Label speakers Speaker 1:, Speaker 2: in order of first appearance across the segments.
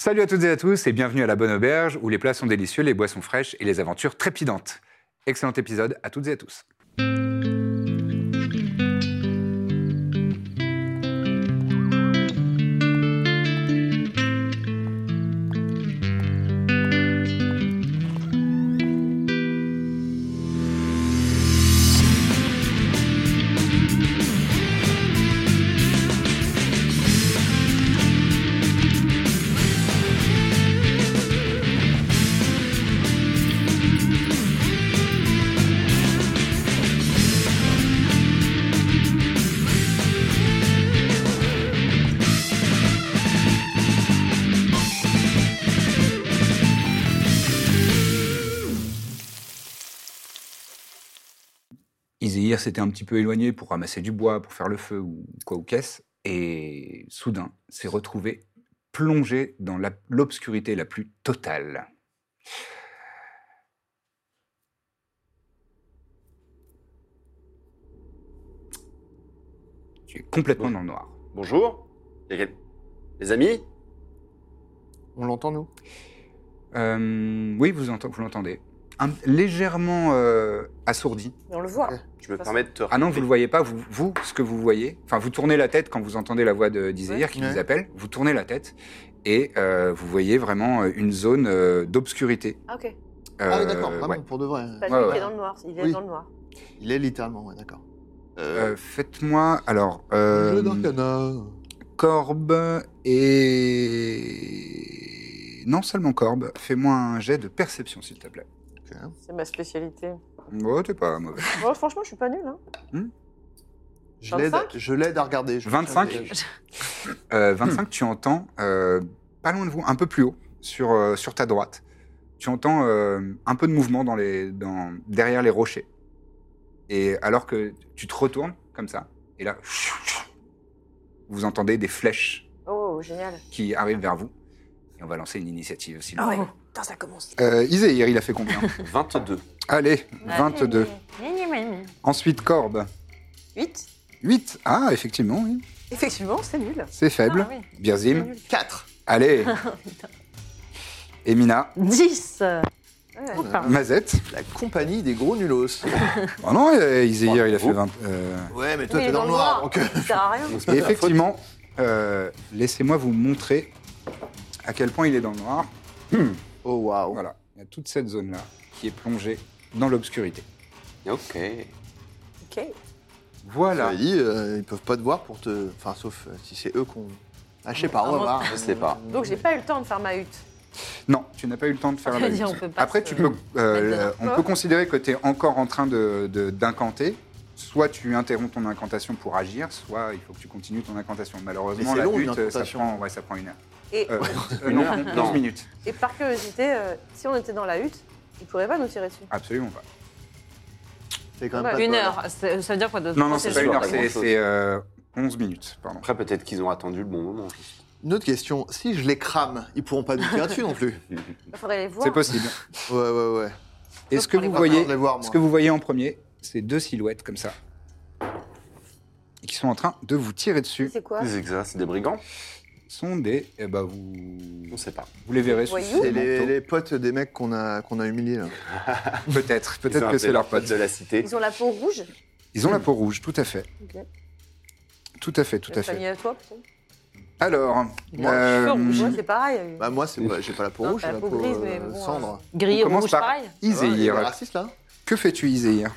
Speaker 1: Salut à toutes et à tous et bienvenue à la Bonne Auberge où les plats sont délicieux, les boissons fraîches et les aventures trépidantes. Excellent épisode à toutes et à tous. Izehir s'était un petit peu éloigné pour ramasser du bois, pour faire le feu ou quoi ou qu'est-ce, et soudain s'est retrouvé plongé dans la- l'obscurité la plus totale. Tu es complètement dans le noir.
Speaker 2: Bonjour. Y a quel- Les amis
Speaker 3: On l'entend, nous
Speaker 1: Euh, oui, vous, enten- vous l'entendez. Un- légèrement euh, assourdi.
Speaker 4: Mais on le voit.
Speaker 2: Je me
Speaker 4: Parce-
Speaker 2: permets de te
Speaker 1: Ah non, vous le voyez pas, vous, vous, ce que vous voyez. Enfin, vous tournez la tête quand vous entendez la voix de d'Iséir qui
Speaker 3: Ouais.
Speaker 1: vous appelle. Vous tournez la tête et euh, vous voyez vraiment euh, une zone euh, d'obscurité.
Speaker 4: Ah, ok.
Speaker 3: Ah
Speaker 1: Euh,
Speaker 3: oui, d'accord, vraiment,
Speaker 1: ouais.
Speaker 3: pour de vrai.
Speaker 4: Pas
Speaker 1: Ouais,
Speaker 4: lui
Speaker 1: ouais.
Speaker 4: qui est dans le noir. Il est
Speaker 3: Oui.
Speaker 4: dans le noir.
Speaker 3: Il est littéralement, ouais, d'accord.
Speaker 1: Euh, Faites-moi, alors, euh,
Speaker 3: Jeu d'arcana.
Speaker 1: Corbe et... Non seulement Corbe, fais-moi un jet de perception, s'il te plaît.
Speaker 4: C'est ma spécialité.
Speaker 1: Oh, t'es pas mauvais.
Speaker 4: Bon, franchement, je suis pas nulle. Hein.
Speaker 3: Je l'aide-
Speaker 4: 25?
Speaker 3: Je l'aide à regarder. je-
Speaker 1: 25? Euh, 25, tu entends, euh, pas loin de vous, un peu plus haut, sur, euh, sur ta droite, tu entends euh, un peu de mouvement dans les, dans, derrière les rochers. Et alors que tu te retournes, comme ça, et là, vous entendez des flèches
Speaker 4: Oh, génial.
Speaker 1: qui arrivent vers vous. Et on va lancer une initiative, s'il vous
Speaker 4: Ah ouais.
Speaker 1: plaît.
Speaker 4: Putain, ça commence.
Speaker 1: Euh, Iséir, il a fait combien
Speaker 2: 22.
Speaker 1: Allez, 22. Ensuite, Corbe.
Speaker 4: 8.
Speaker 1: 8. Ah, effectivement, oui.
Speaker 4: Effectivement, c'est nul.
Speaker 1: C'est faible.
Speaker 5: Ah,
Speaker 1: Birzim.
Speaker 3: 4.
Speaker 1: Allez. Emina.
Speaker 5: 10
Speaker 4: Ouais.
Speaker 1: Mazette.
Speaker 3: La compagnie des gros nulos.
Speaker 1: Oh non, euh, Iséir, il a fait
Speaker 2: Oh.
Speaker 1: 20. euh,
Speaker 3: ouais, mais toi,
Speaker 4: Oui, il
Speaker 3: t'es
Speaker 4: est
Speaker 3: dans le noir, donc... euh,
Speaker 4: Ça sert à rien.
Speaker 1: Et effectivement, euh, laissez-moi vous montrer à quel point il est dans le noir.
Speaker 3: Oh, waouh.
Speaker 1: Voilà, il y a toute cette zone-là qui est plongée dans l'obscurité.
Speaker 2: Ok.
Speaker 4: Ok.
Speaker 1: Voilà.
Speaker 3: Ça veut dire, euh, ils peuvent pas te voir pour te... Enfin, sauf euh, si c'est eux qu'on... Ah, je sais pas, on va
Speaker 4: Ah,
Speaker 3: voir.
Speaker 2: Je sais pas.
Speaker 4: Donc, j'ai pas eu le temps de faire ma hutte.
Speaker 1: Non, tu n'as pas eu le temps de faire la
Speaker 5: C'est-à-dire,
Speaker 1: lutte.
Speaker 5: on peut pas
Speaker 1: Après,
Speaker 5: se-
Speaker 1: tu peux, euh,
Speaker 5: mettre
Speaker 1: on
Speaker 4: d'accord.
Speaker 1: peut considérer que tu es encore en train d'incanter. De, d'incanter. soit tu interromps ton incantation pour agir, soit il faut que tu continues ton incantation. Malheureusement,
Speaker 3: Mais c'est
Speaker 1: la
Speaker 3: long, une
Speaker 1: lutte, ça
Speaker 3: incantation.
Speaker 1: prend, ouais, ça prend une heure.
Speaker 4: Et,
Speaker 1: Euh, euh,
Speaker 2: Une
Speaker 1: non,
Speaker 2: heure
Speaker 1: 11
Speaker 2: Non.
Speaker 1: minutes.
Speaker 4: et par curiosité, euh, si on était dans la hutte, ils pourraient pas nous tirer dessus.
Speaker 1: Absolument pas.
Speaker 3: C'est quand même pas de
Speaker 5: Une
Speaker 3: bol.
Speaker 5: heure, c'est- ça veut dire quoi de
Speaker 1: Non, non, c'est
Speaker 2: c'est
Speaker 1: pas
Speaker 2: sûr,
Speaker 1: une heure,
Speaker 2: pas
Speaker 1: c'est
Speaker 2: grand-chose.
Speaker 1: c'est, euh, 11 minutes, pardon.
Speaker 2: Après, peut-être qu'ils ont attendu le bon moment.
Speaker 3: Une autre question. Si je les crame, ils pourront pas nous tirer dessus non plus.
Speaker 4: Il faudrait les voir.
Speaker 1: C'est possible.
Speaker 3: Ouais, ouais, ouais.
Speaker 1: Et ce que
Speaker 4: qu'on
Speaker 1: vous
Speaker 4: les
Speaker 1: voyez,
Speaker 3: Je les voir,
Speaker 1: ce
Speaker 3: moi.
Speaker 1: que vous voyez en premier, c'est deux silhouettes comme ça, et qui sont en train de vous tirer dessus.
Speaker 4: C'est quoi
Speaker 2: Des exas, c'est des brigands
Speaker 1: Ce sont des, eh ben, vous,
Speaker 2: On sait pas.
Speaker 1: vous les verrez sous
Speaker 4: Voyous.
Speaker 1: ces
Speaker 3: C'est les,
Speaker 1: manteaux.
Speaker 3: les potes des mecs qu'on a, qu'on a humiliés, là.
Speaker 1: Peut-être,
Speaker 2: Ils
Speaker 1: peut-être
Speaker 2: sont
Speaker 1: que c'est
Speaker 2: appelés
Speaker 1: leur
Speaker 2: les
Speaker 1: pote.
Speaker 2: De la cité.
Speaker 4: Ils ont la peau rouge.
Speaker 1: Ils ont la peau rouge, tout à fait.
Speaker 4: Ok.
Speaker 1: Tout à fait, tout
Speaker 4: La
Speaker 1: à fait.
Speaker 4: famille à toi, peut-être.
Speaker 1: Alors,
Speaker 5: Il a
Speaker 1: euh,
Speaker 4: Ouais, c'est pareil.
Speaker 3: Bah, moi, c'est pas- j'ai pas la peau
Speaker 4: Non,
Speaker 3: rouge,
Speaker 4: t'as
Speaker 3: j'ai la peau
Speaker 4: grise, mais
Speaker 3: euh,
Speaker 4: bon, hein.
Speaker 3: cendre.
Speaker 1: on
Speaker 5: Grillé,
Speaker 1: commence
Speaker 5: rouge,
Speaker 1: par
Speaker 5: pareil
Speaker 3: Ah, il est
Speaker 1: Iséir.
Speaker 3: raciste, là
Speaker 1: Que fais-tu, Iséir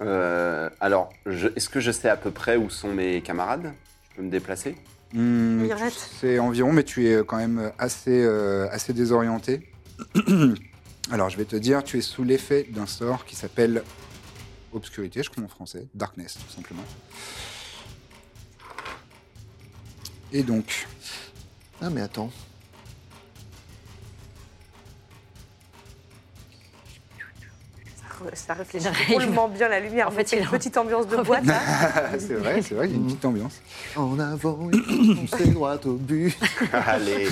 Speaker 2: Euh, alors, je- est-ce que je sais à peu près où sont mes camarades Je peux me déplacer
Speaker 1: Hmm,
Speaker 4: Il reste.
Speaker 1: C'est environ, mais tu es euh, quand même assez, euh, assez désorienté. Alors, je vais te dire, tu es sous l'effet d'un sort qui s'appelle Obscurité, je crois en français, Darkness, tout simplement. Et donc,
Speaker 3: Ah, mais attends.
Speaker 4: Ça reflète drôlement bien la lumière.
Speaker 5: En
Speaker 4: En
Speaker 5: fait,
Speaker 4: fait, il
Speaker 5: il
Speaker 4: une
Speaker 5: en-
Speaker 4: petite ambiance de boîte. là.
Speaker 1: c'est vrai, c'est vrai, il y a une petite ambiance.
Speaker 3: En avant, et foncez droit au but.
Speaker 2: Allez,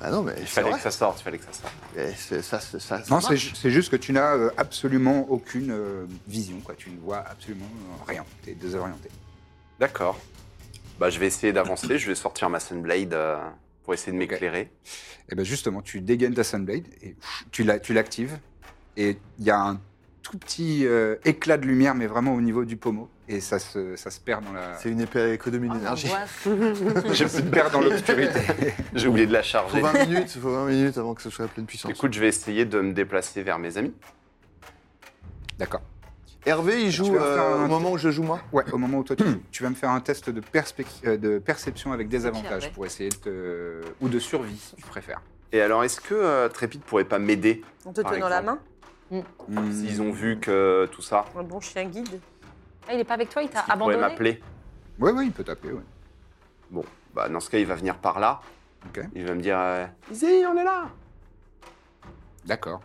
Speaker 3: Ah non, mais
Speaker 2: il
Speaker 3: c'est
Speaker 2: fallait
Speaker 3: vrai.
Speaker 2: que ça sorte, il fallait que ça sorte.
Speaker 3: Eh, c'est- ça, c'est- ça, ça
Speaker 1: Non, c'est
Speaker 3: marche.
Speaker 1: ju- c'est juste que tu n'as euh, absolument aucune euh, vision, quoi. Tu ne vois absolument euh, rien. Tu es désorienté.
Speaker 2: D'accord. Bah, je vais essayer d'avancer, je vais sortir ma Sunblade euh, pour essayer de m'éclairer.
Speaker 1: Et bien justement, tu dégaines ta Sunblade et pff, tu la- tu l'actives. Et il y a un tout petit euh, éclat de lumière, mais vraiment au niveau du pommeau. Et ça se, ça se perd dans la.
Speaker 3: C'est une épée à économie d'énergie.
Speaker 1: Ah, Ça se perd dans l'obscurité.
Speaker 2: J'ai oublié de la charger.
Speaker 3: Faut 20 minutes, faut 20 minutes avant que ce soit à pleine puissance.
Speaker 2: Écoute, je vais essayer de me déplacer vers mes amis.
Speaker 1: D'accord.
Speaker 3: Hervé, il joue
Speaker 1: vas faire
Speaker 3: euh,
Speaker 1: un-
Speaker 3: au moment où je joue moi.
Speaker 1: Ouais, au moment où toi tu,
Speaker 2: Hmm.
Speaker 1: tu vas me faire un test de, perspec- euh, de perception avec des avantages
Speaker 5: ouais.
Speaker 1: pour essayer de te. ou de survie, si tu préfères.
Speaker 2: Et alors, est-ce que euh, Trépide pourrait pas m'aider
Speaker 4: En te
Speaker 2: Par
Speaker 4: tenant la main,
Speaker 2: S'ils
Speaker 1: Hmm.
Speaker 2: ont vu que tout ça,
Speaker 4: un bon chien guide.
Speaker 5: Ah, il est pas avec toi, il t'a
Speaker 2: ils pourraient
Speaker 5: abandonné.
Speaker 2: m'appeler.
Speaker 1: Ouais, ouais, il peut taper, ouais.
Speaker 2: Bon, bah, dans ce cas, il va venir par là.
Speaker 1: Ok.
Speaker 2: Il va me dire euh, Izzy, on est là
Speaker 1: D'accord.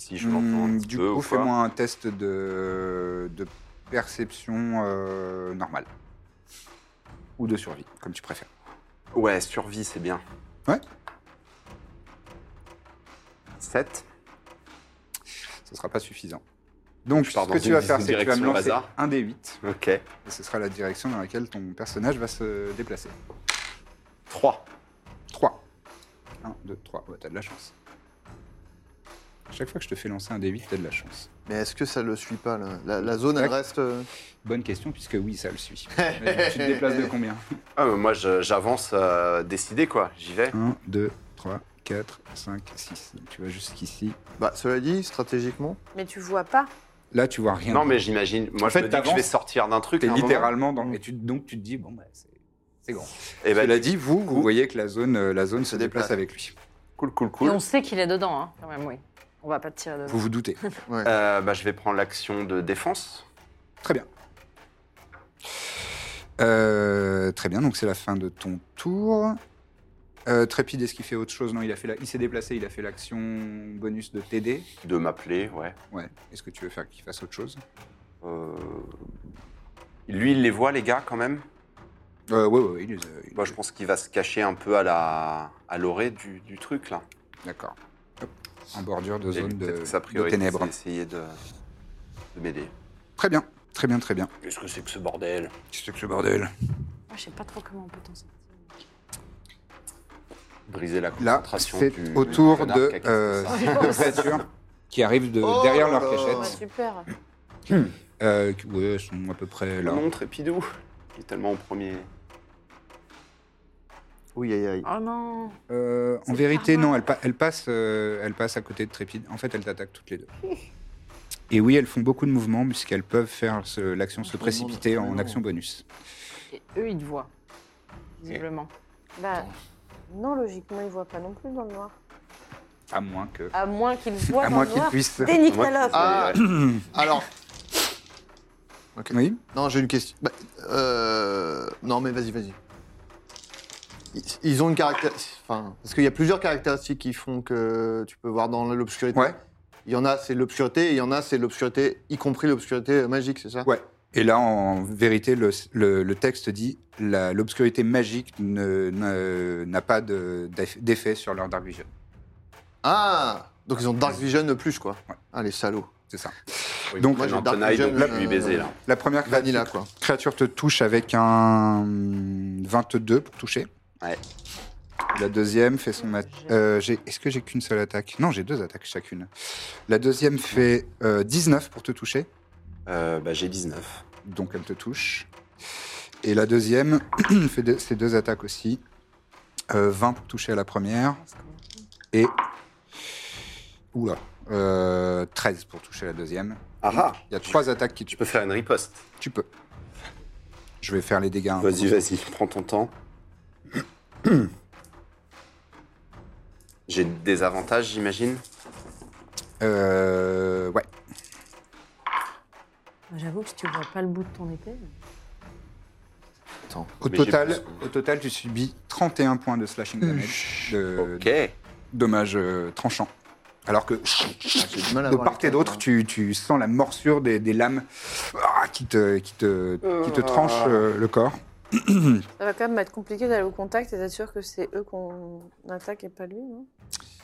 Speaker 2: Si je l'entends un
Speaker 1: Hmm,
Speaker 2: petit
Speaker 1: du
Speaker 2: peu ou
Speaker 1: coup,
Speaker 2: quoi.
Speaker 1: fais-moi un test de, de perception euh, normale. Ou de survie, comme tu préfères.
Speaker 2: Ouais, survie, c'est bien.
Speaker 1: Ouais.
Speaker 2: 7.
Speaker 1: Ce sera pas suffisant. Donc,
Speaker 2: Je
Speaker 1: ce
Speaker 2: pars dans
Speaker 1: que tu
Speaker 2: une
Speaker 1: vas faire, c'est que tu vas
Speaker 2: direction
Speaker 1: me
Speaker 2: au
Speaker 1: lancer
Speaker 2: hasard.
Speaker 1: un des 8.
Speaker 2: Ok.
Speaker 1: Et ce sera la direction dans laquelle ton personnage va se déplacer.
Speaker 2: 3.
Speaker 1: 3. 1, 2, 3. Ouais, Oh, t'as de la chance. À chaque fois que je te fais lancer un des 8, t'as de la chance.
Speaker 3: Mais est-ce que ça le suit pas là la, la zone, elle
Speaker 1: Ouais.
Speaker 3: reste. euh,
Speaker 1: Bonne question, puisque oui, ça le suit. Mais tu te déplaces de combien
Speaker 2: Ah, mais moi, je- j'avance euh, décidé, quoi. J'y vais.
Speaker 1: 1, 2, 3, 4, 5, 6. Donc tu vas jusqu'ici.
Speaker 3: Bah, cela dit, stratégiquement,
Speaker 4: Mais tu vois pas.
Speaker 1: Là, tu vois rien.
Speaker 2: Non, mais Mm. j'imagine. Moi,
Speaker 1: En
Speaker 2: je
Speaker 1: fait,
Speaker 2: me dis que je vais
Speaker 1: t'avances,
Speaker 2: sortir d'un truc.
Speaker 1: T'es
Speaker 2: à un moment.
Speaker 1: littéralement dans. Et tu- donc tu te dis, bon, bah, c'est- c'est grand.
Speaker 2: Eh ben,
Speaker 1: Tu l'as dit, vous, vous voyez que la zone, euh, la zone se déplace
Speaker 3: déplace.
Speaker 1: avec lui.
Speaker 2: cool, cool,
Speaker 5: Et
Speaker 2: cool.
Speaker 5: on sait qu'il est dedans, hein, quand même, oui. On va pas te tirer dedans.
Speaker 1: Vous vous doutez.
Speaker 2: Euh, bah, je vais prendre l'action de défense.
Speaker 1: Très bien. Euh, très bien, donc c'est la fin de ton tour. Euh, Trépide, est-ce qu'il fait autre chose Non, il, a fait la... il s'est déplacé, il a fait l'action bonus de TD.
Speaker 2: De m'appeler, ouais.
Speaker 1: Ouais. Est-ce que tu veux faire qu'il fasse autre chose
Speaker 2: Euh, Lui, il les voit, les gars, quand même.
Speaker 1: euh, Ouais, ouais, ouais, il les a- il
Speaker 2: Moi,
Speaker 1: les
Speaker 2: je
Speaker 1: a-
Speaker 2: pense qu'il va se cacher un peu à la à l'orée du, du truc, là.
Speaker 1: D'accord. Hop. En bordure de
Speaker 2: Et
Speaker 1: zone de,
Speaker 2: peut-être que sa
Speaker 1: de
Speaker 2: priorité,
Speaker 1: ténèbres.
Speaker 2: c'est essayer de, de m'aider.
Speaker 1: Très bien, très bien, très bien.
Speaker 2: Qu'est-ce que c'est que ce bordel
Speaker 1: Qu'est-ce que c'est que ce bordel
Speaker 5: Ah, je sais pas trop comment on peut t'en sortir.
Speaker 2: Briser la
Speaker 1: Là,
Speaker 2: concentration
Speaker 1: c'est
Speaker 2: du-
Speaker 1: au
Speaker 2: du
Speaker 1: tour
Speaker 2: connard
Speaker 1: de,
Speaker 2: qui a cassé
Speaker 1: euh,
Speaker 2: ça.
Speaker 1: de créatures qui arrivent de,
Speaker 3: Oh
Speaker 1: derrière
Speaker 3: là
Speaker 1: leur
Speaker 3: là.
Speaker 4: Ouais,
Speaker 1: cachette.
Speaker 4: super.
Speaker 1: Euh, qui- ouais, elles sont à peu près là.
Speaker 2: Non, Trépidou. Il est tellement au premier.
Speaker 3: oui, aïe, aïe.
Speaker 1: Ah.
Speaker 5: Oh non
Speaker 1: Euh, en
Speaker 5: C'est
Speaker 1: vérité,
Speaker 5: pas mal.
Speaker 1: non, elle, pa- elle passe, euh, elle passe à côté de Trépide. En fait, elles t'attaquent toutes les deux. Et oui, elles font beaucoup de mouvements puisqu'elles peuvent faire ce- l'action se
Speaker 3: Je me
Speaker 1: précipiter
Speaker 3: demande-
Speaker 1: en
Speaker 3: non.
Speaker 1: action bonus.
Speaker 5: Et eux, ils te voient, visiblement.
Speaker 4: Bah, non, logiquement, il voit pas non plus dans le noir.
Speaker 1: À moins que.
Speaker 4: À moins qu'il voit
Speaker 1: À
Speaker 4: dans
Speaker 1: moins
Speaker 4: le
Speaker 1: qu'ils
Speaker 4: noir.
Speaker 1: puissent.
Speaker 4: Dénique
Speaker 2: Moi,
Speaker 4: ta love.
Speaker 3: Ah.
Speaker 2: Ouais.
Speaker 3: Alors,
Speaker 1: Oui.
Speaker 3: non, j'ai une question. Bah, euh, Non, mais vas-y, vas-y. Ils- Ils ont une caractéristique. Enfin, parce qu'il y a plusieurs caractéristiques qui font que tu peux voir dans l'obscurité.
Speaker 1: Ouais.
Speaker 3: Il y en a, c'est l'obscurité, et il y en a, c'est l'obscurité, y compris l'obscurité magique, c'est ça
Speaker 1: Ouais. Et là, en vérité, le, le- le texte dit la- l'obscurité magique ne- ne- n'a pas de- d'eff- d'effet sur leur dark vision.
Speaker 3: Ah Donc ils ont Dark Vision de plus, quoi.
Speaker 1: Ouais.
Speaker 3: Ah, les salauds.
Speaker 1: C'est ça.
Speaker 2: Oui,
Speaker 1: Donc,
Speaker 2: moi, j'ai
Speaker 3: moi, j'ai Dark
Speaker 2: tenaille,
Speaker 3: Vision,
Speaker 2: donc je vais lui
Speaker 3: euh,
Speaker 2: baiser, là.
Speaker 1: La première
Speaker 3: Vanilla, quoi. Ah,
Speaker 1: créature te touche avec un 22 pour toucher.
Speaker 2: Ouais.
Speaker 1: La deuxième fait son. at- euh, j'ai- Est-ce que j'ai qu'une seule attaque Non, j'ai deux attaques chacune. La deuxième fait euh, 19 pour te toucher,
Speaker 2: Euh, bah, j'ai 19.
Speaker 1: donc elle te touche. Et la deuxième fait deux- ses deux attaques aussi. Euh, 20 pour toucher à la première. Et. Oula. euh, 13 pour toucher à la deuxième.
Speaker 2: Ah ah
Speaker 1: Il y a trois attaques qui tu
Speaker 2: Je
Speaker 1: peux.
Speaker 2: peux faire une riposte.
Speaker 1: Tu peux. Je vais faire les dégâts. hein.
Speaker 2: Vas-y, vas-y, prends ton temps. J'ai des avantages, j'imagine.
Speaker 1: Euh, ouais.
Speaker 5: J'avoue que si tu vois pas le bout de ton épée...
Speaker 3: intéressant.
Speaker 1: Au
Speaker 2: Mais
Speaker 1: total,
Speaker 2: j'ai plus-
Speaker 1: au total, tu subis 31 points de slashing
Speaker 3: Hmm.
Speaker 1: damage, de
Speaker 2: Ok.
Speaker 1: dommages euh, tranchants. Alors que
Speaker 3: j'ai du mal à
Speaker 1: de
Speaker 3: voir
Speaker 1: part
Speaker 3: les
Speaker 1: et d'autre,
Speaker 3: cartes,
Speaker 1: tu, tu sens la morsure des, des lames ah, qui te, qui te, qui
Speaker 3: Ah.
Speaker 1: te tranchent euh, le corps.
Speaker 4: Ça va quand même être compliqué d'aller au contact et d'être sûr que c'est eux qu'on attaque et pas lui, non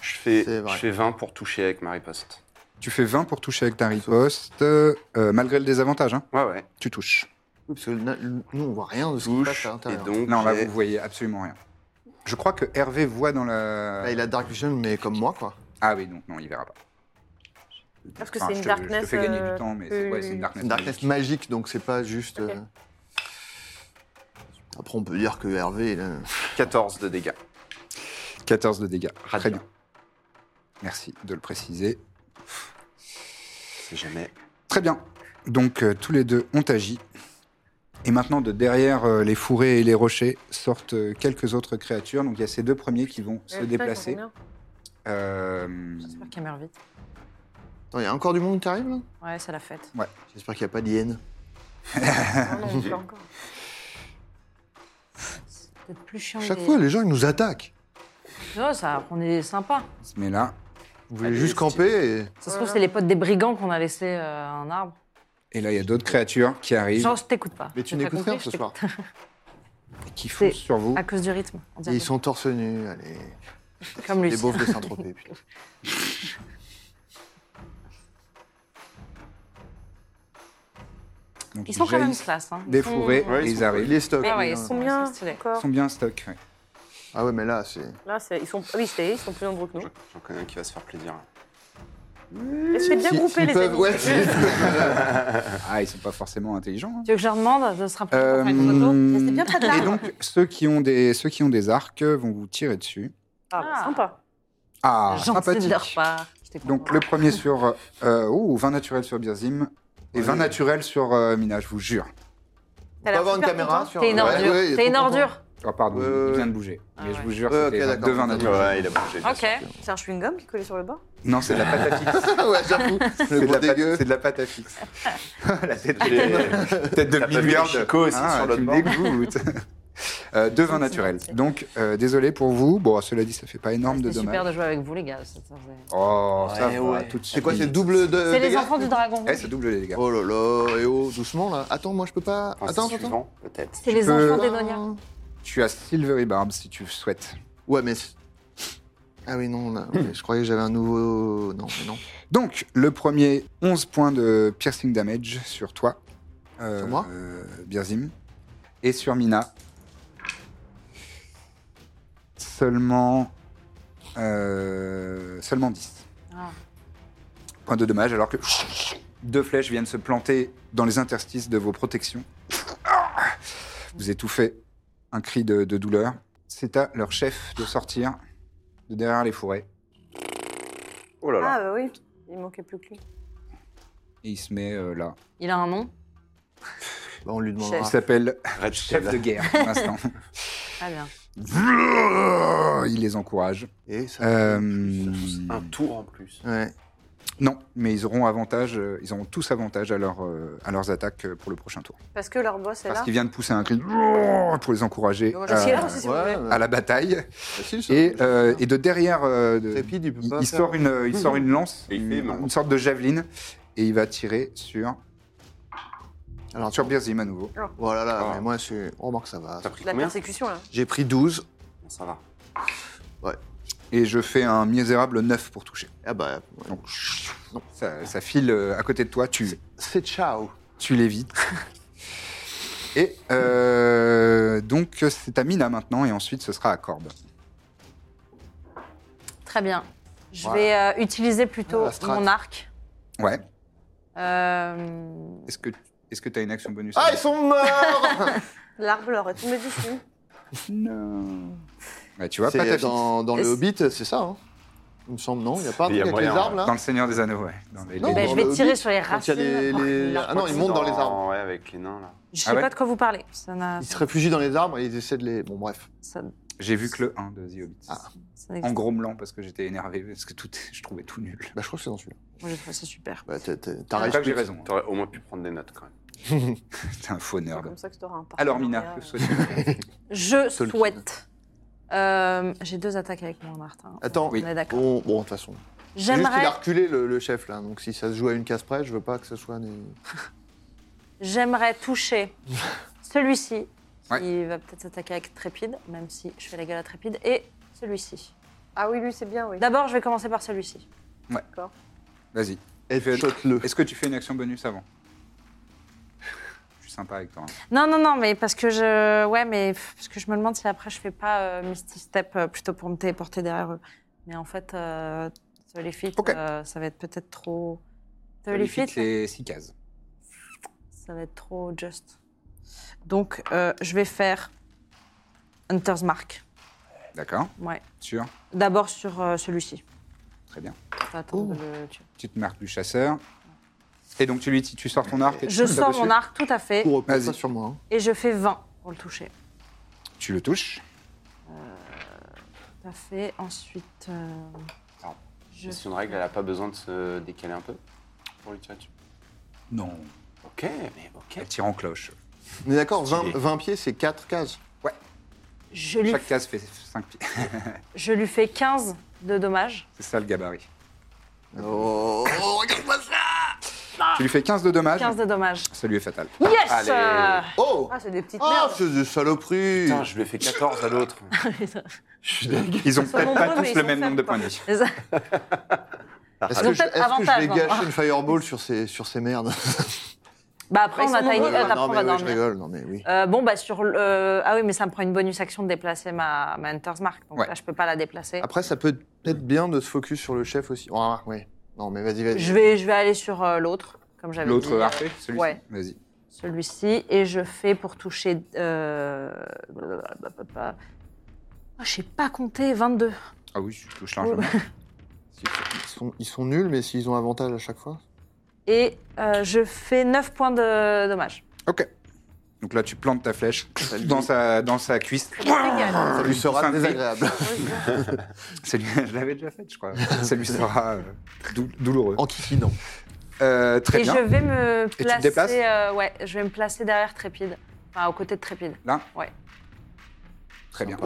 Speaker 2: Je fais,
Speaker 3: C'est vrai.
Speaker 2: je fais 20 pour toucher avec ma riposte.
Speaker 1: Tu fais 20 pour toucher avec ta riposte, euh, malgré le désavantage, hein,
Speaker 2: Ouais, ouais.
Speaker 1: tu touches.
Speaker 3: Oui, hein. parce que na- nous, on voit rien de ce qui se passe
Speaker 2: Touche.
Speaker 3: à
Speaker 2: Et
Speaker 3: l'intérieur.
Speaker 2: donc.
Speaker 1: Non, là,
Speaker 2: j'ai-
Speaker 1: vous voyez absolument rien. Je crois que Hervé voit dans la...
Speaker 3: Là, Ah, il a Dark Vision, mais comme moi, quoi.
Speaker 1: Ah oui, donc non, il verra pas.
Speaker 4: Parce que
Speaker 1: Enfin,
Speaker 4: c'est une
Speaker 1: je te- Je te
Speaker 4: darkness,
Speaker 1: fais gagner
Speaker 4: euh,
Speaker 1: du temps, mais c'est ouais, c'est une
Speaker 3: C'est
Speaker 1: darkness.
Speaker 3: une darkness magique, donc c'est pas juste.
Speaker 4: Ok.
Speaker 3: euh, Après, on peut dire que Hervé. Là...
Speaker 2: 14 de dégâts.
Speaker 1: 14 de dégâts. Très
Speaker 2: Radiant.
Speaker 1: bien. Merci de le préciser.
Speaker 2: C'est jamais.
Speaker 1: Très bien. Donc euh, tous les deux, on t'agit. Et maintenant, de derrière euh, les fourrés et les rochers, sortent euh, quelques autres créatures. Donc il y a ces deux premiers qui vont se
Speaker 4: Ouais, putain,
Speaker 1: déplacer.
Speaker 4: ils sont bien.
Speaker 1: Euh,
Speaker 5: J'espère qu'elle meurt vite.
Speaker 3: Attends, il y a encore du monde qui arrive là
Speaker 5: Ouais, c'est la fête.
Speaker 3: J'espère qu'il n'y a pas d'hyène.
Speaker 4: Ah non, pas encore.
Speaker 5: C'est peut-être plus chiant.
Speaker 3: Chaque
Speaker 5: des-
Speaker 3: fois, les gens, ils nous attaquent.
Speaker 5: Non, ça, on est sympa.
Speaker 1: on se met là.
Speaker 3: Vous voulez
Speaker 2: Allez,
Speaker 3: juste camper et.
Speaker 5: Ça se trouve, c'est les potes des brigands qu'on a laissés euh, un arbre.
Speaker 1: Et là, il y a d'autres créatures qui arrivent
Speaker 5: Genre, je t'écoute pas.
Speaker 3: Mais tu
Speaker 5: J'ai pas
Speaker 3: n'écoutes
Speaker 5: compris,
Speaker 3: rien ce
Speaker 5: je
Speaker 3: soir.
Speaker 5: t'écoute.
Speaker 1: et qui foncent
Speaker 5: c'est-
Speaker 1: sur vous.
Speaker 5: À cause du rythme. on
Speaker 3: Et
Speaker 5: dirait.
Speaker 3: ils sont torse nus, allez.
Speaker 5: Comme lui.
Speaker 3: Les beaufs de Saint-Tropez. putain.
Speaker 1: Donc,
Speaker 5: Ils sont quand même
Speaker 1: jaillissent
Speaker 5: classe. Hein.
Speaker 1: Des
Speaker 5: sont-
Speaker 1: fourrés,
Speaker 2: Ouais,
Speaker 1: et
Speaker 2: ils
Speaker 1: ils
Speaker 2: sont-
Speaker 3: Il
Speaker 1: arrivent.
Speaker 3: les stocks.
Speaker 5: Ah ouais,
Speaker 3: les
Speaker 5: ils
Speaker 3: gens.
Speaker 5: sont
Speaker 4: Ils
Speaker 5: bien.
Speaker 4: sont stylés.
Speaker 1: Ils sont bien stock. ouais.
Speaker 3: Ah ouais, mais là, c'est.
Speaker 4: Là, c'est- ils sont... ah Oui, c'est- ils sont plus nombreux que nous.
Speaker 2: J'en j'en connais un qui va se faire plaisir.
Speaker 4: Essayez de bien
Speaker 3: S'ils-
Speaker 4: grouper
Speaker 3: s'ils
Speaker 4: les
Speaker 3: peuvent-
Speaker 4: amis.
Speaker 3: ouais, s'ils peuvent.
Speaker 1: Ah, ils sont pas forcément intelligents. hein.
Speaker 5: Tu veux que je leur demande de se rapprocher pour
Speaker 1: Euh,
Speaker 5: faire
Speaker 3: Hum,
Speaker 5: une photo
Speaker 4: Restez bien près de
Speaker 1: et
Speaker 4: l'arbre.
Speaker 1: donc, ceux qui, ont des, ceux qui ont des arcs vont vous tirer dessus.
Speaker 4: Ah, bah,
Speaker 5: Ah.
Speaker 4: sympa.
Speaker 1: Ah,
Speaker 5: Gentil de leur
Speaker 1: sympathique.
Speaker 5: part. J'étais
Speaker 1: Donc
Speaker 5: contente.
Speaker 1: le premier sur euh, ouh, 20 naturels sur Birzim et
Speaker 3: Ouais.
Speaker 1: 20 naturels sur euh, Mina, je vous jure.
Speaker 3: On peut avoir une caméra sur.
Speaker 5: T'es une
Speaker 3: Ouais,
Speaker 5: ordure.
Speaker 3: ouais, il est
Speaker 5: T'es une
Speaker 3: trop content.
Speaker 5: ordure.
Speaker 1: Oh pardon,
Speaker 3: Ouais,
Speaker 1: il
Speaker 3: ouais.
Speaker 1: vient de bouger. Mais
Speaker 5: Ah
Speaker 1: je
Speaker 5: ouais.
Speaker 1: vous jure,
Speaker 3: Ouais,
Speaker 1: c'était
Speaker 3: ok, d'accord.
Speaker 1: de 20 naturels.
Speaker 2: Ouais, il a bougé. bien
Speaker 5: Ok.
Speaker 2: sûr.
Speaker 4: C'est un chewing-gum qui collait sur le bas
Speaker 1: Non, c'est de la pâte à fixe.
Speaker 3: ouais, j'avoue.
Speaker 1: C'est
Speaker 3: Le
Speaker 1: de,
Speaker 3: gros
Speaker 1: la pâte-
Speaker 3: dégueu.
Speaker 1: c'est de la pâte à fixe. la tête,
Speaker 2: J'ai-
Speaker 1: tête de
Speaker 2: T'as pas vu
Speaker 1: milliard.
Speaker 2: les chicots aussi
Speaker 1: Ah,
Speaker 2: sur l'autre
Speaker 1: tu me
Speaker 2: bord
Speaker 1: dégoûtes. Euh, de 20 naturels. Donc, euh, désolé pour vous. Bon, cela dit, ça fait pas énorme de
Speaker 5: Ah, C'était
Speaker 1: dommages.
Speaker 5: super de jouer avec vous, les gars. ça- ça faisait-
Speaker 1: Oh, ça
Speaker 2: Ouais,
Speaker 1: va,
Speaker 2: ouais.
Speaker 1: tout de suite.
Speaker 3: C'est quoi, c'est double de.
Speaker 5: C'est les
Speaker 3: dégâts
Speaker 5: enfants du dragon.
Speaker 1: Eh, c'est double les dégâts.
Speaker 3: Oh là là, et oh, doucement là. Attends, moi je peux pas.
Speaker 2: Enfin,
Speaker 3: Attends,
Speaker 2: Ah, c'est
Speaker 3: attends.
Speaker 2: suivant, peut-être.
Speaker 5: C'est les
Speaker 1: peux-
Speaker 5: enfants des Donia.
Speaker 1: Tu as Silvery Barb si tu souhaites.
Speaker 3: Ouais, mais. c'est- Ah oui, non, là, ouais, je croyais que j'avais un nouveau. Non, mais non.
Speaker 1: Donc, le premier, 11 points de piercing damage sur toi. euh,
Speaker 3: Sur moi
Speaker 1: euh, Birzim. Et sur Mina. Seulement. euh, seulement 10.
Speaker 5: Ah.
Speaker 1: Point de dommage, alors que deux flèches viennent se planter dans les interstices de vos protections. Ah Vous étouffez un cri de, de douleur. C'est à leur chef de sortir de derrière les forêts.
Speaker 2: Oh là
Speaker 4: Ah,
Speaker 2: là.
Speaker 4: bah oui. Il manquait plus que lui.
Speaker 1: Et il se met euh, là.
Speaker 5: Il a un nom.
Speaker 3: Bah, on lui
Speaker 1: Il
Speaker 3: demandera.
Speaker 1: s'appelle Ah.
Speaker 2: Red
Speaker 1: chef de
Speaker 2: Shield.
Speaker 1: guerre pour l'instant.
Speaker 5: Très bien.
Speaker 1: Il les encourage.
Speaker 3: Et ça.
Speaker 1: Euh,
Speaker 2: Un tour en plus.
Speaker 3: Ouais.
Speaker 1: non, mais ils auront avantage, euh, ils auront tous avantage à, leur, euh, à leurs attaques euh, pour le prochain tour.
Speaker 4: Parce que leur boss est
Speaker 1: Parce
Speaker 4: là.
Speaker 1: qu'il vient de pousser un cri pour les encourager
Speaker 4: Dommage.
Speaker 1: à,
Speaker 4: Parce qu'il est là aussi, Ah, si vous voulez.
Speaker 1: à la bataille.
Speaker 3: facile, ça.
Speaker 1: Et, euh, et de derrière, euh, de-
Speaker 3: Trépide, il peut
Speaker 1: il,
Speaker 3: pas.
Speaker 1: il
Speaker 3: faire-
Speaker 1: sort une, euh, il sort une lance,
Speaker 2: Et il
Speaker 1: une,
Speaker 2: fait marrant.
Speaker 1: une sorte de javeline, et il va tirer sur,
Speaker 3: Alors,
Speaker 1: sur Birzim à nouveau.
Speaker 3: Voilà, là,
Speaker 2: Ah.
Speaker 3: mais moi, c'est. On remarque, ça va.
Speaker 2: T'as pris
Speaker 4: La
Speaker 2: combien
Speaker 4: persécution, là.
Speaker 3: J'ai pris 12.
Speaker 2: Ça va.
Speaker 1: Et je fais un misérable 9 pour toucher.
Speaker 3: Ah bah. ouais.
Speaker 1: Donc, ça, ça file euh, à côté de toi, tu,
Speaker 3: C'est ciao.
Speaker 1: tu l'évites. et euh, donc, c'est à Mina maintenant, et ensuite ce sera à Corbe.
Speaker 5: Très bien. Je
Speaker 3: Voilà.
Speaker 5: vais euh, utiliser plutôt
Speaker 3: Ah, la strat.
Speaker 5: mon arc.
Speaker 1: Ouais.
Speaker 5: Euh,
Speaker 1: Est-ce que est-ce que t'as une action bonus
Speaker 3: Ah, ils sont morts
Speaker 4: L'arbre leur est tombé dessus.
Speaker 1: Non. Ouais, tu vois, pas ta
Speaker 3: C'est
Speaker 1: fixe. dans...
Speaker 3: dans, dans le
Speaker 5: Et-
Speaker 3: Hobbit, c'est ça, hein Il me semble, non Il n'y a pas un
Speaker 2: Il y
Speaker 3: truc
Speaker 2: a
Speaker 3: avec les
Speaker 2: moyen,
Speaker 3: arbres, là
Speaker 1: le Seigneur des Anneaux, ouais. Dans les-
Speaker 3: Non,
Speaker 1: les-
Speaker 5: ben,
Speaker 3: dans
Speaker 5: je vais
Speaker 3: le
Speaker 5: tirer
Speaker 3: Hobbit,
Speaker 5: sur les
Speaker 3: quand il y a
Speaker 5: racines. Oh,
Speaker 3: les- les-
Speaker 5: Là,
Speaker 3: Ah non, ils montent dans les arbres.
Speaker 2: Ouais, avec les nains là.
Speaker 5: Je sais
Speaker 1: Ah ouais.
Speaker 5: pas de quoi vous parlez. Ça n'a-
Speaker 3: Ils se réfugient dans les arbres et ils essaient de les... Bon, bref.
Speaker 5: ça-
Speaker 1: J'ai vu que le 1 de The Hobbit.
Speaker 3: Ah.
Speaker 5: ça n'existe
Speaker 1: En grommelant parce que j'étais énervé parce que tout je trouvais tout nul.
Speaker 3: Bah, je crois que c'est dans celui-là.
Speaker 5: pas. Moi, j'ai trouvé ça super.
Speaker 3: Bah, t'as- t'as t'as
Speaker 1: C'est pas
Speaker 2: Ah,
Speaker 3: raison.
Speaker 1: que j'ai raison. hein.
Speaker 2: T'aurais au moins pu prendre des notes quand même.
Speaker 1: T'es un faux
Speaker 4: C'est
Speaker 1: nerd.
Speaker 4: comme ça que tu auras un euh. partenariat.
Speaker 1: Alors, Mina, que souhaites-tu
Speaker 5: Je
Speaker 3: Solide.
Speaker 5: souhaite. Euh, J'ai deux attaques avec moi, Martin.
Speaker 3: Attends,
Speaker 5: on est d'accord.
Speaker 3: Bon, bon, de toute façon. Juste qu'il
Speaker 5: J'aimerais,
Speaker 3: a reculé le, le chef là, donc si ça se joue à une case près, je veux pas que ce soit des.
Speaker 5: j'aimerais toucher celui-ci,
Speaker 1: Ouais.
Speaker 5: qui va peut-être s'attaquer avec Trépide, même si je fais la gueule à Trépide, et celui-ci.
Speaker 4: Ah oui, lui, c'est bien, oui.
Speaker 5: D'abord, je vais commencer par celui-ci.
Speaker 1: Vas-y.
Speaker 2: Eh,
Speaker 3: Et
Speaker 1: Fais-
Speaker 3: le
Speaker 1: Est-ce que tu fais une action bonus avant Je suis sympa avec toi. hein.
Speaker 5: Non, non, non, mais parce que je, ouais, mais pff, parce que je me demande si après je fais pas euh, Misty Step euh, plutôt pour me téléporter derrière eux. Mais en fait, euh, Solifit,
Speaker 1: Ok.
Speaker 5: euh, ça va être peut-être trop.
Speaker 1: Qualifie
Speaker 5: Solifit,
Speaker 1: les 6 cases.
Speaker 5: ça va être trop just. Donc, euh, je vais faire Hunter's Mark.
Speaker 1: D'accord
Speaker 5: Ouais.
Speaker 1: Sûr
Speaker 5: D'abord sur euh, celui-ci.
Speaker 1: Très bien.
Speaker 5: Faut attendre de le tuer.
Speaker 1: Petite marque du chasseur. Et donc, tu lui dis, tu sors ton arc et tu
Speaker 5: Je
Speaker 1: le tapes
Speaker 5: sors
Speaker 1: dessus.
Speaker 5: mon arc, tout à fait,
Speaker 3: pour reprendre
Speaker 1: Vas-y.
Speaker 3: ça sur moi. hein.
Speaker 5: et je fais 20 pour le toucher.
Speaker 1: Tu le touches.
Speaker 5: Tout à fait. Ensuite. euh,
Speaker 2: Alors,
Speaker 5: je-
Speaker 2: C'est une règle, elle a pas besoin de se décaler un peu pour lui tirer dessus.
Speaker 1: Non.
Speaker 2: Ok, mais ok.
Speaker 1: Elle tire en cloche.
Speaker 3: On est d'accord, 20,
Speaker 2: Stylé.
Speaker 3: 20 pieds c'est 4 cases.
Speaker 5: je lui,
Speaker 1: Chaque case fait 5 pieds.
Speaker 5: je lui fais 15 de dommages.
Speaker 1: C'est ça le gabarit.
Speaker 3: Oh, regarde-moi ça
Speaker 1: Tu lui fais 15 de dommages.
Speaker 5: 15 de dommages.
Speaker 1: Ça lui est fatal.
Speaker 5: Yes
Speaker 2: Allez.
Speaker 5: euh,
Speaker 3: Oh
Speaker 4: Ah, c'est des petites
Speaker 3: Ah,
Speaker 4: merdes.
Speaker 3: c'est des saloperies
Speaker 2: Putain, je lui ai fait 14 à l'autre.
Speaker 5: Oh.
Speaker 1: Ils ont
Speaker 5: Ils sont
Speaker 1: peut-être pas
Speaker 5: nombreux, mais
Speaker 1: tous
Speaker 5: ils
Speaker 1: le
Speaker 5: sont
Speaker 1: même nombre de
Speaker 5: faibles,
Speaker 1: points de vie.
Speaker 5: les a-
Speaker 3: Est-ce
Speaker 5: Ils ont
Speaker 3: que, je, est-ce
Speaker 5: peut-être
Speaker 3: que je vais
Speaker 5: avantage,
Speaker 3: gâcher
Speaker 5: hein.
Speaker 3: une fireball sur ces, sur ces merdes
Speaker 5: Bah après,
Speaker 4: Ils
Speaker 5: on
Speaker 4: sont
Speaker 5: a tiny
Speaker 4: nombreux,
Speaker 5: hut, après
Speaker 3: Non,
Speaker 5: on
Speaker 3: mais
Speaker 5: va
Speaker 3: oui, je
Speaker 5: dormir.
Speaker 3: rigole, non, mais oui.
Speaker 5: Euh, bon, bah sur le... euh, Ah oui, mais ça me prend une bonus action de déplacer ma, ma Hunter's Mark. Donc
Speaker 1: Ouais.
Speaker 5: là, je peux pas la déplacer.
Speaker 3: Après, ça peut être bien de se focus sur le chef aussi. Ah, ouais. Non, mais vas-y, vas-y.
Speaker 5: Je vais, je vais aller sur euh, l'autre, comme j'avais dit.
Speaker 1: L'autre
Speaker 5: euh,
Speaker 1: archer, celui-ci
Speaker 5: ouais.
Speaker 1: Vas-y.
Speaker 5: Celui-ci. Et je fais pour toucher... Euh... blablabla. Ah, je sais pas compter, 22.
Speaker 1: Ah oui, tu touches largement.
Speaker 3: Ils sont, ils sont nuls, mais s'ils ont avantage à chaque fois.
Speaker 5: Et euh, je fais 9 points de dommage.
Speaker 1: Ok. Donc là, tu plantes ta flèche
Speaker 3: Ça lui-
Speaker 1: dans sa, dans sa cuisse.
Speaker 3: Ça
Speaker 1: lui
Speaker 3: lui sera
Speaker 1: pousse un cri.
Speaker 3: désagréable.
Speaker 1: Ça lui- je l'avais déjà faite, je crois. Ça lui sera euh, dou- douloureux.
Speaker 3: en kikinant.
Speaker 1: Euh, très
Speaker 5: et
Speaker 1: bien.
Speaker 5: je vais me
Speaker 1: te
Speaker 5: placer...
Speaker 1: déplaces
Speaker 5: euh, ouais, je vais me placer derrière Trépide. Enfin, aux côtés de Trépide.
Speaker 1: Très bien.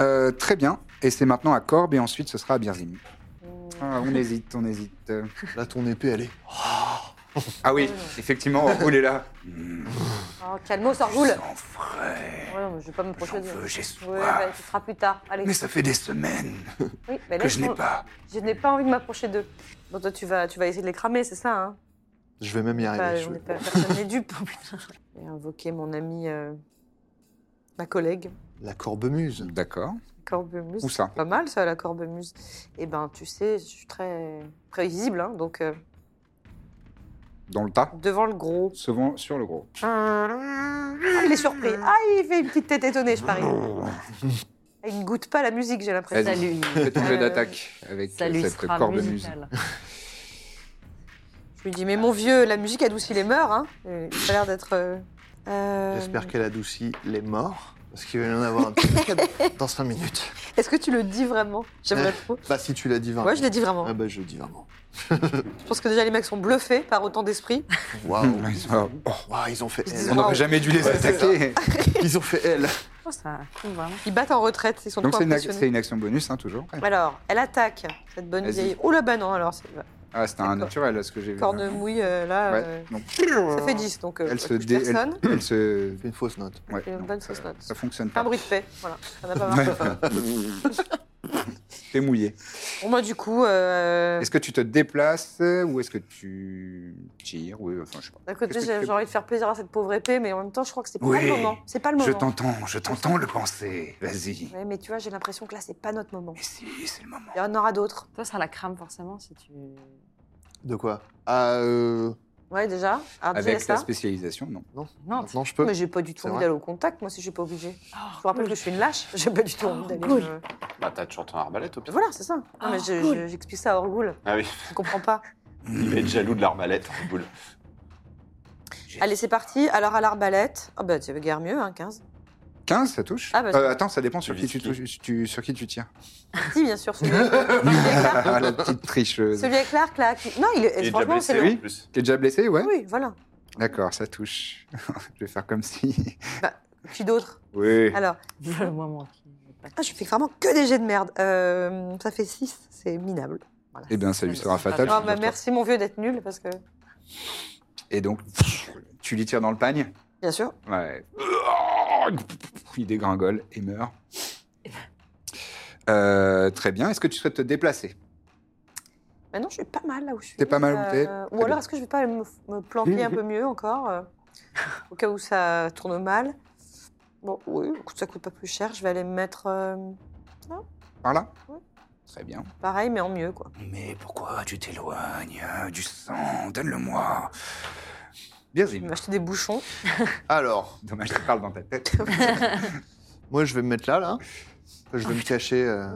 Speaker 1: Euh, très bien. Et c'est maintenant à Corbe et ensuite ce sera à Birzim. Ah, on hésite, on hésite. Euh,
Speaker 3: Là, ton épée, elle est.
Speaker 1: Ah oui, effectivement, Orgul est là.
Speaker 4: Oh, calmos, ça roule.
Speaker 1: Sans frais.
Speaker 4: Ouais, non, mais je vais pas m'approcher
Speaker 1: J'en
Speaker 4: de
Speaker 1: veux, j'ai
Speaker 4: Ouais,
Speaker 1: soif.
Speaker 4: bah, ce sera plus tard. Allez.
Speaker 1: Mais ça fait des semaines
Speaker 4: Oui, bah,
Speaker 1: que je n'ai pas.
Speaker 4: je n'ai pas envie de m'approcher d'eux. Bon, toi, tu vas, tu vas essayer de les cramer, c'est ça, hein
Speaker 3: Je vais même y
Speaker 4: Bah,
Speaker 3: arriver. je
Speaker 4: on
Speaker 3: veux.
Speaker 4: n'est pas- Personne n'est dupe. Et invoquer mon ami, euh, ma collègue,
Speaker 3: La corbe-muse.
Speaker 1: D'accord.
Speaker 4: Corbemus.
Speaker 1: Où ça
Speaker 4: Pas mal, ça, la Corbemus. Eh ben, tu sais, je suis très prévisible, hein, donc euh,
Speaker 1: Dans le tas
Speaker 4: devant le gros.
Speaker 1: Souvent sur le gros.
Speaker 4: Ah, il est surpris. Ah, il fait une petite tête étonnée, je parie. Il ne goûte pas la musique, j'ai l'impression.
Speaker 1: Vas-y.
Speaker 5: Salut.
Speaker 1: Fais ton jet
Speaker 4: Euh,
Speaker 1: d'attaque avec euh,
Speaker 5: Salut,
Speaker 1: cette corbe muse.
Speaker 4: Je lui dis, mais mon vieux, la musique adoucit les mœurs, hein. Euh, Il a l'air d'être. euh, euh,
Speaker 3: J'espère qu'elle adoucit les morts. Parce qu'il va y en avoir un petit cadeau dans 5 minutes.
Speaker 4: Est-ce que tu le dis vraiment J'aimerais trop.
Speaker 3: Bah, si tu l'as dit vraiment.
Speaker 4: Ouais, je l'ai dit vraiment.
Speaker 3: Ah, bah, je le dis vraiment.
Speaker 4: Je pense que déjà les mecs sont bluffés par autant d'esprit.
Speaker 3: Waouh.
Speaker 4: Ah,
Speaker 1: Oh,
Speaker 3: Waouh, ils ont fait
Speaker 4: Ils
Speaker 1: on
Speaker 3: elle.
Speaker 4: ont-
Speaker 1: n'aurait jamais dû les attaquer.
Speaker 3: Ils ont fait elle.
Speaker 5: Oh, ça coule vraiment.
Speaker 4: Ils battent en retraite, ils sont
Speaker 1: Donc
Speaker 4: trop
Speaker 1: c'est une, ac-
Speaker 4: impressionnés.
Speaker 1: c'est une action bonus, hein, toujours.
Speaker 4: Alors, elle attaque cette bonne
Speaker 1: Vas-y.
Speaker 4: vieille. Oh là bah non, alors c'est
Speaker 1: Ah, c'était un
Speaker 4: D'accord.
Speaker 1: naturel, là, ce que j'ai vu. hein.
Speaker 4: corne mouille euh, là.
Speaker 1: Ouais,
Speaker 4: euh,
Speaker 1: donc-
Speaker 4: Ça fait 10, donc euh,
Speaker 1: Elle
Speaker 4: ça
Speaker 1: se
Speaker 4: touche
Speaker 1: dé... elle-
Speaker 4: personne.
Speaker 1: Elle se...
Speaker 3: fait une fausse note.
Speaker 1: ouais,
Speaker 4: C'est une
Speaker 1: non,
Speaker 4: bonne
Speaker 1: ça,
Speaker 4: fausse note.
Speaker 1: ça fonctionne
Speaker 4: Un
Speaker 1: pas.
Speaker 4: bruit de paix, voilà, ça n'a pas marché.
Speaker 1: T'es mouillé.
Speaker 4: Bon, moi, du coup, euh,
Speaker 1: Est-ce que tu te déplaces euh, ou est-ce que tu tires Oui, enfin, je sais pas.
Speaker 4: d'un côté,
Speaker 1: qu'est-ce que tu
Speaker 4: j'ai
Speaker 1: fais
Speaker 4: j'ai envie de faire plaisir à cette pauvre épée, mais en même temps, je crois que c'est pas
Speaker 1: Oui.
Speaker 4: le moment. C'est pas le moment.
Speaker 1: Je t'entends, je t'entends le penser. Vas-y.
Speaker 4: Ouais, mais tu vois, j'ai l'impression que là, c'est pas notre moment.
Speaker 1: Mais si, c'est le moment.
Speaker 4: Il y en aura d'autres.
Speaker 5: Toi, ça la crame forcément si tu.
Speaker 3: De quoi Ah, euh.
Speaker 4: Ouais, déjà. Alors, Ah, déjà
Speaker 1: Avec ta
Speaker 4: ça.
Speaker 1: spécialisation, non.
Speaker 3: Non,
Speaker 5: Non,
Speaker 3: maintenant je peux.
Speaker 4: Mais j'ai pas du tout
Speaker 3: C'est
Speaker 4: envie
Speaker 3: vrai.
Speaker 4: d'aller au contact, moi, si je suis pas obligée. je vous rappelle que je suis une lâche, j'ai pas du tout envie d'aller.
Speaker 5: cool. Ah,
Speaker 4: euh,
Speaker 2: Bah, t'as toujours ton arbalète au pire.
Speaker 4: Voilà, c'est ça. Non, mais je-
Speaker 5: cool.
Speaker 4: je- j'explique ça à Orgul,
Speaker 2: Ah oui,
Speaker 4: je comprends pas.
Speaker 2: il va être jaloux de l'arbalète, en boule.
Speaker 4: Allez, c'est parti. Alors, à l'arbalète. Ah, bah, tu veux guère mieux, hein, 15.
Speaker 1: 15, ça touche
Speaker 4: Ah, bah, ça-
Speaker 1: Euh, Attends, ça dépend sur
Speaker 2: Le
Speaker 1: qui tu,
Speaker 2: whisky.
Speaker 1: touches- tu- sur qui tu tires.
Speaker 4: Si, bien sûr, celui avec Clark.
Speaker 1: Ah, la petite tricheuse.
Speaker 4: Celui avec Clark, là. qui- Non, il est-
Speaker 2: Et déjà
Speaker 4: franchement,
Speaker 2: blessé,
Speaker 4: c'est le.
Speaker 2: en plus.
Speaker 1: T'es déjà blessé, ouais
Speaker 4: Oui, voilà.
Speaker 1: D'accord, ça touche. je vais faire comme si.
Speaker 4: Qui d'autre
Speaker 1: Oui.
Speaker 4: Alors,
Speaker 5: Moi, moi.
Speaker 4: ah, je fais vraiment que des jets de merde. Euh, ça fait 6, c'est minable.
Speaker 1: Eh bien, ça lui sera fatal.
Speaker 4: Ah, bah,
Speaker 1: figure-toi.
Speaker 4: merci mon vieux d'être nul parce que.
Speaker 1: Et donc, tu lui tires dans le pagne.
Speaker 4: Bien sûr.
Speaker 1: Ouais. Il dégringole et meurt.
Speaker 4: ben.
Speaker 1: Euh, très bien. Est-ce que tu souhaites te déplacer
Speaker 4: Maintenant, Bah, je suis pas mal là où je suis.
Speaker 1: T'es pas mal où t'es.
Speaker 4: Euh,
Speaker 1: Très
Speaker 4: Ou
Speaker 1: bien.
Speaker 4: alors, est-ce que je vais pas me, me planquer un peu mieux encore euh, Au cas où ça tourne mal. Bon, oui, écoute, ça coûte pas plus cher. Je vais aller me mettre euh,
Speaker 1: Par là
Speaker 4: Oui.
Speaker 1: Très bien.
Speaker 4: pareil, mais en mieux, quoi.
Speaker 1: Mais pourquoi tu t'éloignes euh, du sang Donne-le-moi. Bien,
Speaker 4: Je vais
Speaker 1: Zim.
Speaker 4: m'acheter des bouchons.
Speaker 3: Alors,
Speaker 1: Dommage, tu parles dans ta tête.
Speaker 3: moi, je vais me mettre là, là. Je
Speaker 4: Ah.
Speaker 3: vais me cacher. euh,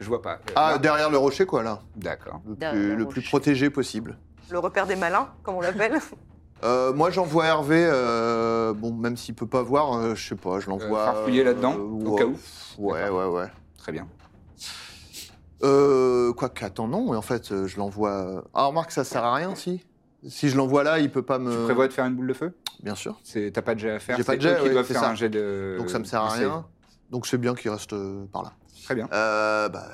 Speaker 1: Je vois pas. Euh,
Speaker 3: Ah,
Speaker 1: là
Speaker 3: derrière le rocher, quoi, là.
Speaker 1: D'accord.
Speaker 3: Le
Speaker 5: Derrière
Speaker 3: plus,
Speaker 5: le
Speaker 3: le plus
Speaker 5: rocher.
Speaker 3: protégé possible.
Speaker 4: Le repère des malins, comme on l'appelle.
Speaker 3: Euh, moi, j'envoie Hervé. euh, bon, même s'il peut pas voir, euh, je sais pas, je l'envoie.
Speaker 1: Euh, farfouiller là-dedans, au cas où.
Speaker 3: Ouais, ouais, ouais.
Speaker 1: Très bien.
Speaker 3: Euh, quoi qu'attends, non, en fait, euh, je l'envoie. Ah, remarque, ça sert à rien, si. Si je l'envoie là, il peut pas me.
Speaker 1: Tu prévois de faire une boule de feu
Speaker 3: Bien sûr.
Speaker 1: C'est- T'as pas de jet à faire
Speaker 3: Euh. J'ai pas
Speaker 1: c'est
Speaker 3: de jet,
Speaker 1: eux qui
Speaker 3: ouais,
Speaker 1: doivent
Speaker 3: c'est
Speaker 1: faire
Speaker 3: ça.
Speaker 1: un jet de.
Speaker 3: Donc ça me sert à
Speaker 1: de
Speaker 3: rien. Donc c'est bien qu'il reste euh, par là.
Speaker 1: save. Très bien.
Speaker 3: Euh, bah.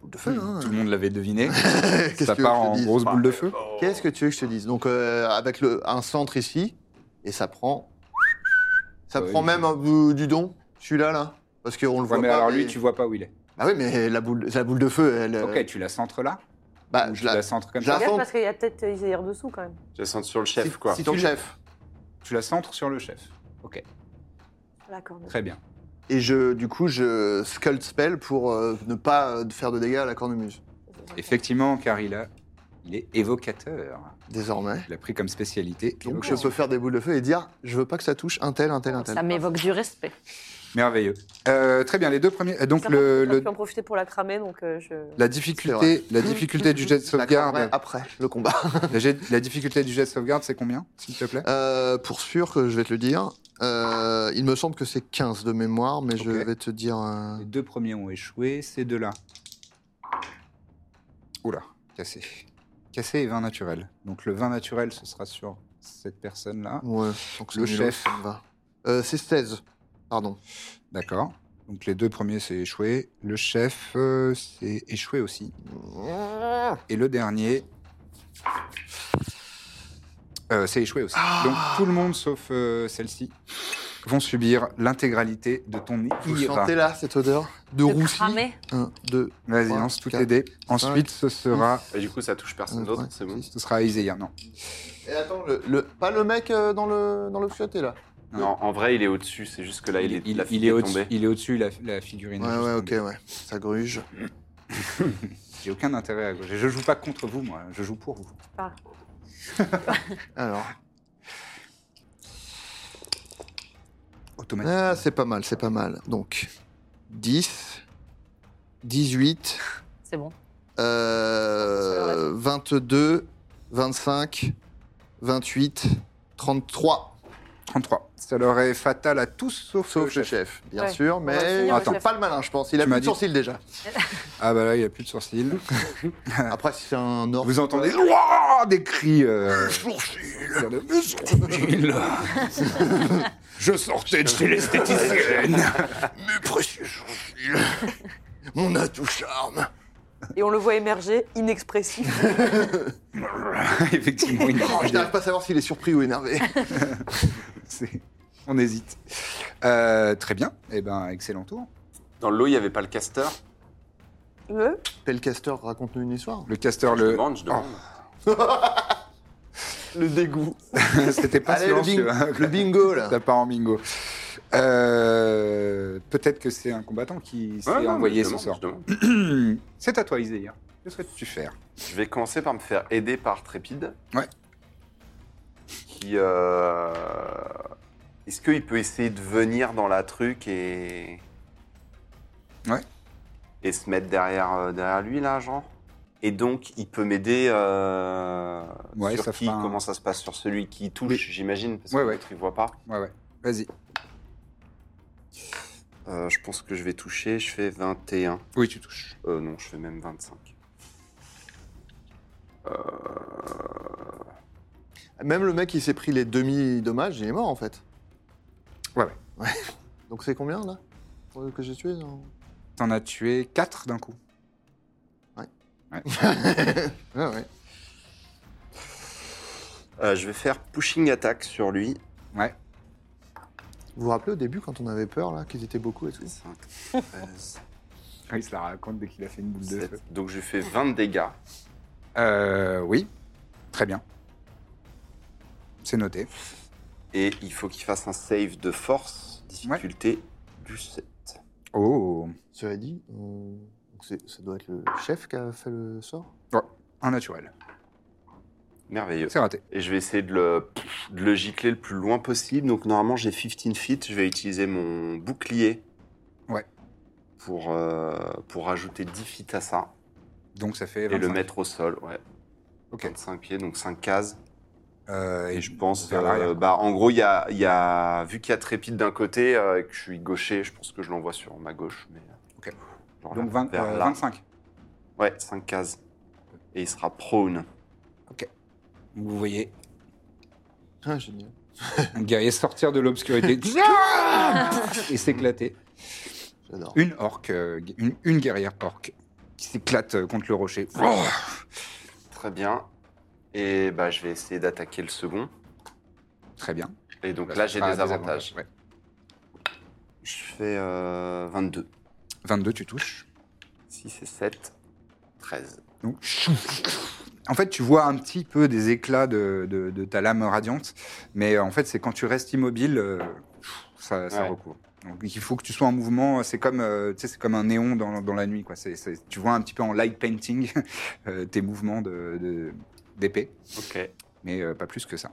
Speaker 3: Boule de feu, hein.
Speaker 1: Tout le monde l'avait deviné.
Speaker 3: Qu'est-ce
Speaker 1: Hmm. ça
Speaker 3: que tu veux que
Speaker 1: part
Speaker 3: je te
Speaker 1: en
Speaker 3: dise
Speaker 1: grosse boule de feu.
Speaker 2: Oh.
Speaker 3: Qu'est-ce que tu veux que je te dise Donc, euh, avec le, un centre ici, et ça prend. Ça
Speaker 1: Ouais,
Speaker 3: prend
Speaker 1: il-
Speaker 3: même un bout du don, celui-là, là. Parce qu'on le
Speaker 1: Ouais,
Speaker 3: voit
Speaker 1: mais
Speaker 3: pas.
Speaker 1: alors lui, tu vois pas où il est.
Speaker 3: Ah oui, mais la boule, la boule de feu, elle. euh,
Speaker 1: Ok, tu la centres là
Speaker 3: Bah,
Speaker 1: Ou
Speaker 3: je
Speaker 1: tu
Speaker 3: la.
Speaker 1: la centres comme
Speaker 3: je la
Speaker 1: ça
Speaker 3: Par
Speaker 4: Regarde,
Speaker 3: contre-
Speaker 4: parce qu'il y a peut-être Isaïr dessous quand même.
Speaker 2: Je la sens sur le chef,
Speaker 3: si-
Speaker 2: quoi.
Speaker 3: Si ton chef.
Speaker 1: Tu la centres sur le chef. Ok,
Speaker 4: La corne.
Speaker 1: très bien.
Speaker 3: Et je, du coup, je scull spell pour euh, ne pas euh, faire de dégâts à la cornemuse.
Speaker 1: Effectivement, car il a. Il est évocateur.
Speaker 3: Désormais.
Speaker 1: Il l'a pris comme spécialité.
Speaker 3: Donc je
Speaker 1: évocation.
Speaker 3: peux faire des boules de feu et dire, je veux pas que ça touche un tel, un tel, un tel.
Speaker 5: Ça m'évoque du respect.
Speaker 1: Merveilleux. Euh, très bien, les deux premiers. euh, Donc
Speaker 4: Ça,
Speaker 1: le,
Speaker 4: J'ai
Speaker 1: le-
Speaker 4: pu en profiter pour la cramer, donc euh, je.
Speaker 1: la
Speaker 3: C'est
Speaker 1: difficulté, la difficulté du jet de
Speaker 3: Je la cramerai
Speaker 1: sauvegarde.
Speaker 3: Après le combat.
Speaker 1: La, jet- la difficulté du jet de sauvegarde, c'est combien, s'il te plaît
Speaker 3: Euh, pour sûr, que je vais te le dire. Euh, il me semble que c'est 15 de mémoire, mais je
Speaker 1: Ok.
Speaker 3: vais te dire. euh,
Speaker 1: Les deux premiers ont échoué, ces deux-là. Oula, cassé. Cassé et 20 naturel. Donc le 20 naturel, ce sera sur cette personne-là.
Speaker 3: Ouais, je sens que
Speaker 1: Le
Speaker 3: c'est nul,
Speaker 1: chef.
Speaker 3: ça me va. Euh, c'est 16. Pardon.
Speaker 1: D'accord. Donc les deux premiers, c'est échoué. Le chef, euh, c'est échoué aussi. Et le dernier, euh, c'est échoué aussi. Donc tout le monde, sauf euh, celle-ci, vont subir l'intégralité de ton
Speaker 3: Vous
Speaker 1: IRA.
Speaker 3: sentez là cette odeur de
Speaker 5: De
Speaker 3: roussi
Speaker 5: cramer.
Speaker 3: 1, 2,
Speaker 1: Vas-y,
Speaker 3: Trois,
Speaker 1: lance toutes
Speaker 3: quatre,
Speaker 1: les dés. Ensuite, ce sera,
Speaker 2: Et Bah, du coup, ça touche personne d'autre, c'est bon.
Speaker 1: ce sera Isaiah. Non.
Speaker 3: Et attends, le, le- pas le mec euh, dans le, dans le fioté là.
Speaker 2: Non, en vrai, il est au-dessus, c'est juste que là, Ah, il est, la fille
Speaker 1: est
Speaker 2: est
Speaker 1: au-dessus,
Speaker 2: tombée.
Speaker 1: il est au-dessus, la, la figurine. est
Speaker 3: Ouais,
Speaker 1: juste
Speaker 3: ouais, ok,
Speaker 1: tombée.
Speaker 3: ouais. Ça gruge.
Speaker 1: J'ai aucun intérêt à Je joue pas contre vous, moi. Je joue pour vous.
Speaker 3: Alors.
Speaker 1: Automatiquement.
Speaker 3: Ah, c'est pas mal, c'est pas mal. Donc, 10, 18,
Speaker 5: C'est bon.
Speaker 3: euh, 22, 25, 28, 33.
Speaker 1: 33. Ça leur est fatal à tous, sauf, le
Speaker 3: Sauf le
Speaker 1: chef.
Speaker 3: chef, bien
Speaker 5: Ouais.
Speaker 3: sûr,
Speaker 5: va
Speaker 3: mais
Speaker 5: finir
Speaker 1: au
Speaker 3: attends,
Speaker 5: chef.
Speaker 3: pas le malin, je pense. Il a
Speaker 1: Tu m'as
Speaker 3: plus de
Speaker 1: dit.
Speaker 3: sourcils déjà.
Speaker 1: Ah bah là, il n'y a plus de sourcils.
Speaker 3: Après, si c'est un orc.
Speaker 1: Vous entendez Ouah des cris. euh,
Speaker 3: Sourcils
Speaker 1: de- Mes sourcils Je sortais de chez l'esthéticienne
Speaker 3: Mes précieux sourcils Mon atout charme
Speaker 1: Oh,
Speaker 4: Et on le voit émerger, inexpressif.
Speaker 1: Effectivement, il mange
Speaker 3: Je
Speaker 1: des-
Speaker 3: n'arrive pas à savoir s'il est surpris ou énervé.
Speaker 1: c'est- On hésite. Euh, très bien. Eh ben, excellent tour.
Speaker 2: Dans l'eau, il n'y avait pas le caster.
Speaker 4: Euh,
Speaker 3: Pelcaster, raconte-nous une histoire.
Speaker 1: Le caster,
Speaker 2: Je
Speaker 1: le...
Speaker 2: demande, je demande.
Speaker 3: Le dégoût.
Speaker 1: C'était pas
Speaker 3: Allez, le,
Speaker 1: silencieux,
Speaker 3: bing-
Speaker 1: hein.
Speaker 3: le bingo, là.
Speaker 1: Ça part en bingo. Euh, Peut-être que c'est un combattant qui s'est
Speaker 2: Ouais, non,
Speaker 1: envoyé
Speaker 2: mais je
Speaker 1: ce
Speaker 2: demande,
Speaker 1: sort. Hmm.
Speaker 2: je demande.
Speaker 1: C'est à toi, Iséir. Que souhaites-tu faire
Speaker 2: Je vais commencer par me faire aider par Trépide.
Speaker 1: Ouais.
Speaker 2: Qui. euh, Est-ce qu'il peut essayer de venir dans la truc et.
Speaker 1: Ouais.
Speaker 2: Et se mettre derrière, euh, derrière lui, là, genre Et donc, il peut m'aider. euh,
Speaker 1: Ouais,
Speaker 2: sur
Speaker 1: ça
Speaker 2: qui
Speaker 1: fera un-
Speaker 2: Comment ça se passe Sur celui qui touche,
Speaker 1: Oui.
Speaker 2: j'imagine, parce
Speaker 1: Ouais,
Speaker 2: que
Speaker 1: ouais.
Speaker 2: l'autre, il voit pas.
Speaker 1: Ouais, ouais. Vas-y.
Speaker 2: Euh, je pense que je vais toucher, je fais 21.
Speaker 1: Oui, tu touches.
Speaker 2: Euh, non, je fais même 25. Euh,
Speaker 3: Même le mec qui s'est pris les demi-dommages, il est mort en fait.
Speaker 1: Ouais, ouais.
Speaker 3: Donc c'est combien là pour- Que j'ai tué non
Speaker 1: T'en as tué 4 d'un coup.
Speaker 3: Ouais, ouais.
Speaker 2: Euh, je vais faire pushing attack sur lui.
Speaker 1: Ouais.
Speaker 3: Vous vous rappelez au début quand on avait peur là, qu'ils étaient beaucoup et tout
Speaker 2: 5, 13,
Speaker 1: Ah, Il se la raconte dès qu'il a fait une boule de feu.
Speaker 2: 7. Donc je fais 20 de dégâts.
Speaker 1: Euh, oui. Très bien. C'est noté.
Speaker 2: Et il faut qu'il fasse un save de force, difficulté du 7.
Speaker 1: Oh.
Speaker 3: Cela dit, on- donc c'est- ça doit être le chef qui a fait le sort
Speaker 1: Un naturel.
Speaker 2: Merveilleux.
Speaker 1: C'est raté.
Speaker 2: Et je vais essayer de le, de le gicler le plus loin possible. Donc normalement j'ai 15 feet, je vais utiliser mon bouclier.
Speaker 1: Ouais.
Speaker 2: Pour, euh, pour ajouter 10 feet à ça.
Speaker 1: Donc ça fait
Speaker 2: Et
Speaker 1: 25.
Speaker 2: le mettre au sol, ouais.
Speaker 1: Ok.
Speaker 2: 25 pieds, donc 5 cases.
Speaker 1: Euh,
Speaker 2: Et je pense,
Speaker 1: vers l'arrière,
Speaker 2: euh,
Speaker 1: quoi.
Speaker 2: bah, en gros, il y a, il y a- vu qu'il y a Trépide d'un côté euh, et que je suis gaucher, je pense que je l'envoie sur ma gauche. Mais,
Speaker 1: Ok.
Speaker 2: Genre
Speaker 1: Donc
Speaker 2: là,
Speaker 1: 20,
Speaker 2: vers
Speaker 1: euh,
Speaker 2: là.
Speaker 1: 25.
Speaker 2: Ouais, 5 cases. Et il sera prone.
Speaker 1: Donc, vous voyez
Speaker 3: Ah, génial.
Speaker 1: un guerrier sortir de l'obscurité et s'éclater.
Speaker 3: J'adore.
Speaker 1: Une orque, euh, gu- une, une guerrière orque qui s'éclate euh, contre le rocher. Oh
Speaker 2: Très bien. Et bah, je vais essayer d'attaquer le second.
Speaker 1: Très bien.
Speaker 2: Et donc
Speaker 1: Bah,
Speaker 2: là,
Speaker 1: ça
Speaker 2: j'ai des
Speaker 1: fera
Speaker 2: avantages.
Speaker 1: ouais.
Speaker 2: Je fais euh, 22.
Speaker 1: 22, tu touches.
Speaker 2: 6 et 7. 13.
Speaker 1: Donc, en fait, tu vois un petit peu des éclats de, de- de ta lame radiante, mais euh, en fait, c'est quand tu restes immobile, euh, ça, ça
Speaker 2: Ouais.
Speaker 1: recouvre. Donc, il faut que tu sois en mouvement. C'est comme, euh, tu sais, c'est comme un néon dans, dans la nuit. Quoi. C'est- c'est- tu vois un petit peu en light painting euh, tes mouvements de- de- d'épée,
Speaker 2: Ok. Et
Speaker 1: mais euh, pas plus que ça.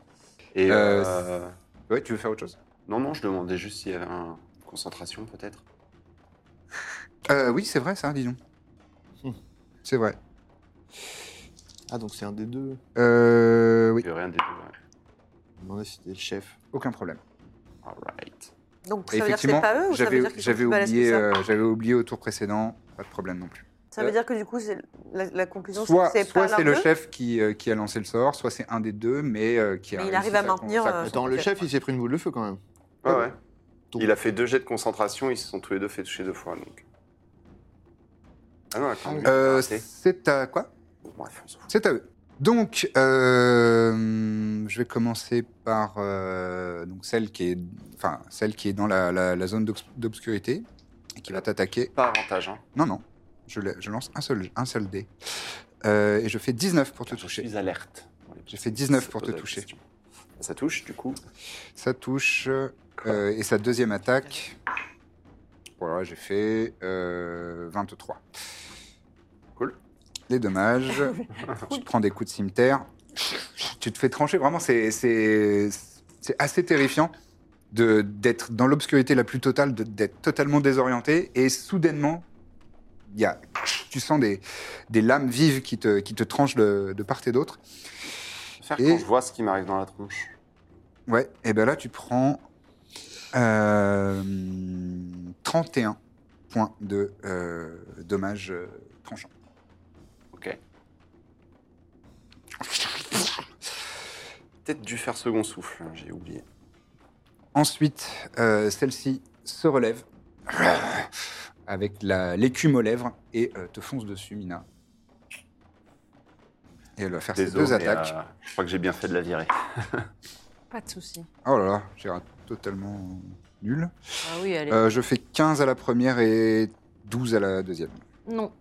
Speaker 2: euh,
Speaker 1: Euh, Ouais, tu veux faire autre chose
Speaker 2: Non, non, je demandais juste s'il y avait un- une concentration peut-être.
Speaker 1: Euh, oui, c'est vrai, ça, disons.
Speaker 3: Hmm.
Speaker 1: C'est vrai.
Speaker 3: Ah, donc c'est un des deux.
Speaker 1: Euh, oui,
Speaker 2: Il y a Rien des deux. ouais.
Speaker 3: Je me demandais si c'était le chef.
Speaker 1: aucun problème.
Speaker 2: Alright.
Speaker 4: Donc
Speaker 1: Et
Speaker 4: ça veut dire que c'est pas eux ou ça veut
Speaker 1: j'avais
Speaker 4: dire qu'ils sont
Speaker 1: j'avais
Speaker 4: plus balèzes que
Speaker 1: oublié,
Speaker 4: ça
Speaker 1: euh, j'avais oublié au tour précédent, pas de problème non plus.
Speaker 4: Ça veut dire que du coup, c'est- la, la conclusion, c'est
Speaker 1: Soit,
Speaker 4: que c'est
Speaker 1: soit
Speaker 4: pas
Speaker 1: c'est le
Speaker 4: l'un d'eux
Speaker 1: chef qui, euh, qui a lancé le sort, soit c'est un des deux, mais euh, qui a
Speaker 4: Mais il
Speaker 1: réussi
Speaker 4: arrive à
Speaker 1: sa-
Speaker 4: maintenir,
Speaker 1: sa
Speaker 4: euh,
Speaker 1: concentration.
Speaker 3: Attends, le chef, il s'est pris une boule de feu quand même.
Speaker 2: Ouais, ouais.
Speaker 3: Donc-
Speaker 2: Il a fait deux jets de concentration, ils se sont tous les deux fait toucher deux fois. Donc. Ah non, attends.
Speaker 3: Ah oui.
Speaker 2: lui,
Speaker 1: Euh,
Speaker 2: il a raté.
Speaker 1: c'est à quoi
Speaker 2: Bon, bref, on s'en fout.
Speaker 1: C'est à eux. Donc, euh, je vais commencer par euh, donc celle qui est, enfin celle qui est dans la, la- la zone d'obs- d'obscurité et qui va t'attaquer.
Speaker 2: Pas avantage, hein.
Speaker 1: Non, non. Je, l'ai- je lance un seul, un seul dé. Euh, et je fais 19 pour te
Speaker 2: Ah, Je
Speaker 1: toucher.
Speaker 2: suis alerte.
Speaker 1: J'ai fait 19
Speaker 2: Ça
Speaker 1: pour te
Speaker 2: pose la
Speaker 1: toucher.
Speaker 2: question. Ça touche, du coup.
Speaker 1: Ça touche. euh, et sa deuxième attaque. Voilà, j'ai fait euh, 23.
Speaker 2: Cool.
Speaker 1: Les dommages. tu te prends des coups de cimetière. Tu te fais trancher. Vraiment, c'est c'est- c'est assez terrifiant de- d'être dans l'obscurité la plus totale, de- d'être totalement désorienté. Et soudainement, il y a, tu sens des, des lames vives qui te, qui te tranchent de, de part et d'autre.
Speaker 2: Faire
Speaker 1: Et-
Speaker 2: quand je vois ce qui m'arrive dans la tronche.
Speaker 1: Ouais, et ben là tu prends euh, 31 points de euh, dommages euh, tranchants.
Speaker 2: Ok. Peut-être dû faire second souffle, hein, j'ai oublié.
Speaker 1: Ensuite, euh, celle-ci se relève euh, avec la- l'écume aux lèvres et euh, te fonce dessus, Mina. Et elle va faire ses
Speaker 2: Désolé,
Speaker 1: Ah, deux
Speaker 2: mais,
Speaker 1: attaques. Ah,
Speaker 2: euh, je crois que j'ai bien fait de la virer.
Speaker 5: Pas de souci.
Speaker 1: Oh là là, j'ai raté totalement nul.
Speaker 5: Ah oui, elle est.
Speaker 1: Euh, je fais 15 à la première et 12 à la deuxième.
Speaker 5: Non,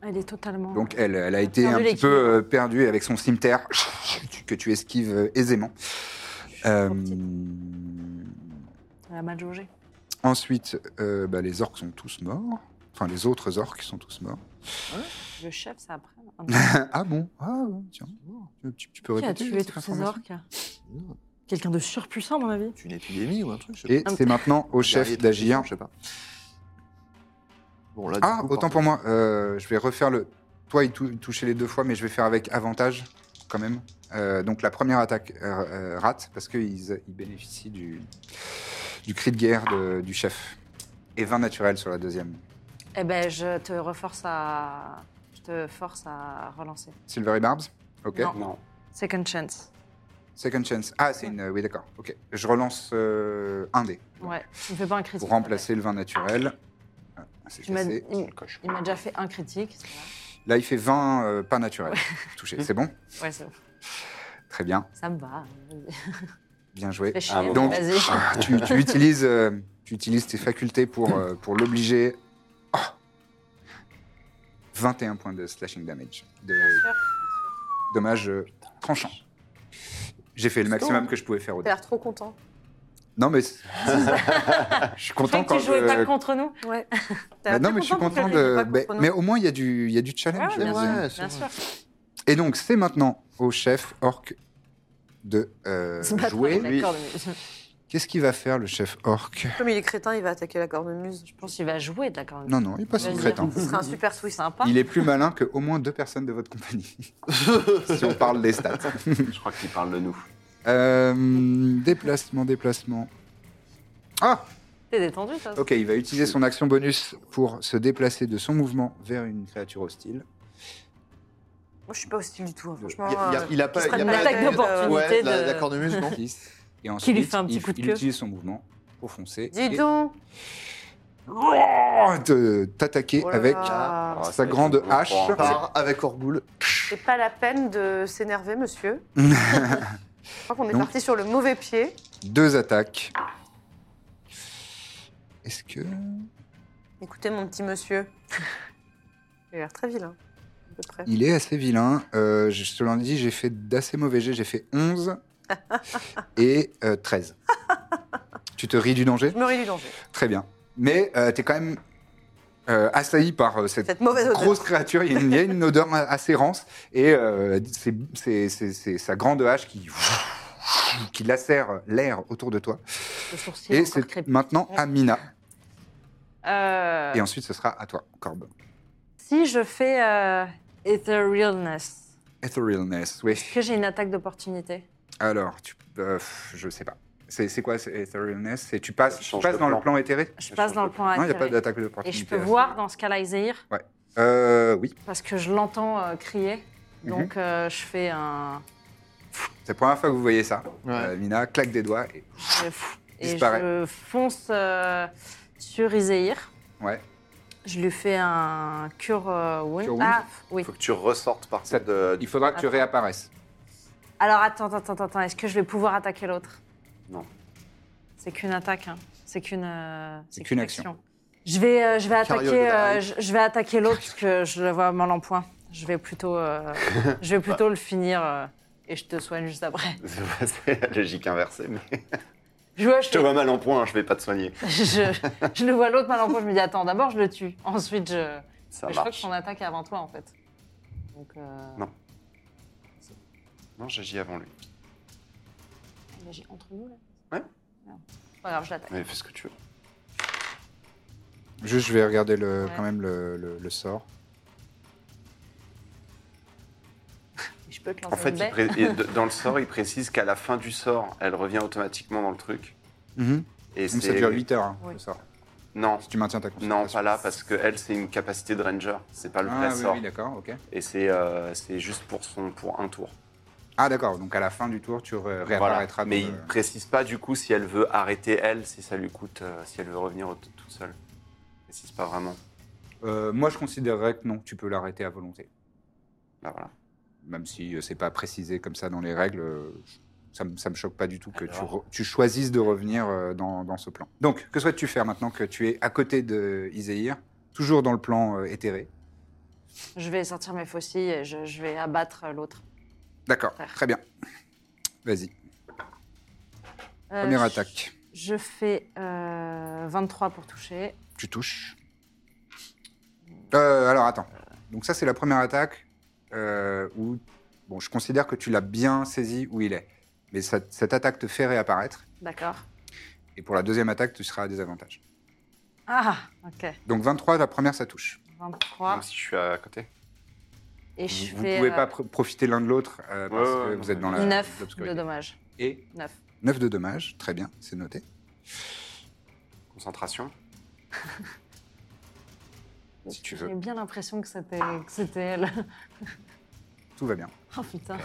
Speaker 5: elle est totalement.
Speaker 1: Donc elle, elle a été
Speaker 5: perdu
Speaker 1: un petit
Speaker 5: l'équilibre.
Speaker 1: peu euh, perdue avec son cimetière que tu esquives euh, aisément. Euh,
Speaker 5: trop petite. Elle a mal jaugé.
Speaker 1: ensuite, euh, bah, les orques sont tous morts. Enfin, les autres orques sont tous morts.
Speaker 5: Le chef, c'est après.
Speaker 1: Ah bon Ah ouais, tiens. Tu, tu peux
Speaker 5: Qui a
Speaker 1: répéter
Speaker 5: tué
Speaker 1: cette
Speaker 5: tous ces
Speaker 1: information
Speaker 5: orques Quelqu'un de surpuissant, à mon avis.
Speaker 3: C'est une épidémie ou un truc, je sais
Speaker 1: Et
Speaker 5: Ah, mais-
Speaker 1: c'est maintenant au
Speaker 3: pas. Guerrier
Speaker 1: chef
Speaker 3: de
Speaker 1: d'agir.
Speaker 3: tradition, Je sais pas. Bon, là, du
Speaker 1: Ah,
Speaker 3: coup,
Speaker 1: autant
Speaker 3: par-
Speaker 1: pour moi. euh, je vais refaire le. Toi, il tou- touchait les deux fois, mais je vais faire avec avantage quand même. Euh, donc la première attaque euh, euh, rate parce qu'ils ils bénéficient du, du cri de guerre de- du chef. Et 20 naturel sur la deuxième.
Speaker 5: Eh ben, je te reforce à. Je te force à relancer.
Speaker 1: Silvery Barbs Ok.
Speaker 5: Non.
Speaker 2: Non.
Speaker 5: Second chance.
Speaker 1: Second chance. Ah, c'est une. Oui, d'accord. Ok. Je relance euh, un dé
Speaker 5: Ouais, il me fait pas un critique.
Speaker 1: pour remplacer le vin naturel. Ah, c'est
Speaker 5: Tu m'as-
Speaker 1: cassé.
Speaker 5: il-
Speaker 1: Je le coche.
Speaker 5: Il m'a déjà fait un critique. c'est vrai.
Speaker 1: Là, il fait 20 euh, pas naturel. Touché. C'est bon
Speaker 5: Ouais, ça,
Speaker 1: Très bien.
Speaker 5: ça me va. Vas-y.
Speaker 1: Bien joué.
Speaker 5: Fais chier,
Speaker 2: Ah, bon.
Speaker 1: Donc,
Speaker 5: vas-y.
Speaker 1: Ah, tu, tu utilises, euh, tu utilises tes facultés pour, euh, pour l'obliger. Oh 21 points de slashing damage. De
Speaker 5: Bien sûr.
Speaker 1: dommage euh, tranchant. J'ai fait le maximum que je pouvais faire au
Speaker 4: T'as l'air trop content.
Speaker 1: Non, mais. c'est- je suis
Speaker 5: Je croyais
Speaker 1: content
Speaker 5: que
Speaker 1: quand
Speaker 5: tu jouais
Speaker 1: je-
Speaker 5: pas contre nous.
Speaker 4: Ouais.
Speaker 1: Bah non, mais je suis content de. Mais, mais au moins, il y, a du- il y a du challenge.
Speaker 5: Ah Ouais, bien
Speaker 1: là-dedans.
Speaker 3: Ouais,
Speaker 5: Bien
Speaker 3: c'est
Speaker 5: sûr.
Speaker 1: Et donc, c'est maintenant au chef orc de euh,
Speaker 5: Se battre
Speaker 1: jouer.
Speaker 5: avec la cornemuse.
Speaker 1: Qu'est-ce qu'il va faire, le chef orc
Speaker 4: Comme il est crétin, il va attaquer la cornemuse.
Speaker 5: Je pense qu'il va jouer de la cornemuse.
Speaker 1: Non, non, il passe
Speaker 5: Vas-y.
Speaker 1: au crétin.
Speaker 4: Ce serait un super
Speaker 5: Oui,
Speaker 4: twist.
Speaker 5: sympa.
Speaker 1: Il est plus malin que au moins deux personnes de votre compagnie, si on parle des stats.
Speaker 2: Je crois qu'il parle de nous.
Speaker 1: Euh, déplacement, déplacement. Ah
Speaker 5: T'es détendu, toi
Speaker 1: Ok, il va utiliser son action bonus pour se déplacer de son mouvement vers une créature hostile.
Speaker 4: Moi, je suis pas hostile du tout, hein, franchement.
Speaker 3: Il y a- il y a- il a pas.
Speaker 4: serait
Speaker 3: il y a
Speaker 4: une
Speaker 3: pas-
Speaker 4: attaque d'opportunité
Speaker 3: Ouais, la,
Speaker 5: de-
Speaker 3: la cornemuse, non
Speaker 1: Dix. Et ensuite,
Speaker 5: Qui lui fait un petit
Speaker 1: il,
Speaker 5: coup de
Speaker 1: il
Speaker 5: queue.
Speaker 1: utilise son mouvement pour foncer
Speaker 4: Dis
Speaker 1: et
Speaker 4: donc
Speaker 1: Oh, te- t'attaquer
Speaker 4: Oh là
Speaker 1: avec
Speaker 4: là.
Speaker 2: Ah, ça
Speaker 1: sa
Speaker 2: va être
Speaker 1: grande
Speaker 2: une grosse
Speaker 1: hache.
Speaker 2: pointe.
Speaker 3: Part avec Orgoul.
Speaker 4: C'est pas la peine de s'énerver, monsieur. je crois qu'on est
Speaker 1: Donc-
Speaker 4: parti sur le mauvais pied.
Speaker 1: Deux attaques. Est-ce que...
Speaker 4: Écoutez, mon petit monsieur. Il a l'air très vilain, à peu près.
Speaker 1: Il est assez vilain. Euh, je te l'en dis, j'ai fait d'assez mauvais jets. J'ai fait 11 et euh, 13. tu te ris du danger
Speaker 4: Je me ris du danger.
Speaker 1: Très bien. Mais euh, t'es quand même euh, assailli par euh, cette,
Speaker 4: Cette mauvaise odeur.
Speaker 1: grosse créature. Il y a une, il y a une odeur a- assez rance. Et euh, c'est- c'est c'est- c'est sa grande hache qui, qui lacère l'air autour de toi.
Speaker 5: Le sourcil
Speaker 1: Et
Speaker 5: encore
Speaker 1: c'est
Speaker 5: crépit.
Speaker 1: maintenant à Mina.
Speaker 5: Euh,
Speaker 1: Et ensuite, ce sera à toi, Corbe.
Speaker 5: Si je fais euh, Etherealness,
Speaker 1: Etherealness, oui.
Speaker 5: est-ce que j'ai une attaque d'opportunité
Speaker 1: Alors, tu, euh, pff, je sais pas. C'est c'est quoi c'est Etherealness C'est tu passes,
Speaker 2: Ça
Speaker 1: tu
Speaker 2: change
Speaker 1: passes
Speaker 2: de
Speaker 1: dans
Speaker 2: plan.
Speaker 1: le plan éthéré
Speaker 5: Je
Speaker 2: Je
Speaker 5: passe
Speaker 2: change
Speaker 5: dans
Speaker 2: de
Speaker 5: le plan
Speaker 1: Non, il n'y a
Speaker 5: attiré.
Speaker 1: pas d'attaque
Speaker 5: Et
Speaker 1: d'opportunité.
Speaker 5: je peux
Speaker 1: à ce
Speaker 5: voir
Speaker 1: niveau-là.
Speaker 5: dans ce cas-là Isaïr,
Speaker 1: Euh, oui.
Speaker 5: parce que je l'entends euh, crier.
Speaker 1: Mhm.
Speaker 5: Donc euh, je fais un.
Speaker 1: C'est la première fois que vous voyez ça.
Speaker 3: Ouais.
Speaker 1: Euh, Mina claque des doigts. Et...
Speaker 5: je- Et
Speaker 1: Disparaît.
Speaker 5: je fonce euh, sur Isaïr.
Speaker 1: Ouais.
Speaker 5: Je lui fais un cure euh, wound.
Speaker 1: Cure wound
Speaker 5: Ah, oui.
Speaker 2: Faut que tu ressortes par
Speaker 1: Ça-
Speaker 2: contre de.
Speaker 1: Il faudra que tu
Speaker 5: Attends.
Speaker 1: réapparaisses.
Speaker 5: Alors attends, attends, attends, attends. Est-ce que je vais pouvoir attaquer l'autre
Speaker 2: Non.
Speaker 5: C'est qu'une attaque, hein. C'est qu'une. euh,
Speaker 1: C'est qu'une action.
Speaker 5: Je vais, euh, je vais
Speaker 3: Chariot de
Speaker 5: attaquer, euh,
Speaker 3: Daesh.
Speaker 5: je, je vais attaquer l'autre parce que je le vois mal en point. Je vais plutôt, euh, je vais plutôt le finir euh, et je te soigne juste après.
Speaker 2: C'est la logique inversée. Mais...
Speaker 5: Je, vois, je,
Speaker 2: Je te vois mal en point, hein, je vais pas te soigner.
Speaker 5: je- je le vois l'autre mal en point. Je me dis attends, d'abord je le tue, ensuite je.
Speaker 2: Ça
Speaker 5: Mais je crois que
Speaker 2: marche.
Speaker 5: son attaque est avant toi en fait. Donc euh,
Speaker 2: Non. Non, j'agis avant lui.
Speaker 5: il agit entre nous là.
Speaker 2: Ouais.
Speaker 5: Non. C'est Pas grave, je l'attaque.
Speaker 2: Mais fais ce que tu veux.
Speaker 1: Juste, je vais regarder le,
Speaker 5: Ouais.
Speaker 1: quand même le, le- le sort.
Speaker 5: Je peux te lancer
Speaker 2: En fait,
Speaker 5: une
Speaker 2: il
Speaker 5: baie.
Speaker 2: pré- et de- dans le sort, il précise qu'à la fin du sort, elle revient automatiquement dans le truc. Et
Speaker 1: Même ça
Speaker 2: Mhm. c'est-
Speaker 1: dure 8 heures, hein,
Speaker 5: Oui.
Speaker 1: le sort.
Speaker 2: Non,
Speaker 1: Si tu maintiens ta concentration.
Speaker 2: non, pas là, parce que elle, c'est une capacité de ranger. C'est pas le vrai
Speaker 1: Ah, oui,
Speaker 2: sort.
Speaker 1: oui, d'accord, ok.
Speaker 2: et c'est euh, c'est juste pour son pour un tour.
Speaker 1: Ah, d'accord, donc à la fin du tour, tu ré-
Speaker 2: Voilà.
Speaker 1: réapparaîtras. dans
Speaker 2: Mais
Speaker 1: le-
Speaker 2: il précise pas du coup si elle veut arrêter elle, si ça lui coûte, euh, si elle veut revenir au- toute seule. Il précise pas vraiment.
Speaker 1: Euh, moi, je considérerais que non, tu peux l'arrêter à volonté.
Speaker 2: Là Bah, voilà.
Speaker 1: Même si euh, c'est pas précisé comme ça dans les règles, euh, ça, me- ça me choque pas du tout que tu, re-
Speaker 2: Alors
Speaker 1: tu choisisses de revenir euh, dans, dans ce plan. Donc, que souhaites-tu faire maintenant que tu es à côté de Iséir, toujours dans le plan euh, éthéré
Speaker 5: Je vais sortir mes faucilles et je, je vais abattre euh, l'autre.
Speaker 1: D'accord,
Speaker 5: Frère.
Speaker 1: très bien. Vas-y,
Speaker 5: Euh,
Speaker 1: première
Speaker 5: je-
Speaker 1: attaque.
Speaker 5: Je fais euh, 23 pour toucher.
Speaker 1: Tu touches. Euh, alors attends. Donc ça c'est la première attaque euh, où bon je considère que tu l'as bien saisi où il est. Mais ça- cette attaque te fait réapparaître
Speaker 5: D'accord.
Speaker 1: et pour la deuxième attaque tu seras à désavantage.
Speaker 5: Ah, ok.
Speaker 1: Donc 23 la première ça touche.
Speaker 5: 23.
Speaker 2: Même si je suis à côté.
Speaker 5: Et
Speaker 1: Vous
Speaker 5: je
Speaker 1: vous
Speaker 5: fais
Speaker 1: pouvez
Speaker 5: euh,
Speaker 1: pas pr- profiter l'un de l'autre euh, parce
Speaker 2: Ouais, ouais,
Speaker 1: que
Speaker 2: ouais,
Speaker 1: vous
Speaker 2: non,
Speaker 1: êtes dans la
Speaker 5: 9 de
Speaker 1: l'obscurité.
Speaker 5: dommages.
Speaker 1: Et
Speaker 5: 9.
Speaker 1: 9 de dommages, très bien, c'est noté.
Speaker 2: Concentration.
Speaker 1: Si tu veux,
Speaker 5: J'ai bien l'impression que c'était que c'était elle.
Speaker 1: tout va bien.
Speaker 5: Oh putain.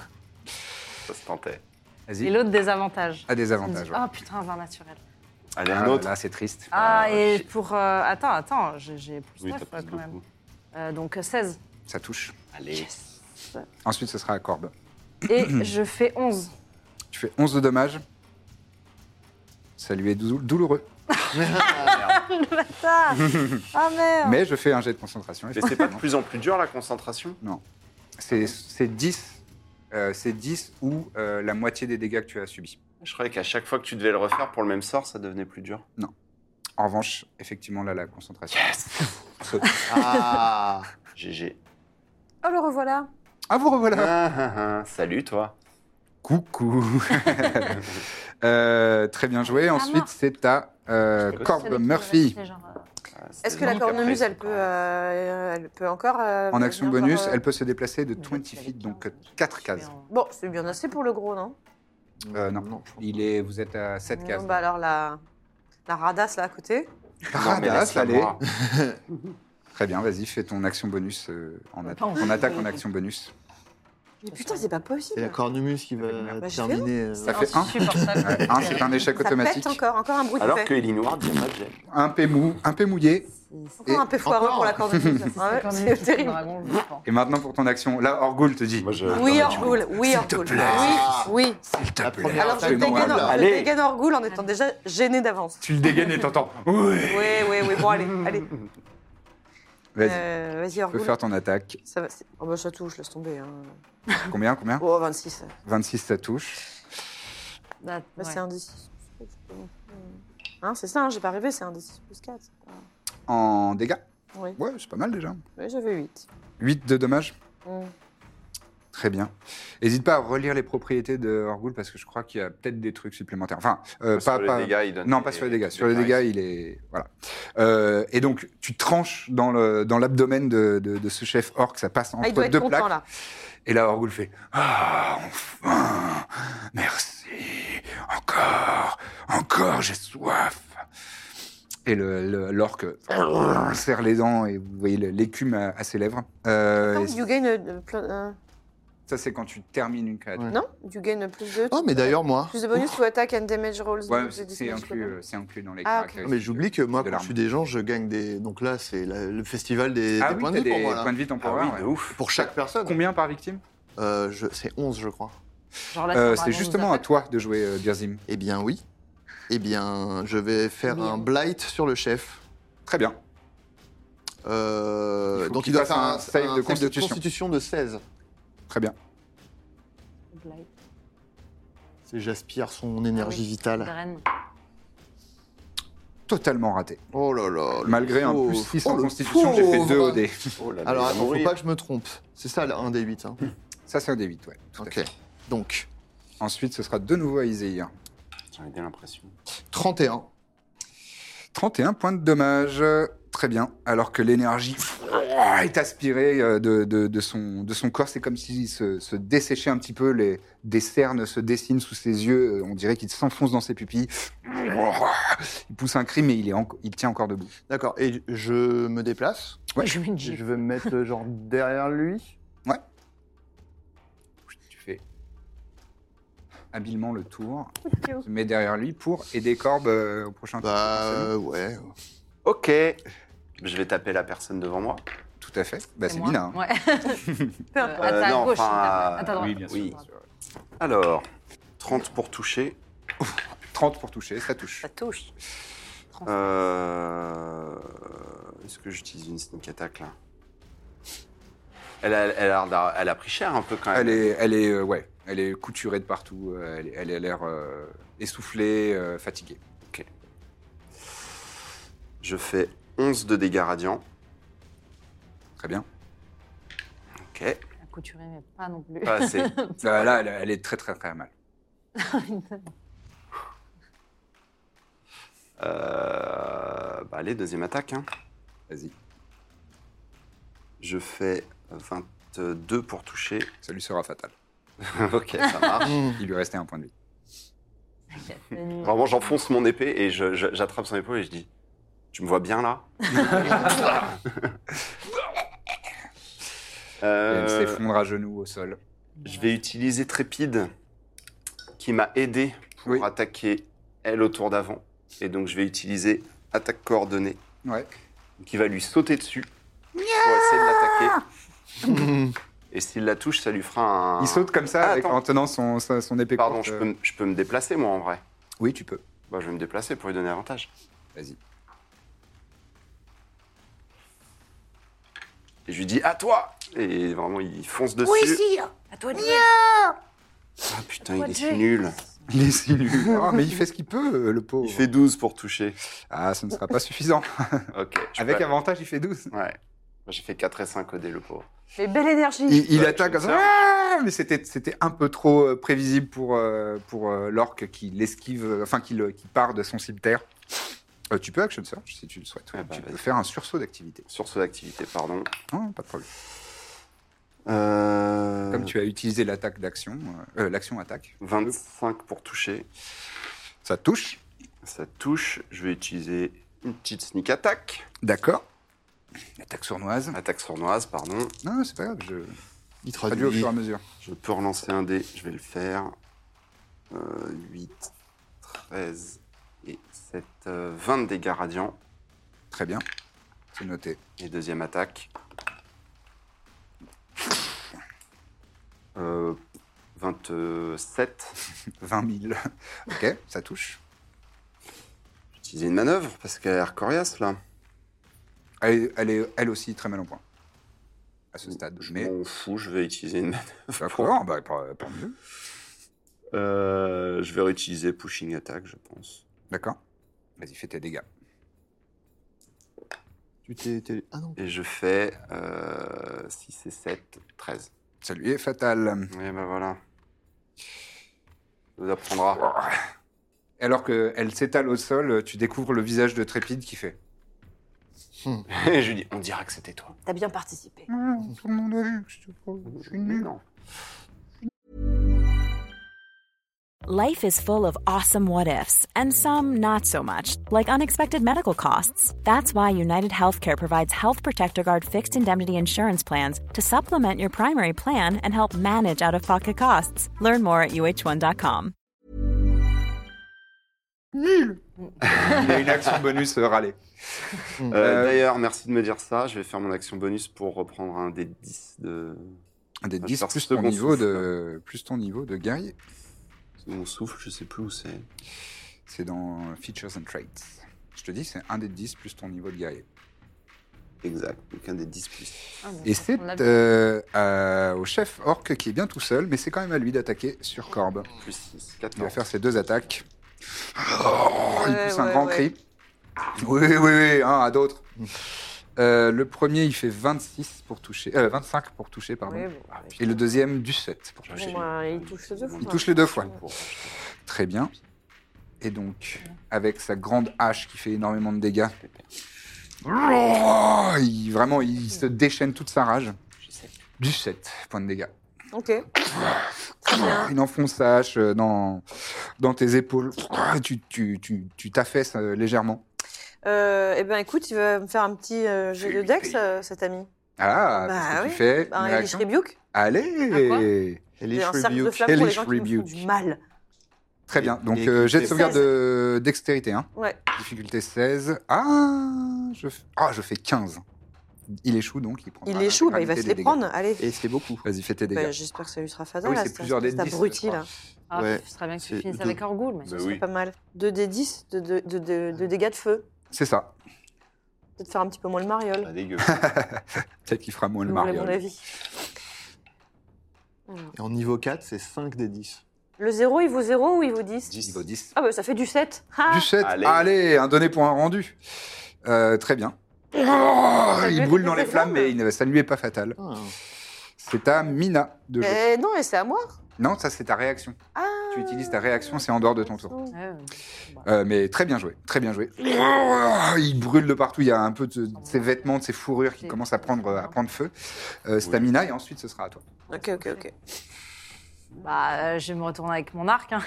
Speaker 2: Ça se tentait.
Speaker 5: Et
Speaker 1: Vas-y.
Speaker 5: l'autre, désavantage.
Speaker 1: A des avantages. ouais.
Speaker 5: Ah putain, 20 naturel.
Speaker 2: Allez,
Speaker 1: Ah,
Speaker 2: un autre.
Speaker 1: Là, c'est triste.
Speaker 5: Ah,
Speaker 2: Ah,
Speaker 5: et
Speaker 2: shit.
Speaker 5: pour. euh, attends, attends, j'ai- j'ai plus
Speaker 2: Oui,
Speaker 5: 9
Speaker 2: t'as plus
Speaker 5: quand même.
Speaker 2: beaucoup.
Speaker 5: Euh, donc euh, 16.
Speaker 1: Ça touche.
Speaker 2: Allez.
Speaker 1: Ensuite, ce sera à Corbe.
Speaker 5: Et je fais 11.
Speaker 1: Tu fais 11 de dommages. Ça lui est dou- douloureux.
Speaker 5: Ah, ah merde
Speaker 1: Mais je fais un jet de concentration.
Speaker 2: Mais c'est pas de plus en plus dur la concentration
Speaker 1: C'est c'est 10. euh, c'est 10 ou euh, la moitié des dégâts que tu as subis.
Speaker 2: Je croyais qu'à chaque fois que tu devais le refaire pour le même sort, ça devenait plus dur.
Speaker 1: En revanche, effectivement, là, la concentration. saute.
Speaker 3: Ah
Speaker 2: GG.
Speaker 5: Oh, le revoilà
Speaker 1: Ah, vous revoilà
Speaker 2: Ah, ah, ah. Salut toi.
Speaker 1: Coucou Euh, Très bien joué. Ensuite,
Speaker 5: mort.
Speaker 1: c'est à euh, Corbe
Speaker 5: Celui qui
Speaker 1: Murphy.
Speaker 5: restait, genre, euh,
Speaker 2: Ah, c'était
Speaker 4: Est-ce que la
Speaker 2: donc après,
Speaker 4: cornemuse,
Speaker 2: c'est
Speaker 4: elle peut,
Speaker 2: pareil.
Speaker 4: euh, elle peut encore. euh,
Speaker 1: En action
Speaker 4: venir
Speaker 1: bonus,
Speaker 4: par, euh,
Speaker 1: elle peut se déplacer de
Speaker 5: je
Speaker 1: 20
Speaker 5: suis
Speaker 1: feet,
Speaker 5: avec
Speaker 1: donc
Speaker 5: un,
Speaker 1: 4
Speaker 5: je vais
Speaker 1: cases.
Speaker 5: en-
Speaker 4: Bon, c'est bien assez pour le gros, non
Speaker 1: Euh, non. Il est, vous êtes à 7
Speaker 4: Non,
Speaker 1: cases.
Speaker 4: Bah alors la, la radasse là à côté.
Speaker 2: Non, mais
Speaker 1: Radas,
Speaker 2: laisse-la
Speaker 1: allez.
Speaker 2: moi.
Speaker 1: Très bien, vas-y, fais ton action bonus. euh, en atta-
Speaker 5: Attends.
Speaker 1: ton attaque en action bonus.
Speaker 4: Mais putain, c'est pas possible.
Speaker 3: C'est la cornemuse qui va
Speaker 4: Bah, je fais
Speaker 3: terminer. euh,
Speaker 1: Ça fait 1.
Speaker 5: Insupportable.
Speaker 1: 1, c'est un échec
Speaker 4: ça
Speaker 1: automatique.
Speaker 4: pète encore, encore un bruit de
Speaker 2: Alors
Speaker 4: paix.
Speaker 2: que Ellie Noire dit pas de gel.
Speaker 1: Un P mou, un P mouillé.
Speaker 4: Encore un peu foireux
Speaker 3: Encore
Speaker 4: pour la cornemuse. Ah
Speaker 5: La
Speaker 4: Ouais,
Speaker 5: cornemuse,
Speaker 4: c'est terrible.
Speaker 5: dragon, je pense.
Speaker 1: Et maintenant pour ton action. Là, Orgul te dit.
Speaker 2: Moi, je-
Speaker 4: Oui,
Speaker 2: Non, mais tu-
Speaker 4: Orgoul, oui, Orgoul. Oui, oui.
Speaker 1: S'il te
Speaker 3: La
Speaker 1: plaît.
Speaker 3: première
Speaker 4: Alors je
Speaker 3: attaque
Speaker 1: Fais-moi
Speaker 4: dégaine,
Speaker 3: normal,
Speaker 1: un-
Speaker 3: là.
Speaker 4: je
Speaker 2: Allez.
Speaker 4: dégaine Orgoul en étant déjà gêné d'avance.
Speaker 1: Tu le dégaines et t'entends. Oui.
Speaker 4: Oui, oui, oui. Bon, allez, allez.
Speaker 1: Vas-y,
Speaker 4: Euh, Vas-y,
Speaker 1: tu peux
Speaker 4: Orgoul.
Speaker 1: faire ton attaque.
Speaker 4: Ça, va, c'est- oh, bah, ça touche, laisse tomber. Hein.
Speaker 1: Combien, combien
Speaker 4: Oh, 26.
Speaker 1: 26, ça touche.
Speaker 5: Bah,
Speaker 4: Bah,
Speaker 5: ouais.
Speaker 4: C'est un D6. Mmh. Hein, c'est ça, hein, j'ai pas rêvé, c'est un D6 plus 4.
Speaker 1: En dégâts
Speaker 4: Oui,
Speaker 1: Ouais, c'est pas mal déjà.
Speaker 4: Oui, j'avais Mmh. Ah, 8.
Speaker 1: 8 de dommages Très bien. N'hésite pas à relire les propriétés de Orgul parce que je crois qu'il y a peut-être des trucs supplémentaires. Enfin, euh,
Speaker 2: Sur
Speaker 1: pas,
Speaker 2: les
Speaker 1: pas-
Speaker 2: dégâts, il donne
Speaker 1: Non,
Speaker 2: des-
Speaker 1: pas sur les dégâts.
Speaker 2: des
Speaker 1: Sur les dégâts,
Speaker 2: caractéristiques.
Speaker 1: il est. Voilà. Euh, et donc, tu tranches dans le- dans l'abdomen de, de- de ce chef orc, ça passe
Speaker 4: Ah, il
Speaker 1: entre
Speaker 4: doit être
Speaker 1: deux
Speaker 4: content
Speaker 1: plaques.
Speaker 4: là.
Speaker 1: Et là, Orgul fait Ah, enfin Merci Encore Encore, j'ai soif Et le- le- l'orque euh, serre les dents et vous voyez le- l'écume à, à ses lèvres. Euh,
Speaker 4: Non,
Speaker 1: et
Speaker 4: you gain, euh, plein- euh,
Speaker 1: ça, c'est quand tu termines une créature.
Speaker 3: Ouais.
Speaker 4: non, you gain plus de.
Speaker 3: Oh, mais d'ailleurs, moi.
Speaker 4: Plus de bonus to attack and damage rolls.
Speaker 1: Ouais,
Speaker 4: de-
Speaker 1: c'est
Speaker 4: de
Speaker 1: c'est
Speaker 4: 19,
Speaker 1: inclus,
Speaker 4: je
Speaker 1: euh, c'est inclus dans les
Speaker 4: Ah, ok.
Speaker 1: caractéristiques.
Speaker 3: Non, mais j'oublie que moi,
Speaker 1: de
Speaker 3: quand
Speaker 1: l'arme.
Speaker 3: je suis des gens, je gagne des. Donc là, c'est la- le festival des,
Speaker 1: Ah
Speaker 3: des
Speaker 1: oui,
Speaker 3: points de
Speaker 1: t'as des
Speaker 3: vie pour moi. là.
Speaker 1: points de vie temporaires.
Speaker 2: Ah oui, de
Speaker 1: ouais.
Speaker 2: ouf.
Speaker 3: Pour chaque
Speaker 4: Ah,
Speaker 3: personne.
Speaker 1: Combien par victime
Speaker 4: bah,
Speaker 3: Euh, je- C'est 11, je crois.
Speaker 5: Genre là,
Speaker 1: Euh,
Speaker 5: un dragon
Speaker 1: C'est justement
Speaker 5: nous
Speaker 1: à
Speaker 5: attaque.
Speaker 1: toi de jouer, euh, Birzim.
Speaker 3: Eh bien, oui. Eh bien, je vais faire
Speaker 5: Bien.
Speaker 3: un blight sur le chef.
Speaker 1: Très bien.
Speaker 3: Euh,
Speaker 1: Il faut
Speaker 3: donc,
Speaker 1: qu'il
Speaker 3: il doit
Speaker 1: fasse
Speaker 3: faire
Speaker 1: un
Speaker 3: un,
Speaker 1: save de
Speaker 3: un
Speaker 1: constitution.
Speaker 3: de 16.
Speaker 1: Très bien.
Speaker 5: Blight,
Speaker 3: C'est J'aspire son énergie
Speaker 5: Ah oui.
Speaker 3: vitale.
Speaker 5: Darren.
Speaker 1: Totalement raté.
Speaker 3: Oh là là. le
Speaker 1: Malgré un
Speaker 3: pauvre.
Speaker 1: plus 6
Speaker 3: Oh,
Speaker 1: en
Speaker 3: le
Speaker 1: constitution, j'ai fait
Speaker 3: pauvre.
Speaker 1: 2 au dé.
Speaker 2: Oh là là,
Speaker 3: Alors,
Speaker 1: Bah,
Speaker 2: il va
Speaker 3: attends, faut
Speaker 2: mourir.
Speaker 3: pas que je me trompe. C'est ça, le 1 des 8. Hein.
Speaker 1: Ça, c'est un dé 8, ouais. tout à
Speaker 3: ok.
Speaker 1: fait.
Speaker 3: Donc,
Speaker 1: Ensuite, ce sera de nouveau à Iséir.
Speaker 2: J'en ai bien l'impression.
Speaker 3: 31.
Speaker 1: 31 points de dommage. Très bien. Alors que l'énergie oh, est aspirée euh, de, de- de son, de son corps, c'est comme s'il se, se desséchait un petit peu, les, des cernes se dessinent sous ses yeux, Euh, on dirait qu'il s'enfonce dans ses pupilles. Oh, Il pousse un cri, mais il, est en- il tient encore debout.
Speaker 3: D'accord. Et je me déplace.
Speaker 1: Ouais.
Speaker 5: Je mets une
Speaker 3: Je
Speaker 5: gifle.
Speaker 3: vais me mettre euh, genre derrière lui.
Speaker 1: Tu fais habilement le tour,
Speaker 4: Théo.
Speaker 1: tu te mets derrière lui pour aider Corbe euh, au prochain tour.
Speaker 3: Bah euh, ouais.
Speaker 2: Ok. Je vais taper la personne devant moi.
Speaker 1: Tout à fait. Bah, c'est
Speaker 5: moi.
Speaker 1: Mina. hein.
Speaker 5: Ouais.
Speaker 4: Peu
Speaker 5: Euh,
Speaker 4: importe.
Speaker 5: à ta
Speaker 2: non,
Speaker 5: gauche.
Speaker 2: enfin,
Speaker 5: à ta- à ta droite.
Speaker 2: oui,
Speaker 1: bien
Speaker 2: sûr. Alors, 30 pour toucher.
Speaker 1: 30 pour toucher, ça touche.
Speaker 4: Ça touche.
Speaker 2: Euh, Est-ce que j'utilise une sneak attack là elle a, elle, a, elle a pris cher un peu quand même.
Speaker 1: Elle est, elle est, euh, ouais, elle est couturée de partout. euh, elle, est- elle a l'air euh, essoufflée, euh, fatiguée.
Speaker 2: Je fais 11 de dégâts radiants.
Speaker 1: Très bien.
Speaker 2: Ok.
Speaker 5: La couturée, mais pas non plus.
Speaker 2: Pas assez.
Speaker 1: Euh, là, elle, elle est très, très, très mal.
Speaker 2: Euh, bah, allez, deuxième attaque. hein.
Speaker 1: Vas-y,
Speaker 2: Je fais 22 pour toucher.
Speaker 1: ça lui sera fatal.
Speaker 2: ok, ça marche.
Speaker 3: Mm.
Speaker 1: Il lui restait un point de vie.
Speaker 2: Vraiment, j'enfonce mon épée et je- je- j'attrape son épaule et je dis Tu me vois bien là
Speaker 1: Et Elle
Speaker 2: Euh,
Speaker 1: s'effondre à genoux au sol.
Speaker 2: Je vais utiliser Trépide, qui m'a aidé pour
Speaker 1: Oui.
Speaker 2: attaquer elle au tour d'avant. Et donc je vais utiliser attaque coordonnée
Speaker 1: Ouais.
Speaker 2: qui va lui sauter dessus pour essayer de l'attaquer. Et s'il la touche, ça lui fera un.
Speaker 1: Il saute comme ça
Speaker 2: Ah,
Speaker 1: avec-
Speaker 2: attends.
Speaker 1: en tenant son, sa- son épée
Speaker 2: Pardon,
Speaker 1: courte. euh.
Speaker 2: je peux, me- je peux me déplacer moi en vrai.
Speaker 1: Oui, tu peux.
Speaker 2: Bah, je vais me déplacer pour lui donner avantage.
Speaker 1: Vas-y.
Speaker 2: Et je lui dis à toi Et vraiment, il fonce dessus.
Speaker 5: À toi de
Speaker 2: Ah putain, il est
Speaker 5: Roger.
Speaker 2: si nul.
Speaker 1: Il est si nul. Oh, mais il fait ce qu'il peut, euh, le pauvre.
Speaker 2: Il fait 12 pour toucher.
Speaker 1: Ah, ça ne sera pas suffisant.
Speaker 2: Ok. je
Speaker 1: Avec
Speaker 2: peux-
Speaker 1: avantage, il fait 12.
Speaker 2: Ouais. Moi, J'ai fait 4 et 5 au dé, le pauvre.
Speaker 4: Mais belle énergie.
Speaker 1: Il, il
Speaker 2: Ouais,
Speaker 1: attaque
Speaker 2: je
Speaker 1: comme
Speaker 2: me
Speaker 1: ça. Ah, mais c'était c'était un peu trop euh, prévisible pour, euh, pour euh, l'orque qui l'esquive, euh, enfin qui, le- qui part de son cimetière. Euh, tu peux action search si tu le souhaites.
Speaker 2: Ah
Speaker 1: ouais.
Speaker 2: bah,
Speaker 1: tu peux
Speaker 2: vas-y.
Speaker 1: faire un sursaut d'activité.
Speaker 2: Sur son activité, pardon.
Speaker 1: Non, pas de problème.
Speaker 2: Euh,
Speaker 1: Comme tu as utilisé l'attaque d'action, euh, euh, l'action attaque,
Speaker 2: 25 pour toucher.
Speaker 1: ça touche.
Speaker 2: Ça touche. Je vais utiliser une petite sneak attack.
Speaker 1: D'accord. Attaque sournoise.
Speaker 2: Attaque sournoise, pardon.
Speaker 1: Non, c'est pas grave. Je
Speaker 3: Il
Speaker 1: traduis au
Speaker 3: traduit.
Speaker 1: fur et à mesure.
Speaker 2: Je peux relancer un dé, je vais le faire. Euh, 8, 13 et 7, euh, 20 de dégâts radiants.
Speaker 1: Très bien. C'est noté.
Speaker 2: Et deuxième attaque. Euh, 27.
Speaker 1: 20 000. ok, ça touche.
Speaker 2: J'ai utilisé une manœuvre parce qu'elle a l'air coriace là.
Speaker 1: Elle, est- elle est elle aussi très mal en point. À ce stade.
Speaker 2: Je
Speaker 1: Mais
Speaker 2: m'en fous, je vais utiliser une manœuvre.
Speaker 1: d'accord, bah, pas, pas mieux.
Speaker 2: Euh, je vais réutiliser Pushing Attack, je pense.
Speaker 1: D'accord. Vas-y, fais tes dégâts.
Speaker 3: Tu t'es- t'es- Ah non.
Speaker 2: Et je fais euh, 6 et 7, 13.
Speaker 1: Ça lui est fatal.
Speaker 2: Et ben voilà. Ça vous apprendra.
Speaker 1: Alors qu'elle s'étale au sol, tu découvres le visage de Trépide qui fait.
Speaker 2: Et je lui dis, on dira que c'était toi.
Speaker 5: T'as bien participé.
Speaker 1: tout le monde a vu que je suis nul.
Speaker 2: Non.
Speaker 6: Life is full of awesome what ifs, and some not so much, like unexpected medical costs. That's why United Healthcare provides Health Protector Guard fixed indemnity insurance plans to supplement your primary plan and help manage out of pocket costs. Learn more at uh1.com.
Speaker 1: Il a une action bonus euh, râlée.
Speaker 2: Euh,
Speaker 1: Euh,
Speaker 2: D'ailleurs, merci de me dire ça. Je vais faire mon action bonus pour reprendre un des 10 de,
Speaker 1: Un des
Speaker 2: va
Speaker 1: 10
Speaker 2: faire
Speaker 1: plus
Speaker 2: Ah, second
Speaker 1: ton, niveau
Speaker 2: souffle.
Speaker 1: de, plus ton niveau de guerrier.
Speaker 2: de mon souffle. Je sais plus où c'est.
Speaker 1: C'est dans Features and Traits. Je te dis, c'est un des 10 plus ton niveau de guerrier.
Speaker 2: Exact. Donc un des 10 plus.
Speaker 1: Et c'est
Speaker 5: On a-
Speaker 1: euh, à- au chef orc qui est bien tout seul, mais c'est quand même à lui d'attaquer sur Corbe.
Speaker 2: Plus 6,
Speaker 1: Il va
Speaker 2: 14.
Speaker 1: faire ses deux attaques. Oh, il
Speaker 4: Ouais,
Speaker 1: pousse un
Speaker 4: ouais,
Speaker 1: grand
Speaker 4: ouais.
Speaker 1: cri. Oui, oui, oui, hein, à d'autres. Euh, le premier, il fait 26 pour toucher, euh, 25 pour toucher, pardon.
Speaker 4: Oui, bon, bah,
Speaker 1: Et le deuxième, du 7 pour toucher.
Speaker 4: Bon, bah, il touche les deux fois.
Speaker 1: Il touche les deux fois. Très bien. Et donc, avec sa grande hache qui fait énormément de dégâts, oh, il, vraiment, il se déchaîne toute sa rage. Du 7 points de dégâts.
Speaker 4: Ok. Très bien.
Speaker 1: Il enfonce sa hache euh, dans, dans tes épaules. Ah, Tu tu- tu- tu t'affaisses euh, légèrement.
Speaker 4: Euh, eh ben écoute, il va me faire un petit euh, jeu de dex, euh, cet ami.
Speaker 1: Ah,
Speaker 4: Bah
Speaker 1: qu'est-ce que tu
Speaker 4: oui.
Speaker 1: fais Une
Speaker 4: Un Elish
Speaker 1: réaction
Speaker 4: Rebuke.
Speaker 1: Allez
Speaker 3: Elle
Speaker 4: J'ai
Speaker 3: est
Speaker 4: un cercle de
Speaker 3: rebuke.
Speaker 4: flammes pour les
Speaker 1: Elish
Speaker 4: gens qui me font
Speaker 1: Rebuke.
Speaker 4: du mal.
Speaker 1: Très bien. Donc,
Speaker 3: Et-
Speaker 1: euh, jet de
Speaker 3: et-
Speaker 1: sauvegarde de dextérité. Hein.
Speaker 4: Ouais.
Speaker 1: Difficulté 16. Ah je, f- ah, je fais 15. Il échoue donc. Il, prendra
Speaker 4: Il échoue, bah, il va
Speaker 1: l'intégralité
Speaker 4: se les
Speaker 1: des dégâts.
Speaker 4: prendre. Allez.
Speaker 3: Et c'est beaucoup.
Speaker 1: Vas-y, fais tes
Speaker 4: Bah,
Speaker 1: dégâts.
Speaker 4: J'espère que ça lui sera
Speaker 1: Ah
Speaker 4: fatal.
Speaker 1: oui,
Speaker 4: là,
Speaker 1: c'est
Speaker 4: cette
Speaker 1: plusieurs
Speaker 4: espèce
Speaker 1: des dix, je
Speaker 4: d'abruti,
Speaker 1: crois.
Speaker 4: là.
Speaker 5: Ah,
Speaker 3: Ouais.
Speaker 5: ce serait bien que tu
Speaker 3: C'est
Speaker 5: finisses
Speaker 3: deux.
Speaker 5: avec Orgul, mais
Speaker 2: Bah
Speaker 4: Ce serait
Speaker 2: oui.
Speaker 4: pas mal. 2 des 10 de, de, de, de-
Speaker 1: Mmh.
Speaker 4: de dégâts de feu.
Speaker 1: C'est ça.
Speaker 4: Peut-être faire un petit peu moins le mariole.
Speaker 2: Pas dégueu.
Speaker 1: Ah, Peut-être qu'il fera moins le
Speaker 4: Voilà
Speaker 1: mariage.
Speaker 4: mon avis.
Speaker 3: Et en niveau 4, c'est 5 des 10.
Speaker 4: Le 0, il vaut 0 ou il vaut 10
Speaker 1: Il vaut 10.
Speaker 4: Ah bah ça fait du 7. Ah
Speaker 1: Du 7. Allez.
Speaker 2: Allez.
Speaker 1: un donné pour un rendu. Euh, très bien. Oh,
Speaker 4: lui
Speaker 1: il
Speaker 4: fait
Speaker 1: brûle dans
Speaker 4: des
Speaker 1: les flammes, mais
Speaker 4: flammes.
Speaker 1: il ne- ça ne lui est pas fatal.
Speaker 3: Ah.
Speaker 1: C'est à Mina de
Speaker 5: Euh.
Speaker 1: jouer.
Speaker 4: Eh non, et c'est à moi.
Speaker 1: Non, ça, c'est ta réaction.
Speaker 4: Ah.
Speaker 1: Tu utilises ta réaction, c'est en dehors de ton tour.
Speaker 5: Ouais, ouais.
Speaker 1: Euh, mais très bien joué, très bien joué. Il brûle de partout, il y a un peu de, de ses vêtements, de ses fourrures qui commencent à prendre, à prendre feu. Euh, stamina, et ensuite ce sera à toi.
Speaker 4: Ok, ok, ok.
Speaker 5: Bah, euh, je vais me retourner avec mon arc. hein.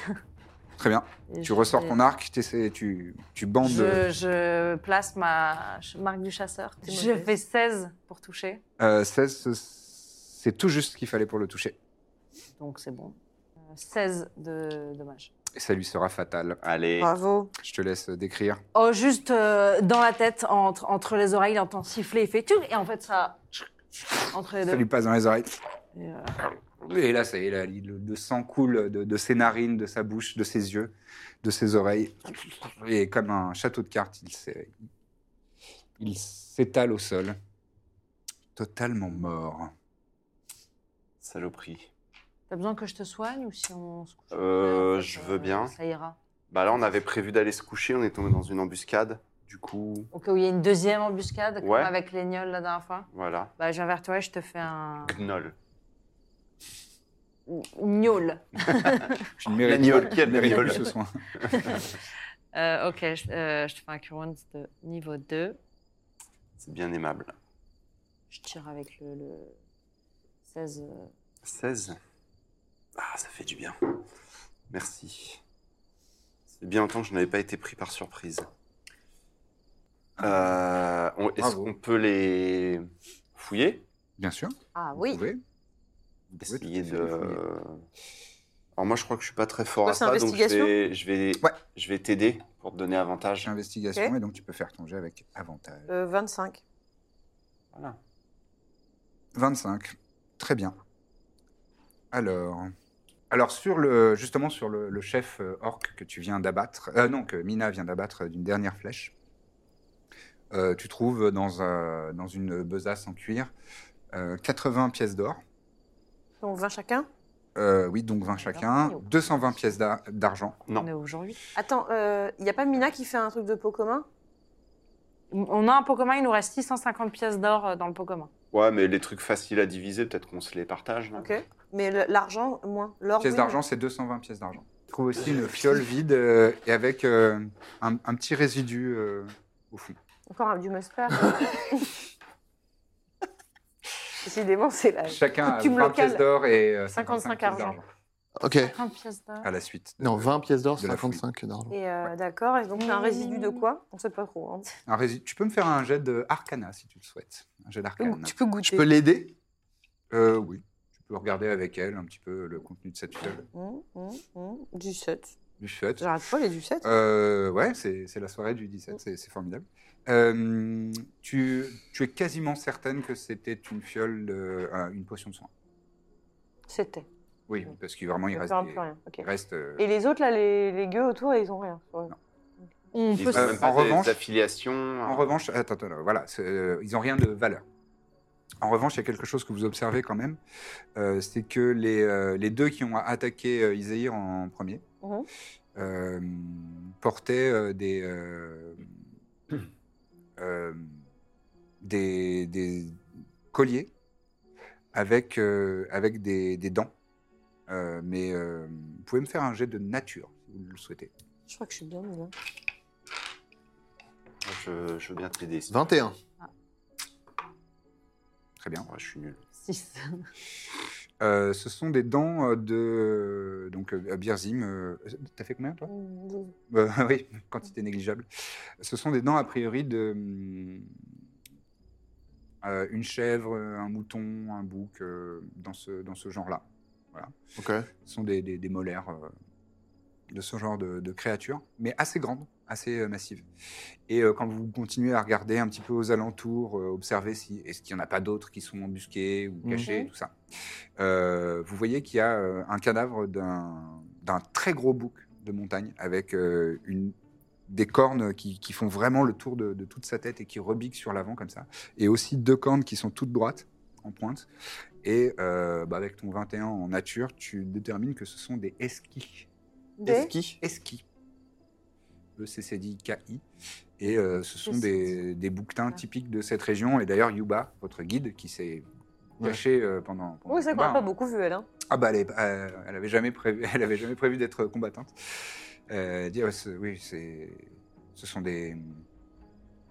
Speaker 1: Très bien.
Speaker 5: Et
Speaker 1: Tu
Speaker 5: je
Speaker 1: ressors
Speaker 5: vais-
Speaker 1: ton arc, t'essaies- tu, tu bandes.
Speaker 5: Je, je place ma ch- marque du chasseur.
Speaker 4: T'es
Speaker 5: Je
Speaker 4: mauvaise.
Speaker 5: fais 16 pour toucher,
Speaker 1: Euh, 16, c'est tout juste ce qu'il fallait pour le toucher.
Speaker 5: donc c'est bon. Euh, 16 de dommages.
Speaker 1: Ça lui sera fatal.
Speaker 2: Allez.
Speaker 4: Bravo.
Speaker 1: Je te laisse décrire.
Speaker 5: Oh, juste euh, dans la tête, entre, entre les oreilles, il entend siffler, il fait tchou, et en fait, ça. Entre les
Speaker 1: Ça
Speaker 5: deux.
Speaker 1: lui passe dans les oreilles.
Speaker 5: Et, euh,
Speaker 1: Et là, ça y est, là, le, le sang coule de, de ses narines, de sa bouche, de ses yeux, de ses oreilles. Et comme un château de cartes, il s'est- il s'étale au sol, totalement mort.
Speaker 2: Saloperie.
Speaker 5: T'as besoin que je te soigne ou si on se couche
Speaker 2: Euh,
Speaker 5: en fait, euh,
Speaker 2: je veux bien.
Speaker 5: Ça ira.
Speaker 2: Bah là, on avait prévu d'aller se coucher, on est tombé dans une embuscade. Du coup,
Speaker 5: Au cas où il y a une deuxième embuscade, comme
Speaker 2: Ouais.
Speaker 5: avec les gnolls la dernière fois,
Speaker 2: voilà.
Speaker 5: bah, je viens vers toi et je te fais un.
Speaker 2: Gnoll.
Speaker 5: Gnoll.
Speaker 1: Tu ne mérites
Speaker 2: L'agnole,
Speaker 1: pas-
Speaker 2: quel
Speaker 1: tu ne mérites
Speaker 2: agnole.
Speaker 1: plus ce soin.
Speaker 5: Euh, ok, je, euh, je te fais un current de niveau 2.
Speaker 2: C'est bien aimable.
Speaker 5: Je tire avec le, le 16. euh,
Speaker 2: 16. Ah, ça fait du bien. Merci. C'est bien longtemps que je n'avais pas été pris par surprise. Euh, on- Est-ce
Speaker 1: Bravo.
Speaker 2: qu'on peut les fouiller
Speaker 1: Bien sûr.
Speaker 5: Ah
Speaker 1: vous
Speaker 5: oui,
Speaker 1: pouvez. Oui, tout à
Speaker 2: Essayer
Speaker 1: fait,
Speaker 2: de.
Speaker 1: les fouiller.
Speaker 2: Alors, moi, je crois que je suis pas très fort
Speaker 4: Toi,
Speaker 2: à
Speaker 4: c'est
Speaker 2: ça, donc je
Speaker 4: investigation
Speaker 2: vais, je vais,
Speaker 1: Ouais.
Speaker 2: je vais t'aider pour te donner avantage.
Speaker 1: Investigation,
Speaker 4: Ok.
Speaker 1: et donc tu peux faire ton jet avec avantage.
Speaker 4: Euh, 25.
Speaker 2: Voilà.
Speaker 1: 25. Très bien. Alors, alors sur le, justement sur le, le chef euh, orc que tu viens d'abattre, euh, non, que Mina vient d'abattre euh, d'une dernière flèche, euh, tu trouves dans, un- dans une besace en cuir euh, 80 pièces d'or,
Speaker 4: Donc 20 chacun.
Speaker 1: Euh, oui, donc 20 chacun, 220 pièces d'a- d'argent.
Speaker 2: Non.
Speaker 5: on est aujourd'hui.
Speaker 4: Attends, il n'y a pas Mina qui fait un truc de pot commun
Speaker 5: On a un pot commun, il nous reste 650 pièces d'or euh, dans le pot commun.
Speaker 2: Ouais, mais les trucs faciles à diviser, peut-être qu'on se les partage. là.
Speaker 4: Ok. Mais le- l'argent, moins. L'or.
Speaker 1: pièces
Speaker 4: oui,
Speaker 1: d'argent, c'est 220 pièces d'argent. Tu trouves aussi une fiole vide euh, et avec euh, un, un petit résidu euh, au fond.
Speaker 4: mais- Encore un du master. Décidément, c'est la.
Speaker 1: Chacun a
Speaker 4: Coutume
Speaker 1: 20
Speaker 4: locale.
Speaker 1: pièces d'or et euh,
Speaker 4: 55
Speaker 1: 55 pièces
Speaker 4: argent.
Speaker 1: d'argent
Speaker 3: Ok.
Speaker 5: 50 pièces d'or.
Speaker 1: à la suite.
Speaker 3: Non, 20 pièces d'or,
Speaker 1: De la fouille.
Speaker 3: 55 d'argent.
Speaker 4: Et euh, d'accord, et donc t'as un résidu de quoi On sait pas trop. hein.
Speaker 1: Un rési- Tu peux me faire un jet de arcana si tu le souhaites. Un jet d'arcana.
Speaker 4: Donc, tu peux goûter.
Speaker 3: Je peux l'aider
Speaker 1: Euh, oui. Tu peux regarder avec elle un petit peu le contenu de cette fiole.
Speaker 4: Hum, hum, hum. Du 7.
Speaker 1: Du fait.
Speaker 4: J'arrête pas les du 7.
Speaker 1: Euh, ouais, c'est c'est la soirée du 17, c'est c'est formidable. Euh, tu, tu es quasiment certaine que c'était une fiole, de- euh, une potion de soin.
Speaker 4: C'était.
Speaker 1: Oui, oui, parce qu'il vraiment il
Speaker 4: Je
Speaker 1: reste,
Speaker 4: parle
Speaker 1: des-
Speaker 4: plus rien. ok.
Speaker 1: il reste, euh,
Speaker 4: Et les autres, là, les, les gueux autour, ils ont rien. Ouais.
Speaker 5: On
Speaker 2: Ils
Speaker 5: peut
Speaker 2: ont
Speaker 5: se-
Speaker 1: Euh,
Speaker 2: même pas
Speaker 1: en
Speaker 2: des
Speaker 1: revanche-
Speaker 2: affiliations. hein.
Speaker 1: En revanche, attends, attends, attends, voilà, c'est, euh, ils n'ont rien de valeur. En revanche, il y a quelque chose que vous observez quand même, euh, c'est que les, euh, les deux qui ont attaqué euh, Iséir en premier
Speaker 4: Mhm.
Speaker 1: euh, portaient euh, des, euh, euh, des, des colliers avec, euh, avec des, des dents. Euh, mais euh, vous pouvez me faire un jet de nature, si vous le souhaitez.
Speaker 4: Je crois que je suis bien, mais là.
Speaker 2: Moi, Je, je veux bien t'aider.
Speaker 3: 21.
Speaker 1: Très bien.
Speaker 2: Ouais, je suis nul.
Speaker 5: Six.
Speaker 1: Euh, ce sont des dents euh, de donc euh, Birzim. euh, T'as fait combien toi Euh, Oui, quantité négligeable. Ce sont des dents a priori de hum, euh, une chèvre, euh, un mouton, un bouc euh, dans ce dans ce genre-là.
Speaker 3: Ok.
Speaker 1: Ce sont des, des- des molaires euh, de ce genre de, de créatures, mais assez grandes, assez euh, massives. Et euh, quand vous continuez à regarder un petit peu aux alentours, euh, observer si est-ce qu'il n'y en a pas d'autres qui sont embusqués ou cachés, tout ça, euh, vous voyez qu'il y a euh, un cadavre d'un d'un très gros bouc de montagne avec euh, une des cornes qui, qui font vraiment le tour de, de toute sa tête et qui rebiquent sur l'avant comme ça. Et aussi deux cornes qui sont toutes droites, en pointe, et euh, bah, avec ton 21 en nature, tu détermines que ce sont des esquis.
Speaker 4: Des
Speaker 3: Esqui.
Speaker 1: Esquis. E E-C-C-D-I-K-I. Et euh, ce sont des, des bouquetins
Speaker 4: Ah.
Speaker 1: typiques de cette région. Et d'ailleurs, Yuba, votre guide, qui s'est
Speaker 3: Ouais.
Speaker 1: caché euh, pendant, pendant
Speaker 4: Oui,
Speaker 1: le
Speaker 4: ça qu'on
Speaker 1: combat,
Speaker 4: a pas
Speaker 1: hein.
Speaker 4: beaucoup vu, elle. Hein.
Speaker 1: Ah bah, elle, est- euh, elle avait jamais prévu, elle avait jamais prévu d'être combattante. Euh, dire, oui, c'est, ce sont des,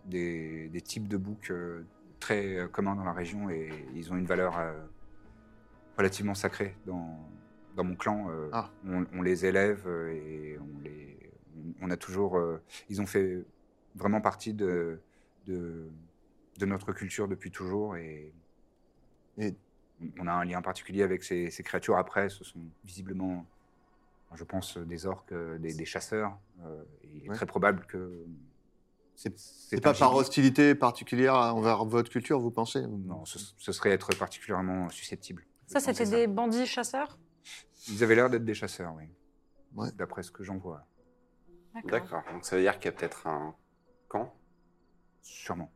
Speaker 1: des, des types de boucs euh, très euh, communs dans la région et ils ont une valeur euh, relativement sacrée dans, dans mon clan. euh,
Speaker 3: Ah.
Speaker 1: on, on les élève euh, et on les, on, on a toujours, euh, ils ont fait vraiment partie de, de, de notre culture depuis toujours et on a un lien particulier avec ces, ces créatures. Après, ce sont visiblement je pense, des orques, euh, des, des chasseurs. euh, et il est
Speaker 3: Ouais.
Speaker 1: très probable que.
Speaker 3: C'est-
Speaker 1: c'est
Speaker 3: C'est
Speaker 1: un
Speaker 3: pas par
Speaker 1: gibier.
Speaker 3: hostilité particulière envers votre culture, vous pensez
Speaker 1: Non, ce, ce serait être particulièrement susceptible.
Speaker 5: Ça,
Speaker 1: Je pense
Speaker 5: c'était
Speaker 1: que
Speaker 5: des bandits chasseurs
Speaker 1: Ils avaient l'air d'être des chasseurs, oui.
Speaker 3: Ouais.
Speaker 1: D'après ce que j'en vois,
Speaker 2: D'accord. Donc ça veut dire qu'il y a peut-être un camp.
Speaker 1: sûrement.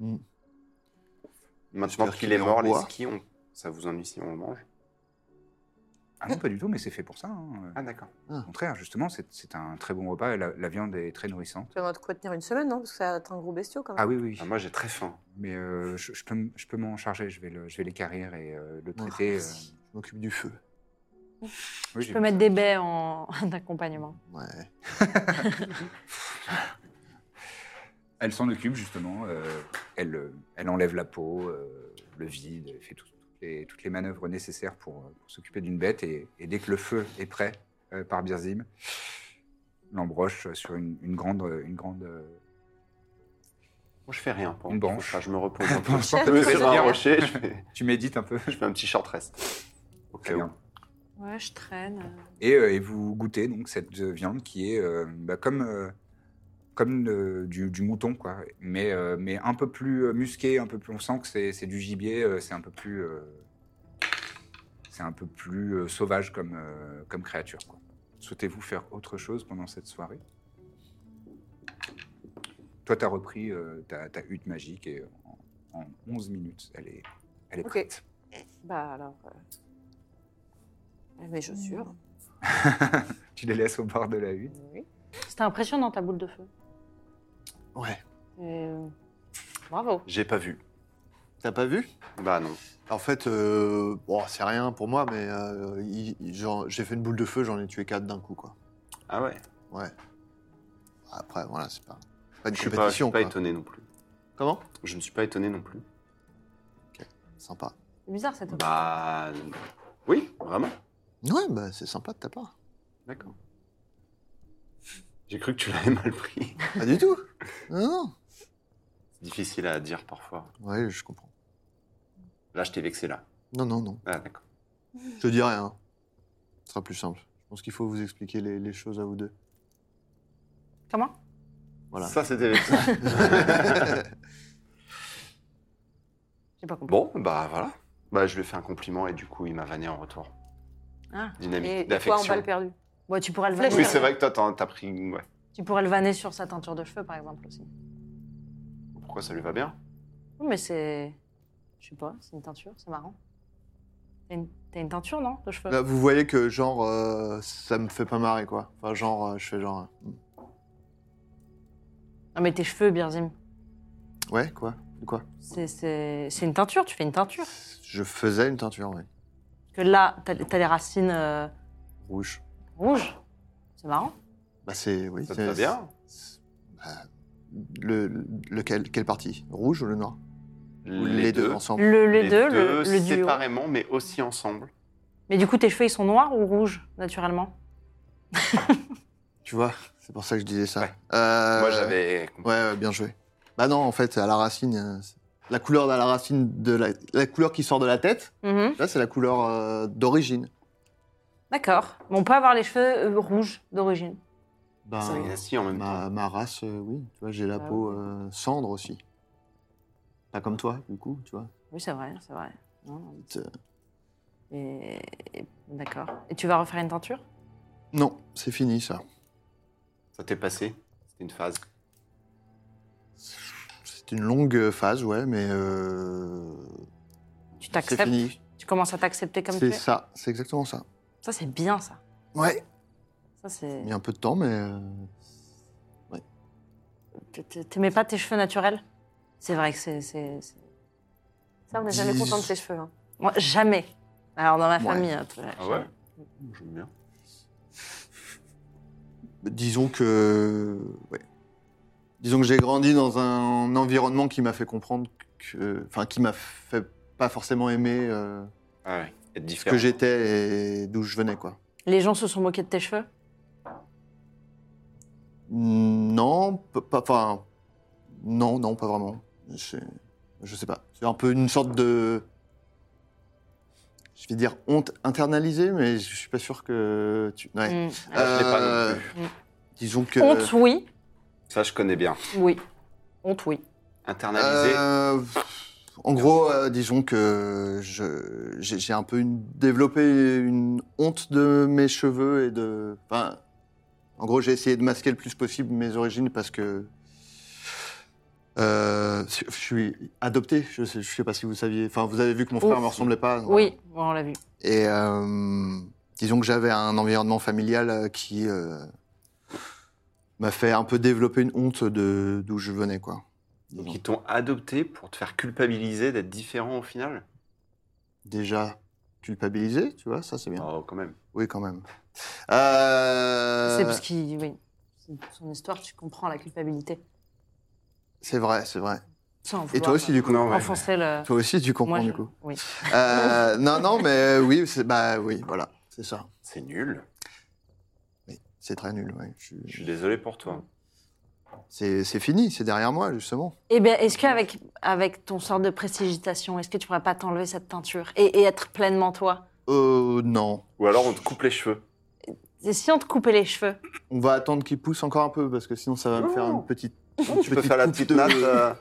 Speaker 2: Maintenant
Speaker 3: J'espère
Speaker 2: qu'il
Speaker 3: qu'il
Speaker 2: est
Speaker 3: est en
Speaker 2: mort, les
Speaker 3: bois.
Speaker 2: skis, on- ça vous ennuie si on le mange
Speaker 1: Ah non, pas du tout, mais c'est fait pour ça. hein.
Speaker 2: Ah d'accord.
Speaker 1: Au contraire, justement, c'est c'est un très bon repas et la, la viande est très nourrissante.
Speaker 4: Tu vas avoir de quoi tenir une semaine, non Parce que ça atteint un gros bestiau quand même.
Speaker 1: Ah oui, oui.
Speaker 2: Ah, moi j'ai très faim.
Speaker 1: Mais euh, je, je peux, m- je peux m'en charger, je vais le- je vais l'équarrir et euh, le traiter.
Speaker 3: merci. Je m'occupe du feu.
Speaker 1: Oui,
Speaker 5: Je
Speaker 1: j'ai
Speaker 5: peux
Speaker 1: vu
Speaker 5: mettre
Speaker 1: ça.
Speaker 5: des baies en accompagnement.
Speaker 3: Ouais.
Speaker 1: Elle s'en occupe, justement. euh, elle, euh, elle enlève la peau, euh, le vide, elle fait tout- toutes les, toutes les manœuvres nécessaires pour, euh, pour s'occuper d'une bête. Et, et dès que le feu est prêt euh, par Birzim, l'embroche sur une, une grande. Une grande euh,
Speaker 2: Moi je fais rien. Pour
Speaker 1: Une branche.
Speaker 2: Enfin, je me repose un peu.
Speaker 1: Pour l'instant,
Speaker 2: Je me mets
Speaker 1: tu
Speaker 2: sur
Speaker 1: fais
Speaker 2: un
Speaker 1: rien.
Speaker 2: rocher, je fais,
Speaker 1: tu médites un peu.
Speaker 2: je fais un petit short rest. Au
Speaker 1: Très
Speaker 2: cas
Speaker 1: bien.
Speaker 2: où.
Speaker 5: Ouais, je traîne.
Speaker 1: Et, euh, et vous goûtez donc cette euh, viande qui est euh, bah, comme, euh, comme euh, du, du mouton, quoi. Mais, euh, mais un peu plus euh, musqué, un peu plus. On sent que c'est c'est du gibier, euh, c'est un peu plus. euh, c'est un peu plus euh, sauvage comme, euh, comme créature, quoi. Souhaitez-vous faire autre chose pendant cette soirée Toi, t'as repris euh, ta, ta hutte magique et en, en 11 minutes, elle est, elle est
Speaker 4: Ok.
Speaker 1: prête.
Speaker 4: Bah alors. euh, Mes
Speaker 1: Mmh.
Speaker 4: chaussures.
Speaker 1: Tu les laisses au bord de la hutte.
Speaker 4: Oui.
Speaker 5: C'était impressionnant ta boule de feu.
Speaker 3: Ouais.
Speaker 5: Et, euh, Bravo.
Speaker 2: J'ai pas vu.
Speaker 3: T'as pas vu
Speaker 2: Bah non.
Speaker 3: En fait, euh, bon, c'est rien pour moi, mais euh, il- il- genre, j'ai fait une boule de feu, j'en ai tué quatre d'un coup, quoi.
Speaker 2: Ah ouais.
Speaker 3: Ouais. Après, voilà, c'est pas, pas une
Speaker 2: Je suis pas, je
Speaker 3: compétition,
Speaker 2: suis pas
Speaker 3: quoi.
Speaker 2: étonné non plus.
Speaker 3: Comment
Speaker 2: Je ne suis pas étonné non plus.
Speaker 3: Sympa.
Speaker 5: C'est bizarre cette
Speaker 2: Bah oui, vraiment.
Speaker 3: Ouais, bah, c'est sympa de ta part.
Speaker 2: D'accord. J'ai cru que tu l'avais mal pris.
Speaker 3: Pas du tout. Non,
Speaker 2: C'est difficile à dire parfois.
Speaker 3: non. Ouais, je comprends.
Speaker 2: Là, je t'ai vexé là.
Speaker 3: Non, non, non.
Speaker 2: Ah d'accord.
Speaker 3: Je te dis rien. Ce sera plus simple. Je pense qu'il faut vous expliquer les, les choses à vous deux.
Speaker 5: Comment
Speaker 3: Voilà.
Speaker 2: Ça c'était vexé.
Speaker 5: J'ai pas compris.
Speaker 2: Bon, bah voilà. Bah, je lui ai fait un compliment et du coup, il m'a vanné en retour.
Speaker 5: Ah.
Speaker 4: Et,
Speaker 2: Dynamique
Speaker 4: et toi en
Speaker 2: d'affection.
Speaker 4: balle perdue.
Speaker 5: Bon, tu pourrais le
Speaker 4: Flèche.
Speaker 5: vanner.
Speaker 2: Oui, c'est vrai que toi, t'en- t'as pris. Ouais.
Speaker 5: Tu pourrais le vanner sur sa teinture de cheveux, par exemple, aussi.
Speaker 2: Pourquoi ça lui va bien
Speaker 5: Oui, mais c'est. Je sais pas, c'est une teinture, c'est marrant. T'as une... t'as une teinture, non De cheveux
Speaker 3: Là, vous voyez que, genre, euh, ça me fait pas marrer, quoi. Enfin, genre, euh, je fais genre... euh,
Speaker 5: Non, Ah, mais tes cheveux, Birzim.
Speaker 3: Ouais, quoi De quoi
Speaker 5: C'est- C'est c'est une teinture, tu fais une teinture.
Speaker 3: Je faisais une teinture, oui.
Speaker 5: Parce que là, t'as t'as les racines euh,
Speaker 3: Rouge.
Speaker 5: rouges. C'est marrant.
Speaker 3: Bah, c'est... Oui,
Speaker 2: Ça te
Speaker 3: c'est-
Speaker 2: va bien
Speaker 3: c'est- bah, le, lequel, quelle partie Rouge ou le noir Ou ensemble
Speaker 5: Le, les, deux, le, le duo.
Speaker 2: séparément, mais aussi ensemble.
Speaker 5: Mais du coup, tes cheveux, ils sont noirs ou rouges, naturellement
Speaker 3: Tu vois, c'est pour ça que je disais ça.
Speaker 2: Ouais.
Speaker 3: Euh,
Speaker 2: Moi, j'avais. compris.
Speaker 3: Ouais, ouais, bien joué. Bah non, en fait, à la racine, euh, c'est- la couleur à la racine de la, la couleur qui sort de la tête,
Speaker 5: Mhm.
Speaker 3: là, c'est la couleur euh, d'origine.
Speaker 5: D'accord. Mais on peut avoir les cheveux euh, rouges d'origine.
Speaker 3: Ben,
Speaker 2: Ça existe, si, en même
Speaker 3: ma,
Speaker 2: temps.
Speaker 3: ma race, euh, oui, tu vois, j'ai la
Speaker 5: Ah
Speaker 3: peau euh, cendre aussi. Pas comme toi, du coup, tu vois.
Speaker 5: Oui, c'est vrai, c'est vrai. Non, non.
Speaker 3: Euh,
Speaker 5: Et... et- D'accord. Et tu vas refaire une teinture
Speaker 3: Non, c'est fini, ça.
Speaker 2: Ça t'est passé. C'était une phase.
Speaker 3: C'est une longue phase, ouais, mais euh,
Speaker 5: Tu
Speaker 3: c'est
Speaker 5: t'acceptes
Speaker 3: fini.
Speaker 5: Tu commences à t'accepter comme tu
Speaker 3: C'est
Speaker 5: es
Speaker 3: ça, c'est exactement ça.
Speaker 5: Ça, c'est bien, ça.
Speaker 3: Ouais,
Speaker 5: Ça, c'est...
Speaker 3: il y a un peu de temps, mais euh,
Speaker 5: T- t- T'aimais pas tes cheveux naturels C'est vrai que c'est... c'est- c'est-
Speaker 4: Ça, on n'est jamais
Speaker 3: Dis-
Speaker 4: content de ses cheveux. hein.
Speaker 5: Moi, jamais. Alors, dans ma
Speaker 3: Ouais.
Speaker 5: famille... euh,
Speaker 2: Ah
Speaker 5: jamais.
Speaker 2: J'aime bien.
Speaker 3: disons que, ouais. disons que j'ai grandi dans un environnement qui m'a fait comprendre que, enfin, qui m'a fait pas forcément aimer euh,
Speaker 2: Ah ouais. Être
Speaker 3: ce
Speaker 2: différent.
Speaker 3: que j'étais et d'où je venais, quoi.
Speaker 5: Les gens se sont moqués de tes cheveux
Speaker 3: Non, p- pas, enfin, non, non, pas vraiment. C'est- Je sais pas. C'est un peu une sorte de. je vais dire honte internalisée, mais je suis pas sûr que tu. Ouais.
Speaker 5: Mm.
Speaker 2: Ah, je l'ai pas non
Speaker 3: Euh, Disons que.
Speaker 5: Honte, oui.
Speaker 2: Ça, je connais bien.
Speaker 5: Oui. Honte, oui.
Speaker 2: Internalisé.
Speaker 3: Euh, pff, en gros, euh, disons que je- j'ai j'ai un peu une- développé une honte de mes cheveux et de. Enfin, en gros, j'ai essayé de masquer le plus possible mes origines parce que. euh, je suis adopté, je sais, je sais pas si vous saviez. Enfin, vous avez vu que mon frère
Speaker 5: Ouf.
Speaker 3: me ressemblait pas.
Speaker 5: Oui, bon, on l'a vu.
Speaker 3: Et euh, disons que j'avais un environnement familial euh, qui euh, m'a fait un peu développer une honte de d'où je venais, quoi.
Speaker 2: Donc, ils t'ont adopté pour te faire culpabiliser d'être différent au final
Speaker 3: déjà culpabilisé, tu vois, ça c'est bien.
Speaker 2: Oh, quand même.
Speaker 3: Oui, quand même. Euh,
Speaker 5: C'est parce qu'il. Oui. Son histoire, tu comprends la culpabilité.
Speaker 3: C'est vrai, c'est vrai.
Speaker 5: Sans
Speaker 3: Et
Speaker 5: vouloir, euh,
Speaker 3: toi aussi, du coup.
Speaker 2: Non, ouais.
Speaker 5: Enfoncer le.
Speaker 3: Toi aussi, tu comprends,
Speaker 5: Moi,
Speaker 3: du
Speaker 5: je-
Speaker 3: coup.
Speaker 5: Oui.
Speaker 3: Euh, non, non, mais oui, c'est bah oui, voilà, c'est ça.
Speaker 2: C'est nul.
Speaker 3: Oui, c'est très nul. ouais. Je-
Speaker 2: Je suis désolé pour toi.
Speaker 3: C'est c'est fini, c'est derrière moi justement.
Speaker 5: Eh bien, est-ce qu'avec avec ton sort de prestidigitation, est-ce que tu pourrais pas t'enlever cette teinture et, et être pleinement toi
Speaker 3: Euh, non.
Speaker 2: Ou alors, on te coupe les cheveux.
Speaker 5: Et si on te coupait les cheveux
Speaker 3: On va attendre qu'il pousse encore un peu parce que sinon ça va me faire une petite.
Speaker 2: Tu peux faire la petite
Speaker 3: coupe de-
Speaker 2: natte. euh,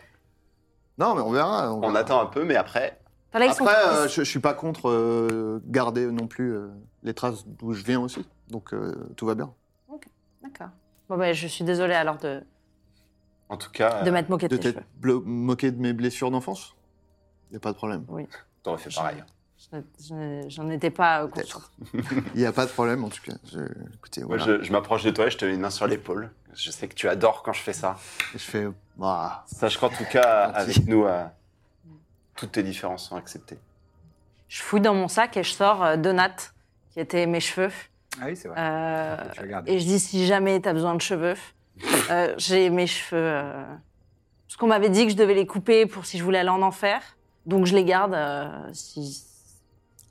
Speaker 3: Non, mais on verra. on
Speaker 2: on
Speaker 3: verra.
Speaker 2: attend un peu, mais après.
Speaker 5: T'as là, ils sont-
Speaker 3: Après, euh, je, je suis pas contre euh, garder non plus euh, les traces d'où je viens aussi, donc euh, tout va bien.
Speaker 5: D'accord. Bon, ben, je suis désolée alors de,
Speaker 2: En tout cas,
Speaker 5: de m'être moquée de,
Speaker 3: Euh, de
Speaker 5: tes
Speaker 3: t'être
Speaker 5: cheveux.
Speaker 3: blo- moqué de mes blessures d'enfance Il n'y a pas de problème.
Speaker 2: t'aurais fait pareil.
Speaker 5: Je n'ai- je n'ai- J'en étais pas euh, consciente.
Speaker 3: Il n'y a pas de problème, en tout cas. Je- écoutez,
Speaker 2: Moi,
Speaker 3: voilà.
Speaker 2: je, je m'approche de toi et je te mets une main sur l'épaule. Je sais que tu adores quand je fais ça.
Speaker 3: je... fais... Bah,
Speaker 2: Sache qu'en tout cas,
Speaker 3: Merci.
Speaker 2: avec nous, euh, toutes tes différences sont acceptées.
Speaker 5: Je fouille dans mon sac et je sors euh, deux nattes qui étaient mes cheveux.
Speaker 1: Ah oui, c'est vrai.
Speaker 5: Euh,
Speaker 1: Tu vas garder.
Speaker 5: et je dis si jamais t'as besoin de cheveux, euh, j'ai mes cheveux. euh, parce qu'on m'avait dit que je devais les couper pour si je voulais aller en enfer. Donc je les garde. euh, si...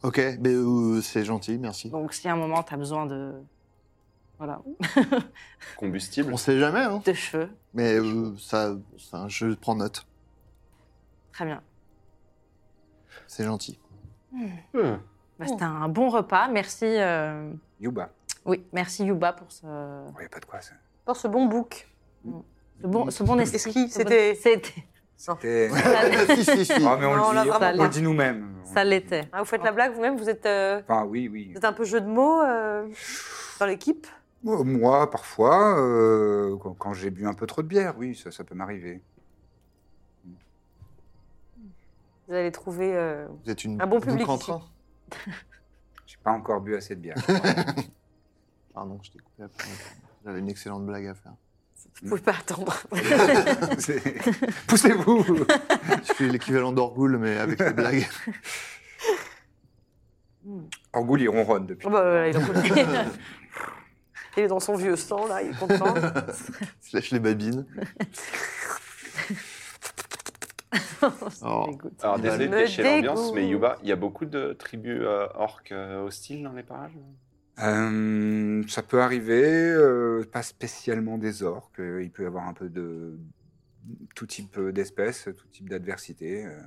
Speaker 3: ok, mais, euh, c'est gentil, merci.
Speaker 5: Donc si à un moment t'as besoin de. Voilà.
Speaker 2: Combustible.
Speaker 3: On sait jamais, hein,
Speaker 5: de cheveux.
Speaker 3: mais euh, ça, ça, je prends note.
Speaker 5: Très bien.
Speaker 3: C'est gentil.
Speaker 2: Euh,
Speaker 5: Bah,
Speaker 4: Oh.
Speaker 5: C'était un bon repas. Merci. euh,
Speaker 1: Yuba.
Speaker 5: Oui, merci Yuba pour ce.
Speaker 1: Il n'y a pas de quoi. ça.
Speaker 4: Pour ce bon bouc.
Speaker 5: Ce bon, ce bon esprit.
Speaker 4: Esquis,
Speaker 5: ce bon-
Speaker 4: c'était-
Speaker 5: C'était.
Speaker 1: C'était-
Speaker 5: Ça l'est-
Speaker 3: si, si, si.
Speaker 1: Ah, mais Ah, on,
Speaker 4: Non, on
Speaker 1: le
Speaker 4: l'a
Speaker 1: dit,
Speaker 4: vraiment
Speaker 1: on le
Speaker 5: pas.
Speaker 1: dit nous-mêmes.
Speaker 5: ça l'était.
Speaker 4: Ah, vous faites la blague vous-même Vous êtes, euh,
Speaker 1: Enfin, oui, oui.
Speaker 4: vous êtes un peu jeu de mots euh, dans l'équipe
Speaker 1: Moi- Moi, parfois, euh, quand, quand j'ai bu un peu trop de bière, oui, ça, ça peut m'arriver.
Speaker 4: Vous allez trouver. euh,
Speaker 3: Vous êtes une
Speaker 4: Un bon
Speaker 3: boucle
Speaker 4: public
Speaker 3: en
Speaker 4: ici.
Speaker 3: train.
Speaker 1: J'ai pas encore bu assez de bière.
Speaker 3: Pardon, je t'ai coupé. la parole. J'avais une excellente blague à faire.
Speaker 4: Vous pouvez pas attendre.
Speaker 1: C'est- Poussez-vous
Speaker 3: Je suis l'équivalent d'Orgoul, mais avec des blagues.
Speaker 1: Orgoul, il ronronne depuis.
Speaker 4: Oh, bah, voilà, il, en peut- il est dans son vieux sang, là, il est content.
Speaker 3: Je lâche les babines.
Speaker 5: Ça
Speaker 3: Oh.
Speaker 5: dégoûte.
Speaker 2: Alors,
Speaker 3: Il
Speaker 2: désolé de
Speaker 4: me
Speaker 2: gâcher l'ambiance,
Speaker 4: dégoûte.
Speaker 2: mais Yuba, il y a beaucoup de tribus euh, orques euh, hostiles dans les parages
Speaker 1: Euh, ça peut arriver, euh, pas spécialement des orques. euh, Il peut y avoir un peu de tout type euh, d'espèces, tout type d'adversité. euh.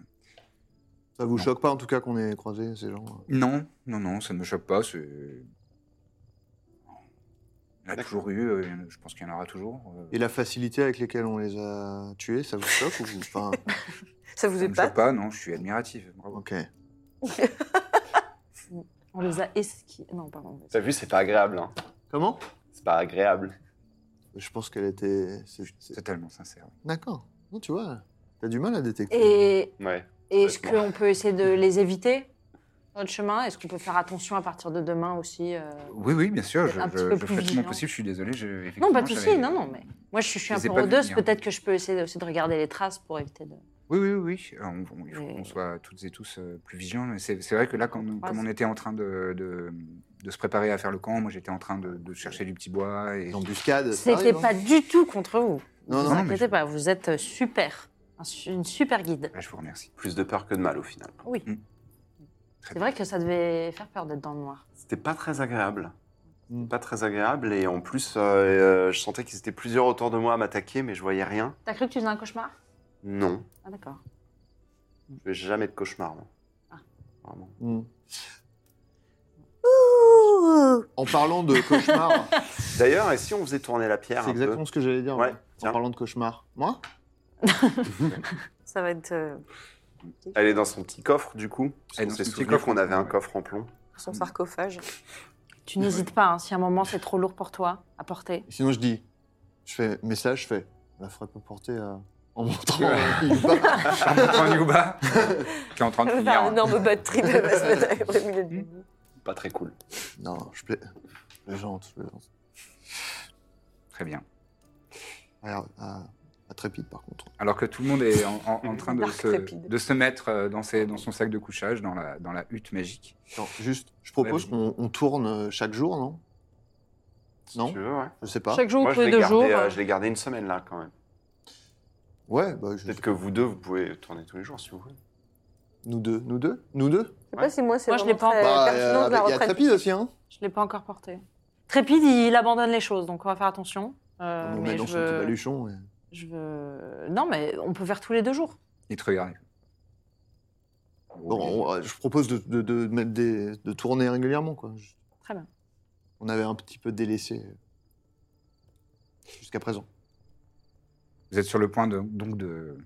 Speaker 3: Ça vous choque pas, en tout cas, qu'on ait croisé ces gens euh,
Speaker 1: Non, non, non, ça ne me choque pas. c'est- Il y en a
Speaker 2: D'accord.
Speaker 1: toujours eu, euh, il y en a- je pense qu'il y en aura toujours. euh.
Speaker 3: Et la facilité avec laquelle on les a tués, ça vous choque ou enfin,
Speaker 4: Ça vous
Speaker 1: Ça ne me
Speaker 4: épate
Speaker 1: choque pas, non, je suis admiratif. bravo.
Speaker 3: Ok.
Speaker 5: On les a esquis. Non, pardon.
Speaker 2: T'as vu, c'est pas agréable. Hein.
Speaker 3: Comment
Speaker 2: C'est pas agréable.
Speaker 3: Je pense qu'elle était. c'est- c'est-
Speaker 1: C'est tellement sincère.
Speaker 3: D'accord. Non, tu vois, t'as du mal à détecter.
Speaker 5: Et
Speaker 2: Ouais.
Speaker 5: est-ce
Speaker 2: Complètement.
Speaker 5: qu'on peut essayer de les éviter sur notre chemin Est-ce qu'on peut faire attention à partir de demain aussi euh
Speaker 1: Oui, oui, bien sûr, je,
Speaker 5: Peut-être un petit
Speaker 1: je- je
Speaker 5: peu plus
Speaker 1: fais tout mon
Speaker 5: vigilant.
Speaker 1: possible, je suis désolé. je-
Speaker 5: Non,
Speaker 1: effectivement,
Speaker 5: pas de souci.
Speaker 1: j'avais-
Speaker 5: Non, non, mais moi je suis, je suis
Speaker 1: Je
Speaker 5: un
Speaker 1: les ai
Speaker 5: peu
Speaker 1: pas vus
Speaker 5: rôdeuse.
Speaker 1: venir.
Speaker 5: Peut-être que je peux essayer aussi de regarder les traces pour éviter de.
Speaker 1: Oui, oui, oui, oui, on- on- il faut
Speaker 5: Mais-
Speaker 1: qu'on soit toutes et tous euh, plus vigilants. mais C'est c'est vrai que là, quand-
Speaker 5: Ouais,
Speaker 1: comme on
Speaker 5: c'est-
Speaker 1: était en train de, de- de se préparer à faire le camp, moi j'étais en train de, de chercher du petit bois. Et...
Speaker 3: Les embuscades. ça
Speaker 5: C'était
Speaker 3: arrive, hein.
Speaker 5: pas du tout contre vous.
Speaker 3: Non,
Speaker 5: Ne vous
Speaker 3: non.
Speaker 1: mais
Speaker 5: inquiétez
Speaker 1: je-
Speaker 5: pas, vous êtes euh, super. Un su- Une super guide.
Speaker 1: Là, je vous remercie.
Speaker 2: Plus de peur que de mal au final.
Speaker 5: Oui.
Speaker 1: Mm.
Speaker 5: C'est vrai que ça devait faire peur d'être dans le noir.
Speaker 2: C'était pas très agréable.
Speaker 3: Mm.
Speaker 2: Pas très agréable. Et en plus, euh, euh, je sentais qu'ils étaient plusieurs autour de moi à m'attaquer, mais je voyais rien.
Speaker 5: T'as cru que tu faisais un cauchemar
Speaker 2: Non.
Speaker 5: Ah d'accord.
Speaker 2: Je fais jamais de cauchemar, moi.
Speaker 5: Ah.
Speaker 2: Vraiment.
Speaker 3: Hmm.
Speaker 4: Ouh
Speaker 3: En parlant de cauchemar,
Speaker 2: D'ailleurs, et si on faisait tourner la pierre
Speaker 3: c'est
Speaker 2: un peu
Speaker 3: exactement ce que j'allais dire.
Speaker 2: Ouais,
Speaker 3: en
Speaker 2: tiens.
Speaker 3: parlant de cauchemar. Moi
Speaker 4: Ça va être. euh,
Speaker 2: Elle est dans son petit coffre, du coup.
Speaker 1: Elle est
Speaker 2: On
Speaker 1: dans
Speaker 2: s'est
Speaker 1: son petit
Speaker 2: souvenu
Speaker 1: coffre,
Speaker 2: qu'on avait un
Speaker 1: ouais.
Speaker 2: coffre en plomb.
Speaker 4: son sarcophage.
Speaker 5: Tu n'hésites pas, hein, si à un moment c'est trop lourd pour toi à porter.
Speaker 3: Et Sinon, je dis, je fais, mais ça, je fais, on la ferait pas porter euh, en montrant euh, une barre.
Speaker 1: Par contre, en Yuba, qui est en train de
Speaker 4: Elle va
Speaker 1: finir.
Speaker 4: faire un
Speaker 1: hein.
Speaker 4: énorme bad trip. Elle va se mettre au milieu de nous.
Speaker 2: Pas très cool.
Speaker 3: Non, je plais. Plaisante, je plaisante.
Speaker 1: Très bien.
Speaker 3: Regarde, ah, à, à Trépide, par contre.
Speaker 1: Alors que tout le monde est en, en- en train de
Speaker 4: Dark
Speaker 1: se,
Speaker 4: trépide.
Speaker 1: de se mettre euh, dans, ses- dans son sac de couchage, dans la, dans la hutte magique.
Speaker 3: Non, juste, je propose
Speaker 1: Ouais,
Speaker 3: qu'on on tourne euh, chaque jour, non Non
Speaker 2: Tu veux, ouais.
Speaker 3: Je sais pas.
Speaker 5: Chaque jour,
Speaker 2: Moi,
Speaker 5: tous
Speaker 2: je
Speaker 5: les
Speaker 2: l'ai
Speaker 5: deux
Speaker 2: gardé,
Speaker 5: jours. hein.
Speaker 2: euh, je l'ai gardé une semaine, là, quand même.
Speaker 3: Ouais, bah, je-
Speaker 2: Peut-être que vous deux, vous pouvez tourner tous les jours, si vous voulez.
Speaker 3: nous deux, nous deux, nous deux.
Speaker 4: Je sais pas si moi, c'est
Speaker 5: Moi, je l'ai
Speaker 4: vraiment
Speaker 5: pas
Speaker 4: très
Speaker 3: Bah,
Speaker 4: pertinent
Speaker 3: euh,
Speaker 4: de la
Speaker 3: avec- il y a
Speaker 4: retraite.
Speaker 3: Trépide aussi, hein
Speaker 5: Je l'ai pas encore porté. Trépide, il abandonne les choses, donc on va faire attention. Euh,
Speaker 3: On le met
Speaker 5: mais
Speaker 3: dans
Speaker 5: je
Speaker 3: son petit
Speaker 5: veux,
Speaker 3: baluchon. et-
Speaker 5: je veux. Non, mais on peut faire tous les deux jours.
Speaker 1: Il te regarde.
Speaker 3: Bon, on- euh, je propose de, de- de mettre des, de tourner régulièrement, quoi. Je-
Speaker 5: Très bien.
Speaker 3: On avait un petit peu délaissé euh, jusqu'à présent.
Speaker 1: Vous êtes sur le point de, donc de,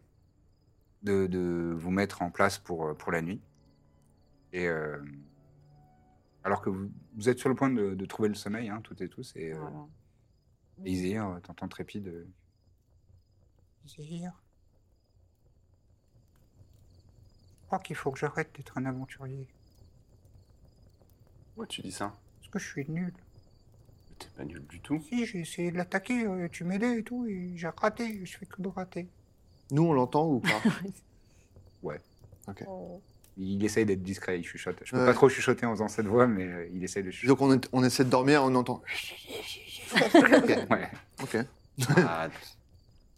Speaker 1: de, de vous mettre en place pour, euh, pour la nuit. Et euh, alors que vous, vous êtes sur le point de, de trouver le sommeil, hein, toutes et tous, et euh,
Speaker 5: Voilà.
Speaker 1: Désir, euh, t'entends Trépide. euh, Désir Je crois qu'il faut que j'arrête d'être un aventurier.
Speaker 2: Ouais, tu dis ça.
Speaker 1: Parce que je suis nul.
Speaker 2: T'es pas nul du tout.
Speaker 1: Si, j'ai essayé de l'attaquer, euh, tu m'aidais et tout, et j'ai raté, je fais que de rater.
Speaker 3: Nous, on l'entend ou pas
Speaker 1: Il essaye d'être discret, il chuchote. Je peux
Speaker 3: Ouais.
Speaker 1: pas trop chuchoter en faisant cette voix, mais euh, il essaye de chuchoter.
Speaker 3: Donc on, est- on essaie de dormir, on entend.
Speaker 1: Ouais.
Speaker 3: Ok.
Speaker 2: Ah, t-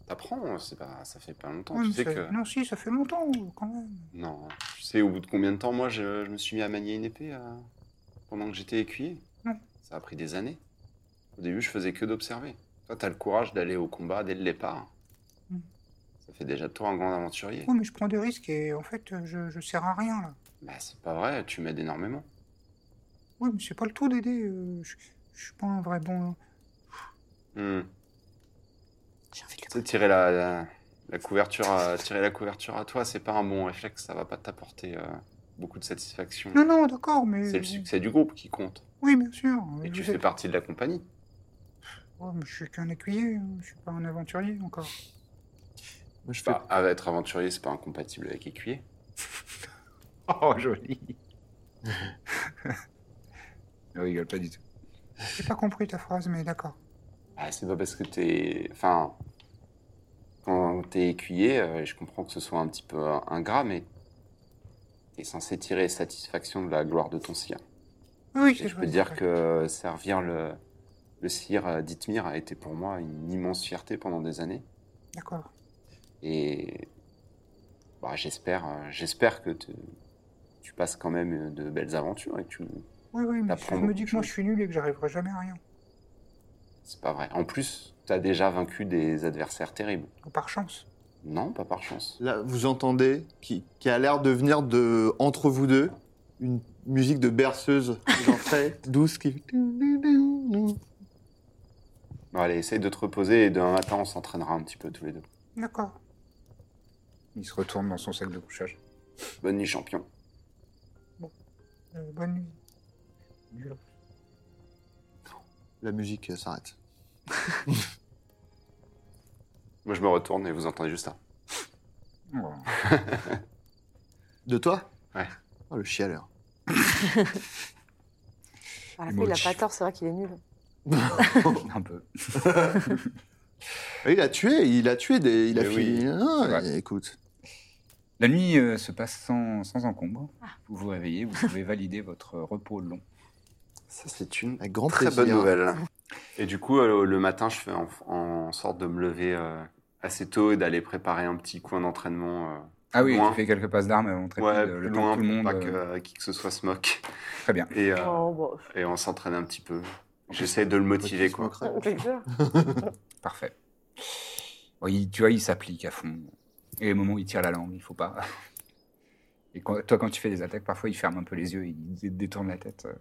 Speaker 2: T'apprends, c'est pas... ça fait pas longtemps.
Speaker 1: Ouais,
Speaker 2: tu
Speaker 1: mais
Speaker 2: sais
Speaker 1: ça-
Speaker 2: que...
Speaker 1: Non, si, ça fait longtemps, quand même.
Speaker 2: Non. Tu sais au bout de combien de temps, moi, je, je me suis mis à manier une épée euh, pendant que j'étais écuyer
Speaker 1: Ouais.
Speaker 2: Ça a pris des années. Au début, je faisais que d'observer. Toi, t'as le courage d'aller au combat dès le départ.
Speaker 1: Mm.
Speaker 2: Ça fait déjà de toi un grand aventurier.
Speaker 1: Oui, mais je prends des risques et en fait, euh, je, je sers à rien, là.
Speaker 2: Bah, c'est pas vrai, tu m'aides énormément.
Speaker 1: Oui, mais c'est pas le tout d'aider. euh, je, je suis pas un vrai bon.
Speaker 2: Hmm.
Speaker 4: J'ai envie de
Speaker 2: Tu sais, tirer la, la, la couverture à, tirer la couverture à toi, c'est pas un bon réflexe, ça va pas t'apporter euh, beaucoup de satisfaction.
Speaker 1: Non, non, d'accord, mais.
Speaker 2: C'est le succès du groupe qui compte.
Speaker 1: Oui, bien sûr.
Speaker 2: Et tu
Speaker 1: vous
Speaker 2: fais
Speaker 1: êtes-
Speaker 2: partie de la compagnie.
Speaker 1: Ouais, mais je suis qu'un écuyer, hein, je suis pas un aventurier encore.
Speaker 3: Moi, je fais.
Speaker 2: Bah, ah, être aventurier, c'est pas incompatible avec écuyer.
Speaker 1: Oh, joli Je rigole pas du tout. J'ai pas compris ta phrase, mais d'accord.
Speaker 2: Ah, c'est pas parce que t'es. Enfin. Quand t'es écuyer, euh, je comprends que ce soit un petit peu euh, ingrat, mais. T'es censé tirer satisfaction de la gloire de ton sire.
Speaker 1: Oui,
Speaker 2: Et je peux
Speaker 1: vrai,
Speaker 2: dire
Speaker 1: vrai.
Speaker 2: que servir le, le sire euh, d'Ithmir a été pour moi une immense fierté pendant des années.
Speaker 1: D'accord.
Speaker 2: Et bah, j'espère, euh, j'espère que te- tu passes quand même euh, de belles aventures et que tu.
Speaker 1: Oui, oui, mais je
Speaker 2: T'apprends
Speaker 1: me
Speaker 2: beaucoup
Speaker 1: dis
Speaker 2: de
Speaker 1: que moi
Speaker 2: choses.
Speaker 1: je suis nul et que j'arriverai jamais à rien.
Speaker 2: C'est pas vrai. En plus, t'as déjà vaincu des adversaires terribles.
Speaker 1: Par chance.
Speaker 2: Non, pas par chance.
Speaker 3: Là, vous entendez qui, qui a l'air de venir de entre vous deux une musique de berceuse, genre très douce qui.
Speaker 2: Bon, allez, essaye de te reposer et demain matin, on s'entraînera un petit peu tous les deux.
Speaker 1: D'accord. Il se retourne dans son sac de couchage.
Speaker 2: Bonne nuit, champion.
Speaker 1: Euh, bonne nuit. Dur.
Speaker 3: La musique euh, s'arrête.
Speaker 2: Moi, je me retourne et vous entendez juste ça.
Speaker 1: Oh.
Speaker 3: De toi
Speaker 2: Ouais.
Speaker 3: Oh, le chialeur.
Speaker 4: À Ah, la fin, il a pas tort, c'est vrai qu'il est nul.
Speaker 1: Un peu.
Speaker 3: Et Ah, Il a tué, il a tué des. Il a
Speaker 2: Mais oui,
Speaker 3: fini. Ah,
Speaker 1: c'est vrai.
Speaker 3: écoute.
Speaker 1: La nuit euh, se passe sans, sans encombre. Vous vous réveillez, vous pouvez valider votre repos long.
Speaker 2: Ça, c'est une
Speaker 3: Avec grand
Speaker 2: Très
Speaker 3: plaisir.
Speaker 2: bonne nouvelle. Et du coup, euh, le matin, je fais en, en sorte de me lever euh, assez tôt et d'aller préparer un petit coin d'entraînement. euh,
Speaker 1: Ah oui,
Speaker 2: Loin.
Speaker 1: tu fais quelques passes d'armes avant très
Speaker 2: ouais,
Speaker 1: vite, euh,
Speaker 2: plus
Speaker 1: le temps
Speaker 2: loin,
Speaker 1: que tout le monde.
Speaker 2: pour pas que
Speaker 1: euh,
Speaker 2: euh, qui que ce soit se moque.
Speaker 1: Très bien.
Speaker 2: Et, euh,
Speaker 4: Oh, bon.
Speaker 2: et on s'entraîne un petit peu. J'essaie de le motiver, quoi.
Speaker 4: C'est clair.
Speaker 1: Parfait. Oui, tu vois, il s'applique à fond. Et les moments où il tire la langue, il faut pas. Et quand- toi, quand tu fais des attaques, parfois, il ferme un peu les yeux, il dé- détourne la tête. euh.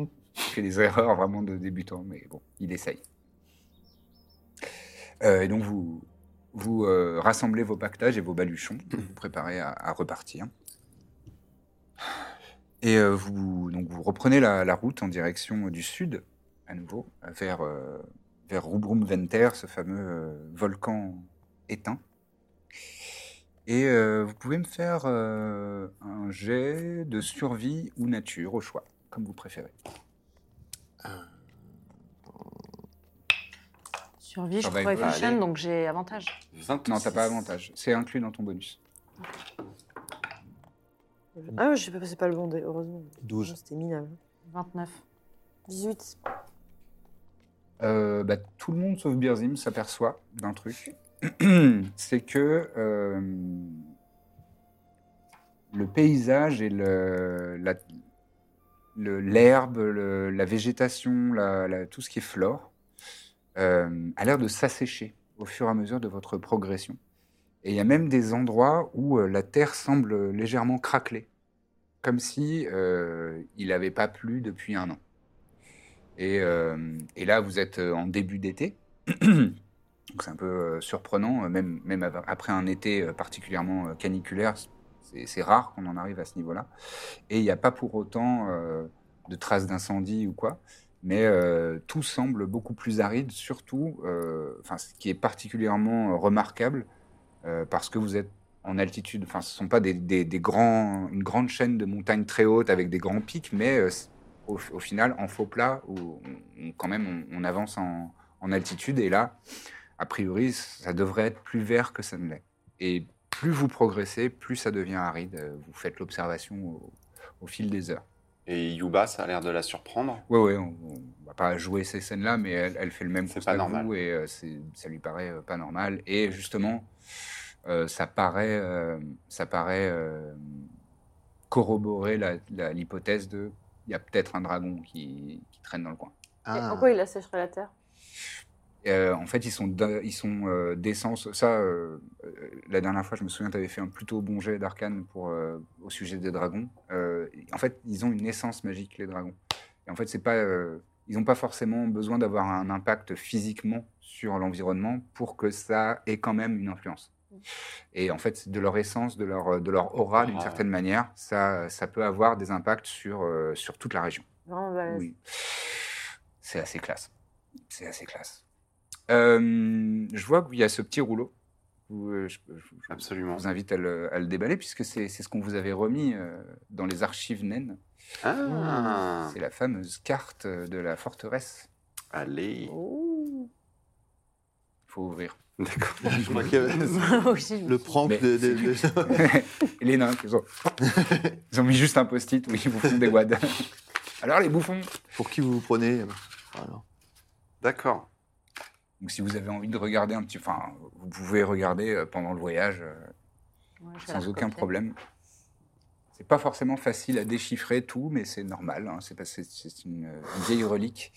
Speaker 3: Mm.
Speaker 1: Il fait des erreurs vraiment de débutant, mais bon, il essaye. Euh, et donc, vous, vous euh, rassemblez vos pactages et vos baluchons, vous vous préparez à, à repartir. Et euh, vous, donc vous reprenez la, la route en direction du sud, à nouveau, euh, vers, euh, vers Rubrum Venter, ce fameux euh, volcan éteint. Et euh, vous pouvez me faire euh, un jet de survie ou nature, au choix, comme vous préférez.
Speaker 5: Survie, je
Speaker 1: Ça va
Speaker 5: suis
Speaker 1: être-
Speaker 5: proficient,
Speaker 2: Allez.
Speaker 5: donc j'ai avantage.
Speaker 2: 26.
Speaker 1: Non, t'as pas avantage. C'est inclus dans ton bonus.
Speaker 4: Ah, j'ai pas passé pas le bon dé, heureusement.
Speaker 3: 12.
Speaker 4: Non, C'était minable.
Speaker 5: 29.
Speaker 4: 18.
Speaker 1: Euh, bah, tout le monde, sauf Birzim, s'aperçoit d'un truc. C'est que euh, le paysage et le, la- le- l'herbe, le- la végétation, la- la- tout ce qui est flore, euh, a l'air de s'assécher au fur et à mesure de votre progression. Et il y a même des endroits où euh, la terre semble légèrement craquelée, comme si euh, il n'avait pas plu depuis un an. Et, euh, et là, vous êtes euh, en début d'été. Donc c'est un peu euh, surprenant, euh, même, même av- après un été euh, particulièrement euh, caniculaire, c'est c'est rare qu'on en arrive à ce niveau-là. Et il n'y a pas pour autant euh, de traces d'incendie ou quoi, mais euh, tout semble beaucoup plus aride, surtout, euh, enfin, ce qui est particulièrement euh, remarquable, euh, parce que vous êtes en altitude, enfin, ce ne sont pas des, des- des grands, une grande chaîne de montagnes très hautes avec des grands pics, mais euh, c- au, au final, en faux plat, où on- on- quand même on, on avance en, en altitude, et là, a priori, ça devrait être plus vert que ça ne l'est. Et plus vous progressez, plus ça devient aride. Euh, Vous faites l'observation au, au fil des heures.
Speaker 2: Et Yuba, ça a l'air de la surprendre.
Speaker 1: Ouais, ouais, on, on va pas jouer ces scènes-là, mais elle, elle fait le même
Speaker 2: C'est
Speaker 1: constat
Speaker 2: pas
Speaker 1: que
Speaker 2: normal.
Speaker 1: vous et euh, c'est- ça lui paraît euh, pas normal. Et justement, euh, ça paraît, euh, ça paraît euh, corroborer la- la- l'hypothèse de il y a peut-être un dragon qui- qui traîne dans le coin.
Speaker 4: Et
Speaker 3: Ah.
Speaker 4: en quoi il assécherait la terre
Speaker 1: Euh, en fait, ils sont, d'e- ils sont euh, d'essence. Ça, euh, euh, la dernière fois, je me souviens, tu avais fait un plutôt bon jet d'arcane pour, euh, au sujet des dragons. Euh, en fait, ils ont une essence magique, les dragons. Et en fait, c'est pas, euh, ils n'ont pas forcément besoin d'avoir un impact physiquement sur l'environnement pour que ça ait quand même une influence. Et en fait, de leur essence, de leur, de leur aura, d'une
Speaker 2: Ah.
Speaker 1: certaine manière, ça, ça peut avoir des impacts sur, euh, sur toute la région.
Speaker 4: Vraiment balèze.
Speaker 1: Oui. C'est assez classe. C'est assez classe. Euh, je vois qu'il y a ce petit rouleau. Vous, euh, Je, je- je
Speaker 2: Absolument.
Speaker 1: vous invite à le, à le déballer puisque c'est c'est ce qu'on vous avait remis euh, dans les archives naines.
Speaker 2: Ah,
Speaker 1: C'est la fameuse carte de la forteresse.
Speaker 2: allez.
Speaker 4: Ouh.
Speaker 1: Il faut ouvrir.
Speaker 2: D'accord.
Speaker 3: Je crois qu'il y avait
Speaker 5: Aussi,
Speaker 3: le prank
Speaker 1: Mais
Speaker 3: de, de- de-
Speaker 1: Et les nains, ils ont, ils ont mis juste un post-it où ils vous font des wads. Alors les bouffons
Speaker 3: Pour qui vous vous prenez Ah, non.
Speaker 1: Oh.
Speaker 2: D'accord.
Speaker 1: Donc si vous avez envie de regarder un petit... Enfin, vous pouvez regarder euh, pendant le voyage. euh,
Speaker 5: Ouais, je vais la
Speaker 1: sans aucun
Speaker 5: recopier.
Speaker 1: problème. C'est pas forcément facile à déchiffrer tout, mais c'est normal. hein. C'est parce que c'est- c'est une, euh, une vieille relique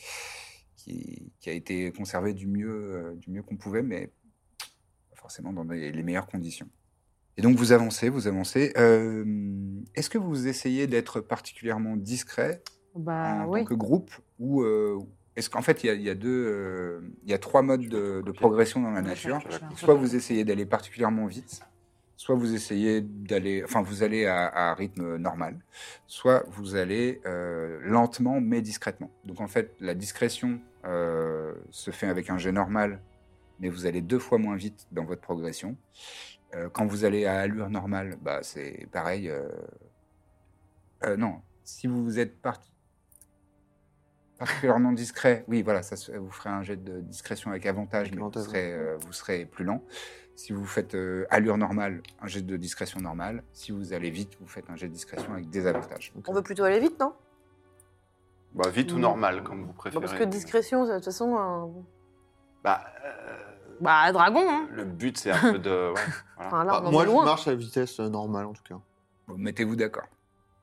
Speaker 1: qui, qui a été conservée du mieux, euh, du mieux qu'on pouvait, mais pas forcément dans les, les meilleures conditions. Et donc vous avancez, vous avancez. Euh, Est-ce que vous essayez d'être particulièrement discret
Speaker 5: Bah
Speaker 1: en
Speaker 5: oui.
Speaker 1: tant que groupe ou euh, est-ce qu'en fait il y a, il y a deux, euh, il y a trois modes de- de progression dans la
Speaker 5: Ouais,
Speaker 1: nature
Speaker 5: je vais la
Speaker 1: Soit vous essayez d'aller particulièrement vite, soit vous essayez d'aller, enfin vous allez à, à un rythme normal, soit vous allez euh, lentement mais discrètement. Donc en fait, la discrétion euh, se fait avec un jet normal, mais vous allez deux fois moins vite dans votre progression. Euh, quand vous allez à allure normale, bah c'est pareil. euh, euh, non, si vous êtes parti particulièrement discret, oui, voilà, ça se- vous ferez un jet de discrétion avec avantage,
Speaker 3: Avec
Speaker 1: mais vous
Speaker 3: avantage,
Speaker 1: serez, euh, vous serez plus lent. Si vous faites euh, allure normale, un jet de discrétion normale. Si vous allez vite, vous faites un jet de discrétion avec des avantages.
Speaker 4: On veut plutôt aller vite, non
Speaker 2: Bah, vite ou normal, comme vous
Speaker 4: Mmh. Bon,
Speaker 2: préférez.
Speaker 4: Parce que discrétion, de toute façon. un-
Speaker 2: Bah, euh,
Speaker 5: Bah, dragon, hein.
Speaker 2: le but, c'est un peu de. ouais, voilà.
Speaker 4: Enfin, là,
Speaker 3: Ah,
Speaker 4: on en
Speaker 3: Moi,
Speaker 4: est
Speaker 3: je
Speaker 4: loin.
Speaker 3: marche à vitesse euh, normale, en tout cas.
Speaker 1: Bon, Mettez-vous d'accord.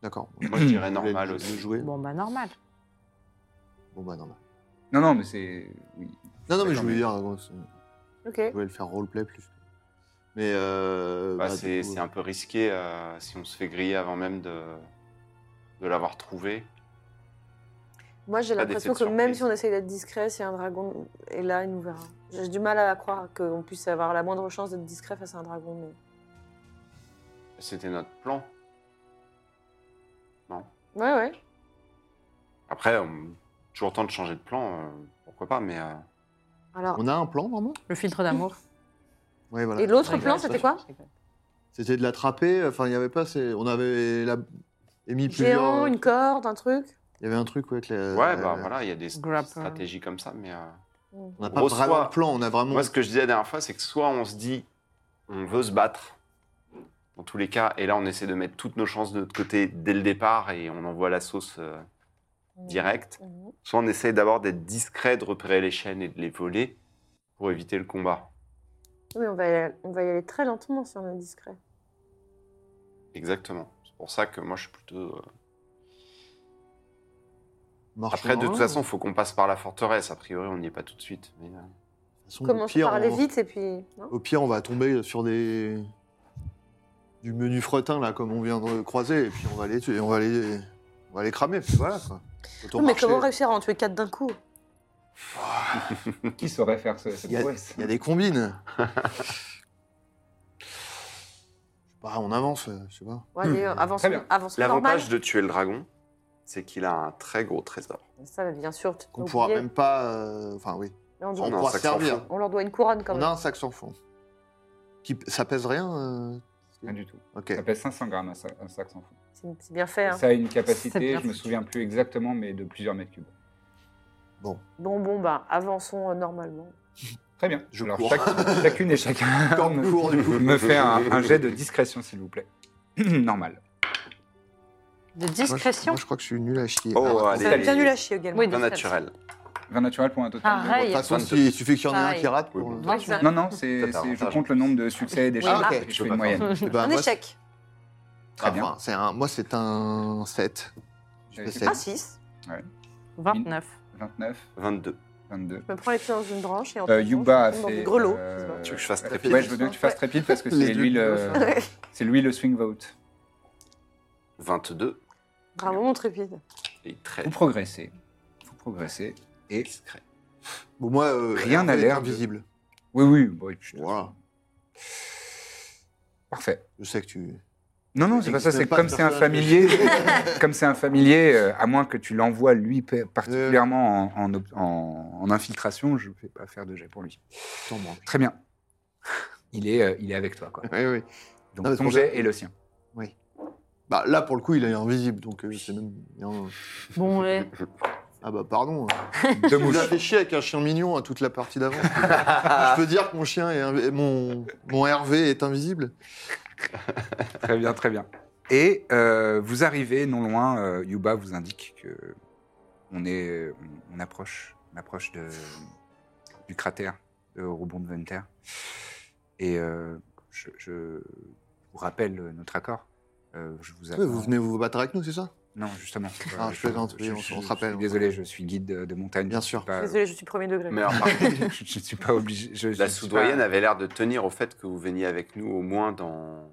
Speaker 3: D'accord.
Speaker 2: Moi, je dirais
Speaker 3: Vous voulez
Speaker 2: normal
Speaker 3: le-
Speaker 2: aussi.
Speaker 3: le jouer
Speaker 5: Bon, bah, normal.
Speaker 3: Bon, bah, normal.
Speaker 1: Non, non, mais c'est. Oui.
Speaker 3: Non, non, mais
Speaker 1: D'accord,
Speaker 3: je voulais
Speaker 1: mais-
Speaker 3: dire, euh, c'est-
Speaker 4: Ok.
Speaker 3: je voulais le faire roleplay plus. Mais. Euh,
Speaker 2: Bah,
Speaker 3: bah,
Speaker 2: c'est
Speaker 3: du coup,
Speaker 2: c'est un peu risqué euh, si on se fait griller avant même de, de l'avoir trouvé.
Speaker 4: Moi, j'ai
Speaker 2: Pas
Speaker 4: l'impression que
Speaker 2: d'effet de
Speaker 4: même
Speaker 2: surprise.
Speaker 4: si on essaye d'être discret, si un dragon est là, il nous verra. J'ai du mal à croire qu'on puisse avoir la moindre chance d'être discret face à un dragon. Mais...
Speaker 2: C'était notre plan. Non.
Speaker 4: Ouais, ouais.
Speaker 2: Après, on- toujours temps de changer de plan, euh, pourquoi pas, mais euh,
Speaker 4: Alors,
Speaker 3: On a un plan, vraiment
Speaker 5: Le filtre d'amour.
Speaker 3: Ouais, voilà.
Speaker 4: et l'autre
Speaker 5: rigole,
Speaker 4: plan,
Speaker 5: ça,
Speaker 4: c'était quoi
Speaker 3: C'était de l'attraper. Enfin, il y avait pas. ces- On avait la... émis plusieurs.
Speaker 4: Géant, une corde, un truc.
Speaker 3: Il y avait un truc ouais, avec la-
Speaker 2: ouais, bah voilà, il y a des st-
Speaker 5: Grapple.
Speaker 2: stratégies comme ça, mais euh,
Speaker 3: On n'a
Speaker 2: En
Speaker 3: pas
Speaker 2: gros,
Speaker 3: vraiment
Speaker 2: soit-
Speaker 3: de plan. On a vraiment.
Speaker 2: moi, ce que je disais la dernière fois, c'est que soit on se dit, on veut se battre, dans tous les cas, et là, on essaie de mettre toutes nos chances de notre côté dès le départ et on envoie la sauce euh, directe.
Speaker 4: Mhm.
Speaker 2: Soit on essaie d'abord d'être discret, de repérer les chaînes et de les voler pour éviter le combat.
Speaker 4: Oui, on va, y aller, on va y aller très lentement si on est discret.
Speaker 2: Exactement. C'est pour ça que moi, je suis plutôt. euh,
Speaker 3: Marchons
Speaker 2: Après, de
Speaker 3: dans
Speaker 2: toute
Speaker 3: la-
Speaker 2: façon, il faut qu'on passe par la forteresse. A priori, on n'y est pas tout de suite. Mais, euh,
Speaker 3: de toute façon, au
Speaker 4: Commençons
Speaker 3: pire,
Speaker 4: par aller
Speaker 3: on-
Speaker 4: vite et puis. hein. non
Speaker 3: Au pire, on va tomber sur des. Du menu fretin, là, comme on vient de croiser, et puis on va les tuer, on va les, on va les cramer, puis voilà, quoi. Autant
Speaker 4: Oui, mais
Speaker 3: marcher.
Speaker 4: comment réussir à en tuer quatre d'un coup
Speaker 1: Qui saurait faire ce, cette
Speaker 3: Il y a-
Speaker 1: prouesse
Speaker 3: Il y a des combines. je sais pas, on avance, euh, je sais pas.
Speaker 4: Ouais, allez, avance,
Speaker 1: Très bien.
Speaker 4: avance normal.
Speaker 2: L'avantage de tuer le dragon, c'est qu'il a un très gros trésor.
Speaker 4: Ça, bien sûr. tu
Speaker 3: Qu'on
Speaker 4: t'as
Speaker 3: pourra
Speaker 4: oublié.
Speaker 3: même pas. euh, Enfin, oui.
Speaker 4: Mais on,
Speaker 3: On,
Speaker 4: doit-
Speaker 2: a un
Speaker 3: pourra
Speaker 2: sac sans
Speaker 3: servir.
Speaker 2: fond.
Speaker 4: on leur doit une couronne quand
Speaker 3: On
Speaker 4: même.
Speaker 3: a un sac sans fond. Qui... Ça pèse rien euh,
Speaker 1: Rien du tout.
Speaker 3: Ok.
Speaker 1: Ça pèse 500 grammes, un sac, un sac sans fond.
Speaker 4: C'est c'est bien fait. hein.
Speaker 1: Ça a une
Speaker 5: C'est
Speaker 1: capacité,
Speaker 5: bien
Speaker 1: je me
Speaker 5: foutu.
Speaker 1: souviens plus exactement, mais de plusieurs mètres cubes.
Speaker 4: Bon, bon, bah, avançons euh, normalement.
Speaker 1: Très bien.
Speaker 3: Je
Speaker 1: Alors,
Speaker 3: cours.
Speaker 1: chaque- chacune et chacun
Speaker 3: Quand on court, du coup.
Speaker 1: me fait un, un jet de discrétion, s'il vous plaît. Normal.
Speaker 5: De
Speaker 3: Moi, je-
Speaker 5: discrétion
Speaker 3: Moi, je crois que je suis nul à chier. Ah,
Speaker 2: Oh,
Speaker 3: Alors,
Speaker 2: allez.
Speaker 4: Ça a bien nul à chier également.
Speaker 5: Oui,
Speaker 2: Bien naturel.
Speaker 1: Vin naturel pour un total. de-
Speaker 3: De
Speaker 5: Pareil.
Speaker 3: toute façon,
Speaker 2: Vingt-deux.
Speaker 3: si- il suffit qu'il y en ait un
Speaker 5: Pareil.
Speaker 3: qui rate pour.
Speaker 2: Oui,
Speaker 3: euh,
Speaker 5: Ouais, c'est ça.
Speaker 1: Non, non, c'est,
Speaker 2: Peut-être
Speaker 1: c'est- je
Speaker 2: avantage.
Speaker 1: compte le nombre de succès et d'échecs.
Speaker 3: Ah, ok.
Speaker 1: Je
Speaker 3: Je
Speaker 1: fais
Speaker 2: peux
Speaker 1: une
Speaker 2: pas
Speaker 1: moyenne.
Speaker 3: Eh ben,
Speaker 4: un
Speaker 3: moi,
Speaker 4: échec.
Speaker 1: Très
Speaker 3: Ah,
Speaker 1: bien.
Speaker 3: enfin, c'est un- moi, c'est un 7. Je fais
Speaker 1: J'avais fait
Speaker 3: sept.
Speaker 4: Ah, 6.
Speaker 5: 29.
Speaker 1: 29,
Speaker 2: 22.
Speaker 1: 22.
Speaker 4: Je me prends les pieds dans une branche et en
Speaker 1: Euh,
Speaker 4: tombant,
Speaker 1: Yuba a
Speaker 4: je tombe dans
Speaker 1: fait.
Speaker 4: du grelot.
Speaker 1: euh,
Speaker 4: excuse-moi.
Speaker 2: Tu veux que je fasse
Speaker 3: trépide
Speaker 1: Ouais, je veux bien que tu fasses trépide parce que
Speaker 3: Les
Speaker 1: c'est
Speaker 3: deux
Speaker 1: lui,
Speaker 3: kilos,
Speaker 1: le,
Speaker 3: ça.
Speaker 4: Ouais.
Speaker 1: c'est lui le swing vote.
Speaker 2: 22.
Speaker 4: Bravo, mon trépide.
Speaker 2: Et très
Speaker 1: Vous progressez. Vous progressez. Et
Speaker 2: discret.
Speaker 3: Bon, moi, euh,
Speaker 1: Rien n'a
Speaker 3: Hervé est
Speaker 1: l'air de-
Speaker 3: invisible.
Speaker 1: Oui, oui. bon, et puis-
Speaker 3: Voilà.
Speaker 1: Parfait.
Speaker 3: Je sais que tu.
Speaker 1: Non, non, c'est
Speaker 3: Il
Speaker 1: pas ça.
Speaker 3: n'existe
Speaker 1: C'est
Speaker 3: pas
Speaker 1: comme
Speaker 3: de
Speaker 1: c'est un
Speaker 3: personnage.
Speaker 1: familier, comme c'est un familier, euh, à moins que tu l'envoies lui pa- particulièrement en, en op- en- en infiltration, je ne vais pas faire de jet pour lui.
Speaker 3: T'en branles.
Speaker 1: Très bien. Il est, euh, il est avec toi, quoi.
Speaker 3: Oui, oui.
Speaker 1: Donc
Speaker 3: Non, mais
Speaker 1: ton
Speaker 3: Ah, pour-
Speaker 1: jet est le sien.
Speaker 3: Bah, là, pour le coup, il est invisible, donc euh, je sais même. il y en a-
Speaker 5: Bon, ouais.
Speaker 3: Ah, bah, pardon.
Speaker 1: Deux
Speaker 3: Tu nous as
Speaker 1: mouches.
Speaker 3: fait chier avec un chien mignon à toute la partie d'avant. je peux dire que mon chien est. invi- Mon... mon Hervé est invisible.
Speaker 1: Très bien, très bien. Et euh, vous arrivez non loin, euh, Yuba vous indique que on, est, on, on approche, on approche de, du cratère de Roubon de Venter. Et euh, je, je vous rappelle notre accord. Euh, je vous
Speaker 3: Ouais,
Speaker 1: attends-
Speaker 3: vous venez vous battre avec nous, c'est ça
Speaker 1: Non, justement.
Speaker 3: Ah, je plaisante, oui, on- on se rappelle.
Speaker 1: Je suis désolé, je suis guide de, de montagne.
Speaker 3: Bien
Speaker 1: je
Speaker 3: sûr.
Speaker 1: suis pas-
Speaker 4: Désolée, je suis premier degré.
Speaker 2: Mais alors, par contre,
Speaker 1: je ne suis pas obligé. je- je
Speaker 2: la
Speaker 1: suis
Speaker 2: soudoyenne
Speaker 1: pas-
Speaker 2: avait l'air de tenir au fait que vous veniez avec nous au moins dans,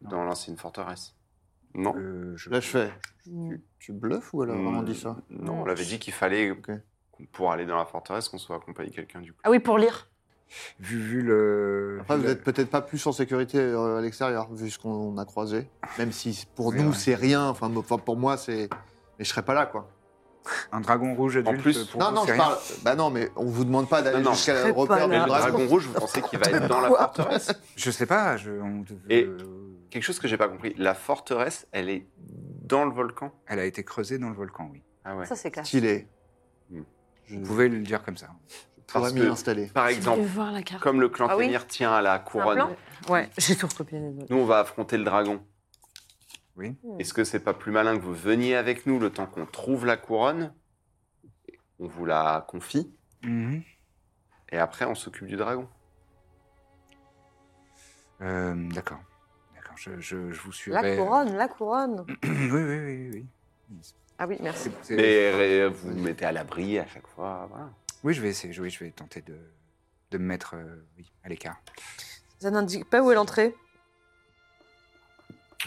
Speaker 2: dans l'ancienne forteresse. Non
Speaker 1: Euh, je-
Speaker 3: Là, je fais.
Speaker 5: Mm.
Speaker 3: Tu, tu bluffes ou elle a vraiment
Speaker 2: Hmm,
Speaker 3: dit ça
Speaker 2: Non, on l'avait dit qu'il fallait,
Speaker 3: Ok.
Speaker 2: qu'on- pour aller dans la forteresse, qu'on soit accompagné de quelqu'un du coup.
Speaker 5: Ah oui, pour lire.
Speaker 1: Vu, vu le.
Speaker 3: Après,
Speaker 1: vu
Speaker 3: vous
Speaker 1: le-
Speaker 3: n'êtes peut-être pas plus en sécurité euh, à l'extérieur, vu ce qu'on a croisé. Même si pour
Speaker 1: Oui,
Speaker 3: nous,
Speaker 1: ouais.
Speaker 3: c'est rien. Enfin, mo- enfin, pour moi, c'est. Mais je serais pas là, quoi.
Speaker 1: Un dragon rouge adulte.
Speaker 2: plus-
Speaker 1: pour
Speaker 3: Non,
Speaker 1: vous,
Speaker 3: non,
Speaker 1: c'est
Speaker 3: je
Speaker 1: rien.
Speaker 3: parle. Bah non, mais on vous demande pas d'aller
Speaker 2: Non, non.
Speaker 3: jusqu'à
Speaker 4: Très
Speaker 3: repère
Speaker 4: pas
Speaker 3: du
Speaker 2: Mais le
Speaker 4: là.
Speaker 3: dragon.
Speaker 2: dragon rouge, vous pensez qu'il va être dans la forteresse
Speaker 1: Je sais pas. Je... on-
Speaker 2: Et-
Speaker 1: euh,
Speaker 2: Quelque chose que j'ai pas compris. La forteresse, elle est dans le volcan
Speaker 1: Elle a été creusée dans le volcan, oui.
Speaker 2: Ah ouais.
Speaker 4: Ça, c'est classe.
Speaker 3: Stylé.
Speaker 2: Hmm.
Speaker 3: Je
Speaker 1: Vous pouvez le dire comme ça.
Speaker 3: pourrais
Speaker 2: parce
Speaker 3: m'y
Speaker 2: que-
Speaker 3: installer.
Speaker 2: Par
Speaker 5: Je vais
Speaker 2: exemple,
Speaker 5: voir la carte.
Speaker 2: comme le clan
Speaker 4: Ah oui.
Speaker 2: Ténir tient à la couronne,
Speaker 4: plan
Speaker 5: Ouais, j'ai tout recopié. désolé.
Speaker 2: nous on va affronter le dragon.
Speaker 1: Oui.
Speaker 4: Hmm.
Speaker 2: Est-ce que c'est pas plus malin que vous veniez avec nous le temps qu'on trouve la couronne On vous la confie
Speaker 1: Mhm.
Speaker 2: et après on s'occupe du dragon.
Speaker 1: Euh, D'accord. D'accord. Je, je- je vous suivrai.
Speaker 4: La couronne, la couronne.
Speaker 1: oui, oui, oui, oui, oui.
Speaker 4: Ah oui, merci.
Speaker 1: C'est-
Speaker 2: Mais euh, vous vous mettez à l'abri à chaque fois. voilà.
Speaker 1: Oui, je vais essayer. Oui, je vais tenter de, de me mettre euh, oui, à l'écart.
Speaker 4: Ça n'indique pas où est l'entrée.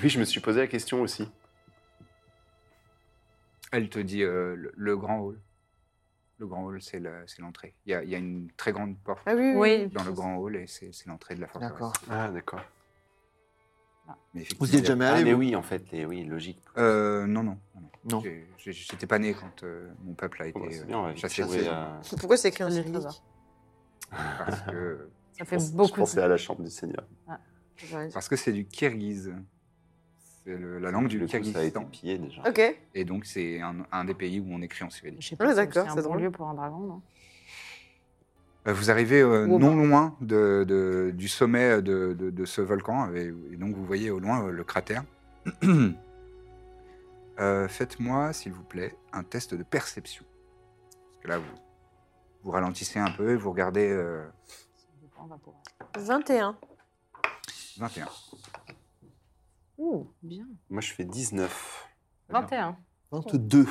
Speaker 2: Oui, je me suis posé la question aussi.
Speaker 1: Elle te dit euh, le, le grand hall. Le grand hall, c'est le- c'est l'entrée. Il y, a- il y a une très grande porte
Speaker 4: Ah oui,
Speaker 5: Oui.
Speaker 1: dans le grand hall et c'est c'est l'entrée de la forteresse.
Speaker 3: D'accord.
Speaker 2: Ah, d'accord.
Speaker 1: Mais
Speaker 3: Vous y
Speaker 1: effectivement,
Speaker 3: êtes jamais
Speaker 2: Ah,
Speaker 3: allé
Speaker 2: mais
Speaker 3: vous
Speaker 2: oui, en fait, les, oui, logique.
Speaker 1: Euh, non, non. non, non.
Speaker 3: Non.
Speaker 1: J'ai- j'ai- J'étais pas né quand euh, mon peuple a été
Speaker 2: Oh, bah, c'est
Speaker 1: euh,
Speaker 2: bien, on va vite
Speaker 1: chassé.
Speaker 2: trouver,
Speaker 1: C'est
Speaker 2: euh,
Speaker 4: Pourquoi c'est écrit en
Speaker 5: Le
Speaker 4: cyrillique
Speaker 5: trésor.
Speaker 1: euh, Parce que
Speaker 5: Ça fait
Speaker 2: je pense- Je
Speaker 5: beaucoup de
Speaker 2: pensais à la chambre du Seigneur.
Speaker 4: J'aurais dit.
Speaker 1: parce que c'est du kirghiz. C'est le- la langue du
Speaker 2: Le coup, ça a été
Speaker 1: Kyrgyzstan.
Speaker 2: pillé déjà.
Speaker 4: Ok.
Speaker 1: Et donc, c'est un, un des pays où on écrit en suédois.
Speaker 5: Je sais
Speaker 4: Ouais,
Speaker 5: pas,
Speaker 4: d'accord,
Speaker 5: c'est un
Speaker 4: c'est
Speaker 5: bon
Speaker 4: drôle.
Speaker 5: lieu pour un dragon, non
Speaker 1: Euh, Vous arrivez euh,
Speaker 4: Wow.
Speaker 1: non loin de, de- du sommet de, de- de ce volcan, et, et donc vous voyez au loin euh, le cratère. Euh, Faites-moi, s'il vous plaît, un test de perception. Parce que là, vous, vous ralentissez un peu et vous regardez euh,
Speaker 5: On va pour...
Speaker 4: 21.
Speaker 1: 21.
Speaker 5: Ouh, bien.
Speaker 2: Moi, je fais 19.
Speaker 5: 21.
Speaker 3: 22.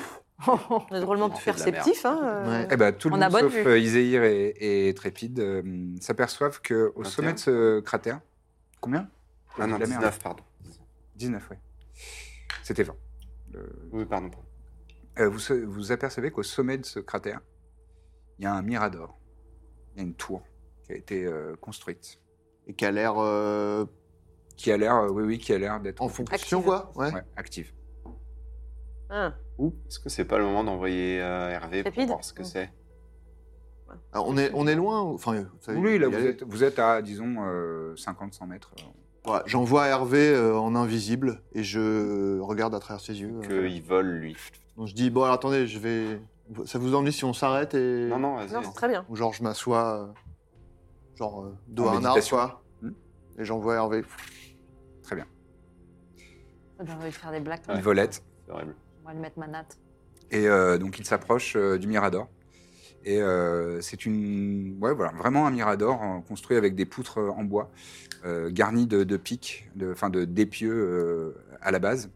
Speaker 4: On est drôlement
Speaker 2: On fait de la
Speaker 4: perceptif, hein. euh.
Speaker 1: Eh ben, tout le
Speaker 5: On a
Speaker 1: monde
Speaker 5: bonne
Speaker 1: sauf
Speaker 5: vue.
Speaker 1: euh, Iséir et, et Trépide euh, s'aperçoivent qu'au
Speaker 2: 21.
Speaker 1: sommet de ce cratère, combien
Speaker 2: Ah non,
Speaker 1: La merde.
Speaker 2: 19, pardon.
Speaker 1: 19, oui. C'était 20. Le-
Speaker 2: Oui, pardon. pardon.
Speaker 1: Euh, vous, se- vous apercevez qu'au sommet de ce cratère, il y a un mirador. Il y a une tour qui a été euh, construite.
Speaker 3: Et qui a l'air euh,
Speaker 1: Qui a l'air, euh, oui, oui, qui a l'air d'être
Speaker 3: en fonction, quoi. Ouais.
Speaker 1: Ouais, active.
Speaker 4: Ah.
Speaker 2: Est-ce que c'est pas le moment d'envoyer euh, Hervé pour
Speaker 4: Rapide.
Speaker 2: voir ce que c'est
Speaker 3: Alors, on, est, on est loin ou- Enfin, ça y est,
Speaker 1: Oui, là,
Speaker 3: y
Speaker 1: vous
Speaker 3: aller.
Speaker 1: êtes, vous êtes à, disons, 50-100 mètres. euh,
Speaker 3: Ouais, J'envoie Hervé euh, en invisible et je regarde à travers ses yeux. euh.
Speaker 2: Qu'il vole, lui.
Speaker 3: Donc, je dis, bon, alors, attendez, je vais. Ça vous ennuie si on s'arrête et.
Speaker 2: Non, non, vas-y.
Speaker 4: Non, c'est très bien.
Speaker 3: Ou genre, je m'assois, euh, genre, euh, dos
Speaker 1: En
Speaker 3: à un arbre,
Speaker 1: méditation.
Speaker 3: quoi.
Speaker 1: Hmm.
Speaker 3: Et j'envoie Hervé.
Speaker 5: On va lui faire des blagues.
Speaker 1: Une volette.
Speaker 2: C'est horrible.
Speaker 5: On va lui mettre ma natte.
Speaker 1: Et euh, donc, il s'approche euh, du mirador. Et euh, c'est une, ouais, voilà, vraiment un mirador euh, construit avec des poutres euh, en bois, euh, garnies de, de pics, de, enfin de d'épieux euh, à la base,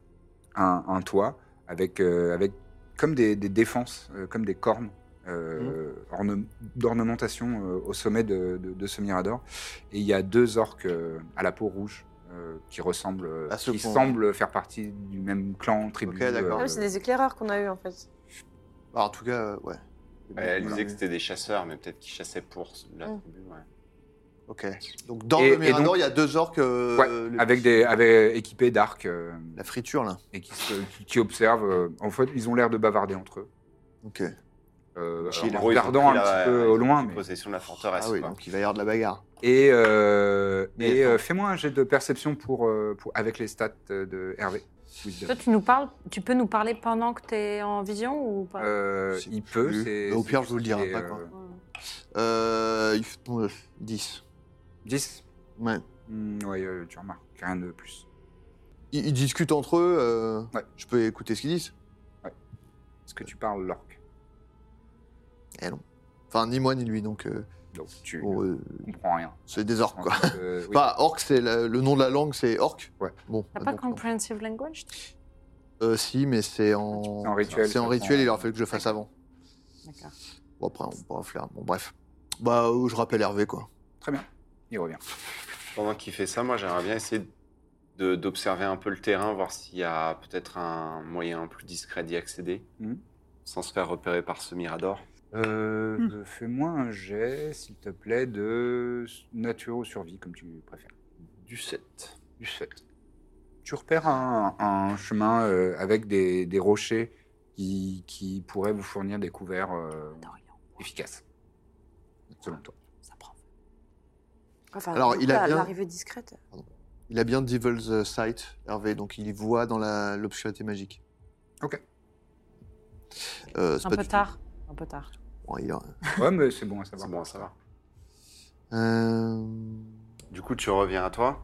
Speaker 1: un, un toit avec euh, avec comme des, des défenses, euh, comme des cornes euh,
Speaker 3: Mmh.
Speaker 1: orne- d'ornementation euh, au sommet de, de- de ce mirador. Et il y a deux orques euh, à la peau rouge euh, qui ressemblent, euh,
Speaker 3: À ce
Speaker 1: qui
Speaker 3: point.
Speaker 1: semblent faire partie du même clan tribu. euh,
Speaker 3: Ok, d'accord.
Speaker 4: Ah, mais c'est des éclaireurs qu'on a eu en fait.
Speaker 3: Bah, en tout cas, euh, ouais.
Speaker 2: Ouais, elle
Speaker 3: Voilà.
Speaker 2: disait que c'était des chasseurs, mais peut-être qu'ils chassaient pour la
Speaker 4: Mm.
Speaker 2: tribu. Ouais.
Speaker 3: Ok. Donc, dans
Speaker 1: Et- et
Speaker 3: le mirador,
Speaker 1: donc-
Speaker 3: il y a deux orques. euh,
Speaker 1: Ouais,
Speaker 3: les-
Speaker 1: avec des avec, équipés d'arcs euh,
Speaker 3: La friture, là.
Speaker 1: et qui, se- qui- qui observent. euh, en fait, ils ont l'air de bavarder entre eux.
Speaker 3: Ok.
Speaker 1: Euh,
Speaker 2: Chez les
Speaker 1: en
Speaker 2: gros, ils ont
Speaker 1: regardant un
Speaker 2: pris la-
Speaker 1: petit peu au loin. mais-
Speaker 2: Possession de la forteresse.
Speaker 3: Ah oui,
Speaker 2: quoi.
Speaker 3: donc il va y avoir de la bagarre.
Speaker 1: Et, euh,
Speaker 3: Mais
Speaker 1: et, euh,
Speaker 3: attends.
Speaker 1: fais-moi un jet de perception pour, euh, pour, avec les stats euh, de Hervé. Wisdom.
Speaker 5: Toi, tu nous parles, tu peux nous parler pendant que t'es en vision ou pas
Speaker 1: Euh,
Speaker 3: Je sais
Speaker 1: il peut.
Speaker 3: plus.
Speaker 1: c'est-
Speaker 3: Mais au pire, je vous le dirai
Speaker 1: c'est,
Speaker 3: pas, quoi.
Speaker 1: euh,
Speaker 3: Euh, il fait euh, 10.
Speaker 1: 10
Speaker 3: Ouais.
Speaker 1: Hmm, Ouais, euh, tu remarques rien de plus.
Speaker 3: Ils, ils discutent entre eux. euh,
Speaker 1: Ouais.
Speaker 3: Je peux écouter ce qu'ils disent.
Speaker 1: Est-ce que tu parles l'orque
Speaker 3: Eh non. Enfin, ni moi ni lui, donc euh,
Speaker 1: Donc tu
Speaker 3: bon, euh,
Speaker 1: comprends rien.
Speaker 3: c'est des orques, quoi.
Speaker 1: Euh, oui.
Speaker 3: Pas orc, c'est la- le nom de la langue, c'est orc.
Speaker 1: Ouais.
Speaker 3: Bon.
Speaker 5: T'as pas
Speaker 3: donc,
Speaker 5: comprehensive language
Speaker 3: euh, si, mais c'est en...
Speaker 1: C'est en rituel,
Speaker 3: C'est en
Speaker 1: ça,
Speaker 3: rituel,
Speaker 1: en-
Speaker 3: il aura fallu que je le fasse avant.
Speaker 5: D'accord.
Speaker 3: Bon, après, on pourra faire. Bon, bref. Bah, euh, je rappelle Hervé, quoi.
Speaker 1: Très bien. Il revient.
Speaker 2: Pendant qu'il fait ça, moi j'aimerais bien essayer de- d'observer un peu le terrain, voir s'il y a peut-être un moyen plus discret d'y accéder,
Speaker 1: Mhm.
Speaker 2: sans se faire repérer par ce mirador.
Speaker 1: Euh,
Speaker 2: Hmm.
Speaker 1: euh, Fais-moi un jet, s'il te plaît, de s- nature ou survie, comme tu préfères.
Speaker 2: Du 7.
Speaker 1: Du fait. Tu repères un, un chemin euh, avec des, des rochers qui, qui pourraient vous fournir des couverts euh, efficaces, selon toi.
Speaker 5: Ça prend.
Speaker 4: Enfin,
Speaker 5: Ah,
Speaker 3: Alors,
Speaker 4: du
Speaker 3: il
Speaker 4: coup,
Speaker 3: a
Speaker 4: la-
Speaker 3: bien-
Speaker 4: l'arrivée discrète.
Speaker 3: Il a bien Devil's euh, Sight, Hervé, donc il y voit dans la- l'obscurité magique.
Speaker 1: Ok.
Speaker 3: Euh, c'est
Speaker 5: Un
Speaker 3: pas
Speaker 5: peu
Speaker 3: du tout-
Speaker 5: tard. Un peu tard.
Speaker 3: Bon, il a-
Speaker 1: Ouais, mais c'est bon à
Speaker 2: C'est
Speaker 1: savoir.
Speaker 2: bon, ça va.
Speaker 3: Euh,
Speaker 2: Du coup, tu reviens à toi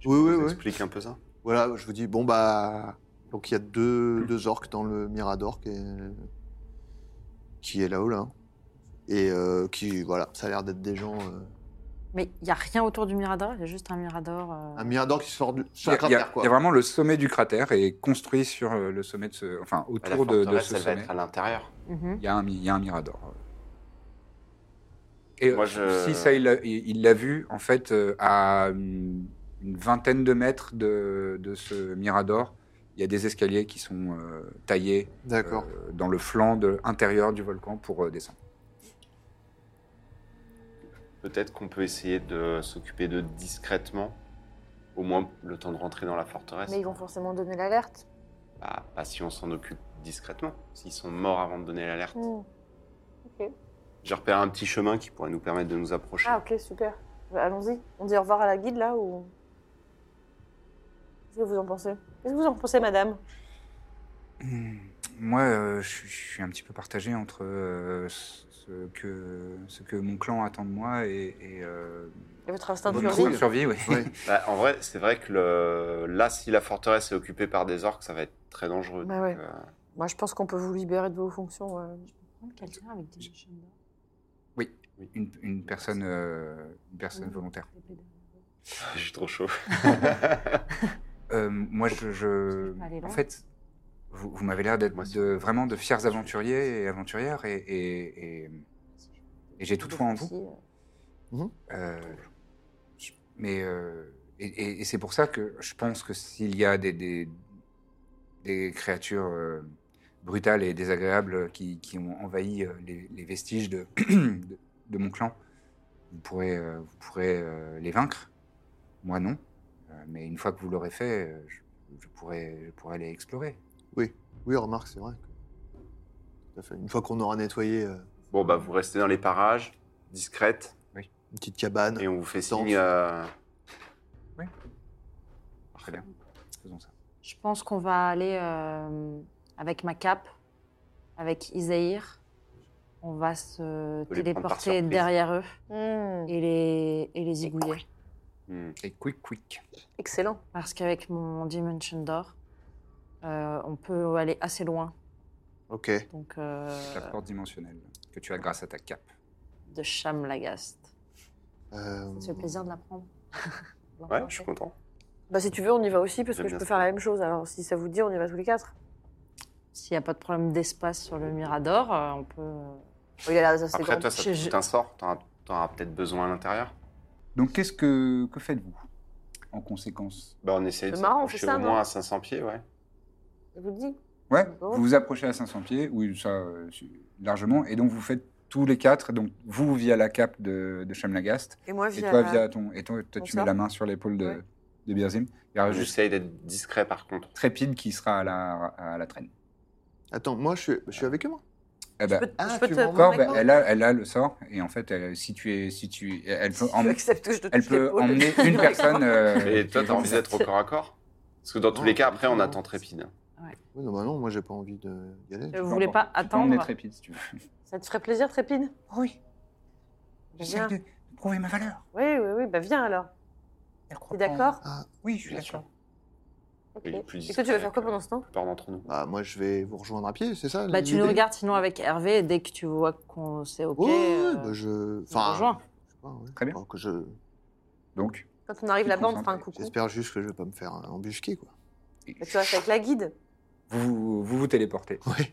Speaker 2: Je
Speaker 3: Oui,
Speaker 2: vous
Speaker 3: oui, oui.
Speaker 2: explique un peu ça
Speaker 3: Voilà, je vous dis, bon, bah. Donc il y a deux, deux orques dans le Mirador qui est, qui est là-haut, là. hein. Et euh, qui, voilà, ça a l'air d'être des gens. euh,
Speaker 5: Mais il y a rien autour du mirador, il y a juste un mirador. euh,
Speaker 1: Ah.
Speaker 3: Un Mirador qui sort du
Speaker 1: Il
Speaker 3: sur
Speaker 1: y,
Speaker 3: le
Speaker 1: a- il y a
Speaker 3: cratère, quoi.
Speaker 1: il y a vraiment le sommet du cratère et construit sur euh, le sommet de ce, enfin
Speaker 2: Bah, La
Speaker 1: autour de, de
Speaker 2: forteresse,
Speaker 1: ce
Speaker 2: elle va
Speaker 1: sommet.
Speaker 2: être à l'intérieur.
Speaker 5: mhm.
Speaker 1: Il y, a un mi- il y a un mirador. Et
Speaker 2: Moi,
Speaker 1: euh,
Speaker 2: je-
Speaker 1: si ça, il l'a- il il l'a vu, en fait, euh, à une une vingtaine de mètres de, de ce mirador, Il y a des escaliers qui sont euh, taillés
Speaker 3: D'accord.
Speaker 1: euh, dans le flanc de- intérieur du volcan pour euh, descendre.
Speaker 2: Peut-être qu'on peut essayer de s'occuper d'eux discrètement, au moins le temps de rentrer dans la forteresse.
Speaker 4: Mais ils vont forcément donner l'alerte.
Speaker 2: Bah, pas si on s'en occupe discrètement, s'ils sont morts avant de donner l'alerte.
Speaker 4: Hmm.
Speaker 2: J'ai repéré un petit chemin qui pourrait nous permettre de nous approcher.
Speaker 4: Ah, ok, super. Bah, Allons-y. On dit au revoir à la guide, là, ou. Qu'est-ce que vous en pensez Qu'est-ce que vous en pensez, madame
Speaker 1: Mmh. Moi, euh, je suis- je suis un petit peu partagé entre euh, ce, que, ce que mon clan attend de moi et, et, euh,
Speaker 4: Et votre instinct de
Speaker 1: mon
Speaker 3: Bonne
Speaker 4: survie
Speaker 1: instinct de survie. oui.
Speaker 3: Ouais.
Speaker 2: Bah, en vrai, c'est vrai que le... là, si la forteresse est occupée par des orques, ça va être très dangereux.
Speaker 4: Bah ouais.
Speaker 2: donc, euh,
Speaker 4: Moi, je pense qu'on peut vous libérer de vos fonctions. euh, ouais.
Speaker 5: Quelqu'un avec des machines d'or.
Speaker 1: Une, une personne, euh, une personne volontaire.
Speaker 2: je suis trop chaud.
Speaker 1: Euh, moi, je, je-
Speaker 5: Je vais aller
Speaker 1: en
Speaker 5: loin.
Speaker 1: fait, vous, vous m'avez l'air d'être
Speaker 2: Moi aussi.
Speaker 1: de- vraiment de fiers aventuriers et aventurières, et, et- et- et j'ai toute foi en vous.
Speaker 4: Aussi, euh,
Speaker 1: Euh, je- mais euh, et, et- et c'est pour ça que je pense que s'il y a des, des, des créatures euh, brutales et désagréables qui, qui ont envahi euh, les, les vestiges de, de, de mon clan, vous pourrez, euh, vous pourrez euh, les vaincre. Moi non. Euh, mais une fois que vous l'aurez fait, euh, je, je pourrai, je pourrai aller explorer.
Speaker 3: Oui, remarque, c'est vrai. que- Tout à fait. Une fois qu'on aura nettoyé euh,
Speaker 2: Bon, bah, vous restez dans les parages, discrète,
Speaker 3: une petite cabane.
Speaker 2: et on vous fait
Speaker 3: Danse.
Speaker 2: signe. euh,
Speaker 1: Très bien. Faisons ça.
Speaker 5: Je pense qu'on va aller euh, avec ma cape, avec Isaïr. On va se
Speaker 2: peut les prendre par
Speaker 5: téléporter
Speaker 2: surprise.
Speaker 5: derrière eux
Speaker 4: hmm,
Speaker 5: et les, et les zigouiller.
Speaker 2: hmm.
Speaker 1: Et quick, quick.
Speaker 4: Excellent.
Speaker 5: Parce qu'avec mon Dimension Door, euh, on peut aller assez loin.
Speaker 3: Ok.
Speaker 5: Donc, euh,
Speaker 1: La porte dimensionnelle que tu as grâce à ta cape.
Speaker 5: de Chamlagast.
Speaker 3: Euh,
Speaker 5: Ça te fait plaisir de l'apprendre
Speaker 2: Ouais, je suis content.
Speaker 4: Bah, si tu veux, on y va aussi, parce
Speaker 2: J'aime
Speaker 4: que je
Speaker 2: bien
Speaker 4: peux
Speaker 2: ça.
Speaker 4: faire la même chose. Alors, si ça vous dit, on y va tous les quatre.
Speaker 5: S'il n'y a pas de problème d'espace sur le Mirador, euh, on peut.
Speaker 4: Oui, là, ça, c'est
Speaker 2: Après,
Speaker 4: grand.
Speaker 2: toi, ça
Speaker 5: Je-
Speaker 2: te
Speaker 5: je-
Speaker 2: coûte un sort, t'en as- t'en auras peut-être besoin à l'intérieur.
Speaker 1: Donc qu'est-ce que, que faites-vous en conséquence
Speaker 2: Bah, on essaie de
Speaker 4: C'est marrant, on fait
Speaker 2: s'approcher
Speaker 4: ça,
Speaker 2: au
Speaker 4: non
Speaker 2: moins à 500 pieds, ouais.
Speaker 4: Je vous le dis.
Speaker 1: Ouais,
Speaker 4: Bon.
Speaker 1: vous vous approchez à 500 pieds, oui, ça, euh, su- largement, et donc vous faites tous les quatre, donc vous via la cape de, de Shamlagast,
Speaker 4: Et moi,
Speaker 1: et
Speaker 4: via.
Speaker 1: toi via ton. Et toi, toi,
Speaker 4: Mon
Speaker 1: tu mets
Speaker 4: sort.
Speaker 1: la main sur l'épaule de,
Speaker 4: Ouais.
Speaker 1: de Birzim. Il y a Ah, juste
Speaker 2: J'essaye d'être discret par contre.
Speaker 1: Trépide qui sera à la, à la traîne.
Speaker 3: Attends, moi, je suis, je suis avec eux, moi
Speaker 1: Eh ben,
Speaker 4: Je peux,
Speaker 3: Ah,
Speaker 4: je peux
Speaker 3: tu
Speaker 4: te
Speaker 3: m'en
Speaker 4: prendre
Speaker 1: Corbe,
Speaker 4: avec moi
Speaker 1: elle a, elle a le sort, et en fait, elle, si tu es. Si tu, elle peut,
Speaker 4: Si
Speaker 1: emmener-
Speaker 4: tu acceptes que je te
Speaker 1: elle
Speaker 4: touche
Speaker 1: peut
Speaker 4: l'épaule.
Speaker 1: emmener une personne. euh,
Speaker 2: Et toi,
Speaker 1: qui-
Speaker 2: t'as envie d'être au corps à corps Parce que dans tous les cas, après, on
Speaker 3: non.
Speaker 2: attend Trépide.
Speaker 3: Oui, non, bah non, moi, j'ai pas envie de y aller.
Speaker 5: Euh,
Speaker 1: Peu
Speaker 5: Vous voulez pas
Speaker 1: importe, tu peux emmener
Speaker 5: attendre
Speaker 1: Trépide si tu veux.
Speaker 4: Ça te ferait plaisir, Trépide Oui.
Speaker 1: J'essaie
Speaker 4: Viens.
Speaker 1: de prouver ma valeur.
Speaker 4: Oui, oui, oui. Bah, viens alors.
Speaker 1: Elle croit
Speaker 4: T'es
Speaker 1: pas en-
Speaker 4: d'accord
Speaker 1: Oui, je suis
Speaker 2: Bien sûr.
Speaker 1: d'accord.
Speaker 4: Ok.
Speaker 2: Il est plus
Speaker 4: Et toi, tu vas
Speaker 2: discret
Speaker 4: faire quoi
Speaker 2: que-
Speaker 4: pendant ce temps
Speaker 2: La plupart d'entre nous.
Speaker 3: Bah, moi, je vais vous rejoindre à pied, c'est ça
Speaker 5: Bah, tu
Speaker 3: l'idée
Speaker 5: nous regardes sinon avec Hervé, et dès que tu vois qu'on c'est OK.
Speaker 3: Ouais, ouais,
Speaker 5: euh,
Speaker 3: bah, je.
Speaker 5: on se rejoint.
Speaker 3: je sais pas, ouais.
Speaker 1: Très bien.
Speaker 3: Alors que je-
Speaker 1: Donc,
Speaker 4: Quand on arrive
Speaker 1: Tu
Speaker 4: là-bas, on
Speaker 1: te
Speaker 4: te fera un coucou.
Speaker 3: J'espère juste que je vais pas me faire euh, embusquer, quoi.
Speaker 4: Bah, tu restes avec la guide.
Speaker 1: vous- vous vous téléportez.
Speaker 3: Ouais.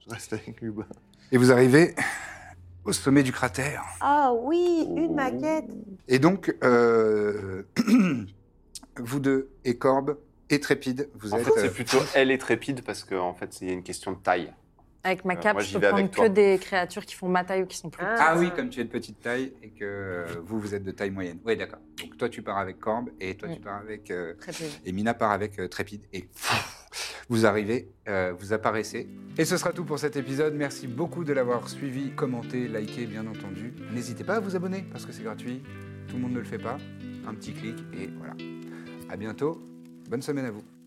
Speaker 3: Je reste avec lui. bah.
Speaker 1: Et vous arrivez au sommet du cratère.
Speaker 4: Ah oui,
Speaker 2: Oh.
Speaker 4: une maquette.
Speaker 1: Et donc, euh, vous deux, et Corbe, et Trépide, vous
Speaker 2: En
Speaker 1: êtes...
Speaker 2: fait, c'est
Speaker 1: euh,
Speaker 2: plutôt elle est Trépide parce qu'en en fait, il y a une question de taille.
Speaker 5: Avec ma
Speaker 2: Euh,
Speaker 5: cape,
Speaker 2: moi, j'y
Speaker 5: je peux
Speaker 2: vais avec
Speaker 5: prendre
Speaker 2: toi.
Speaker 5: que des créatures qui font ma taille ou qui sont plus
Speaker 4: Ah.
Speaker 5: petites.
Speaker 1: Ah oui, comme tu es de petite taille et que euh, vous, vous êtes de taille moyenne. Oui, d'accord. Donc toi, tu pars avec Corbe et toi, tu
Speaker 5: Mm.
Speaker 1: pars avec... euh,
Speaker 5: Très bien.
Speaker 1: et Mina part avec euh, Trépide. Et pff, vous arrivez, euh, vous apparaissez. Et ce sera tout pour cet épisode. Merci beaucoup de l'avoir suivi, commenté, liké, bien entendu. N'hésitez pas à vous abonner parce que c'est gratuit. Tout le monde ne le fait pas. Un petit clic et voilà. À bientôt. Bonne semaine à vous.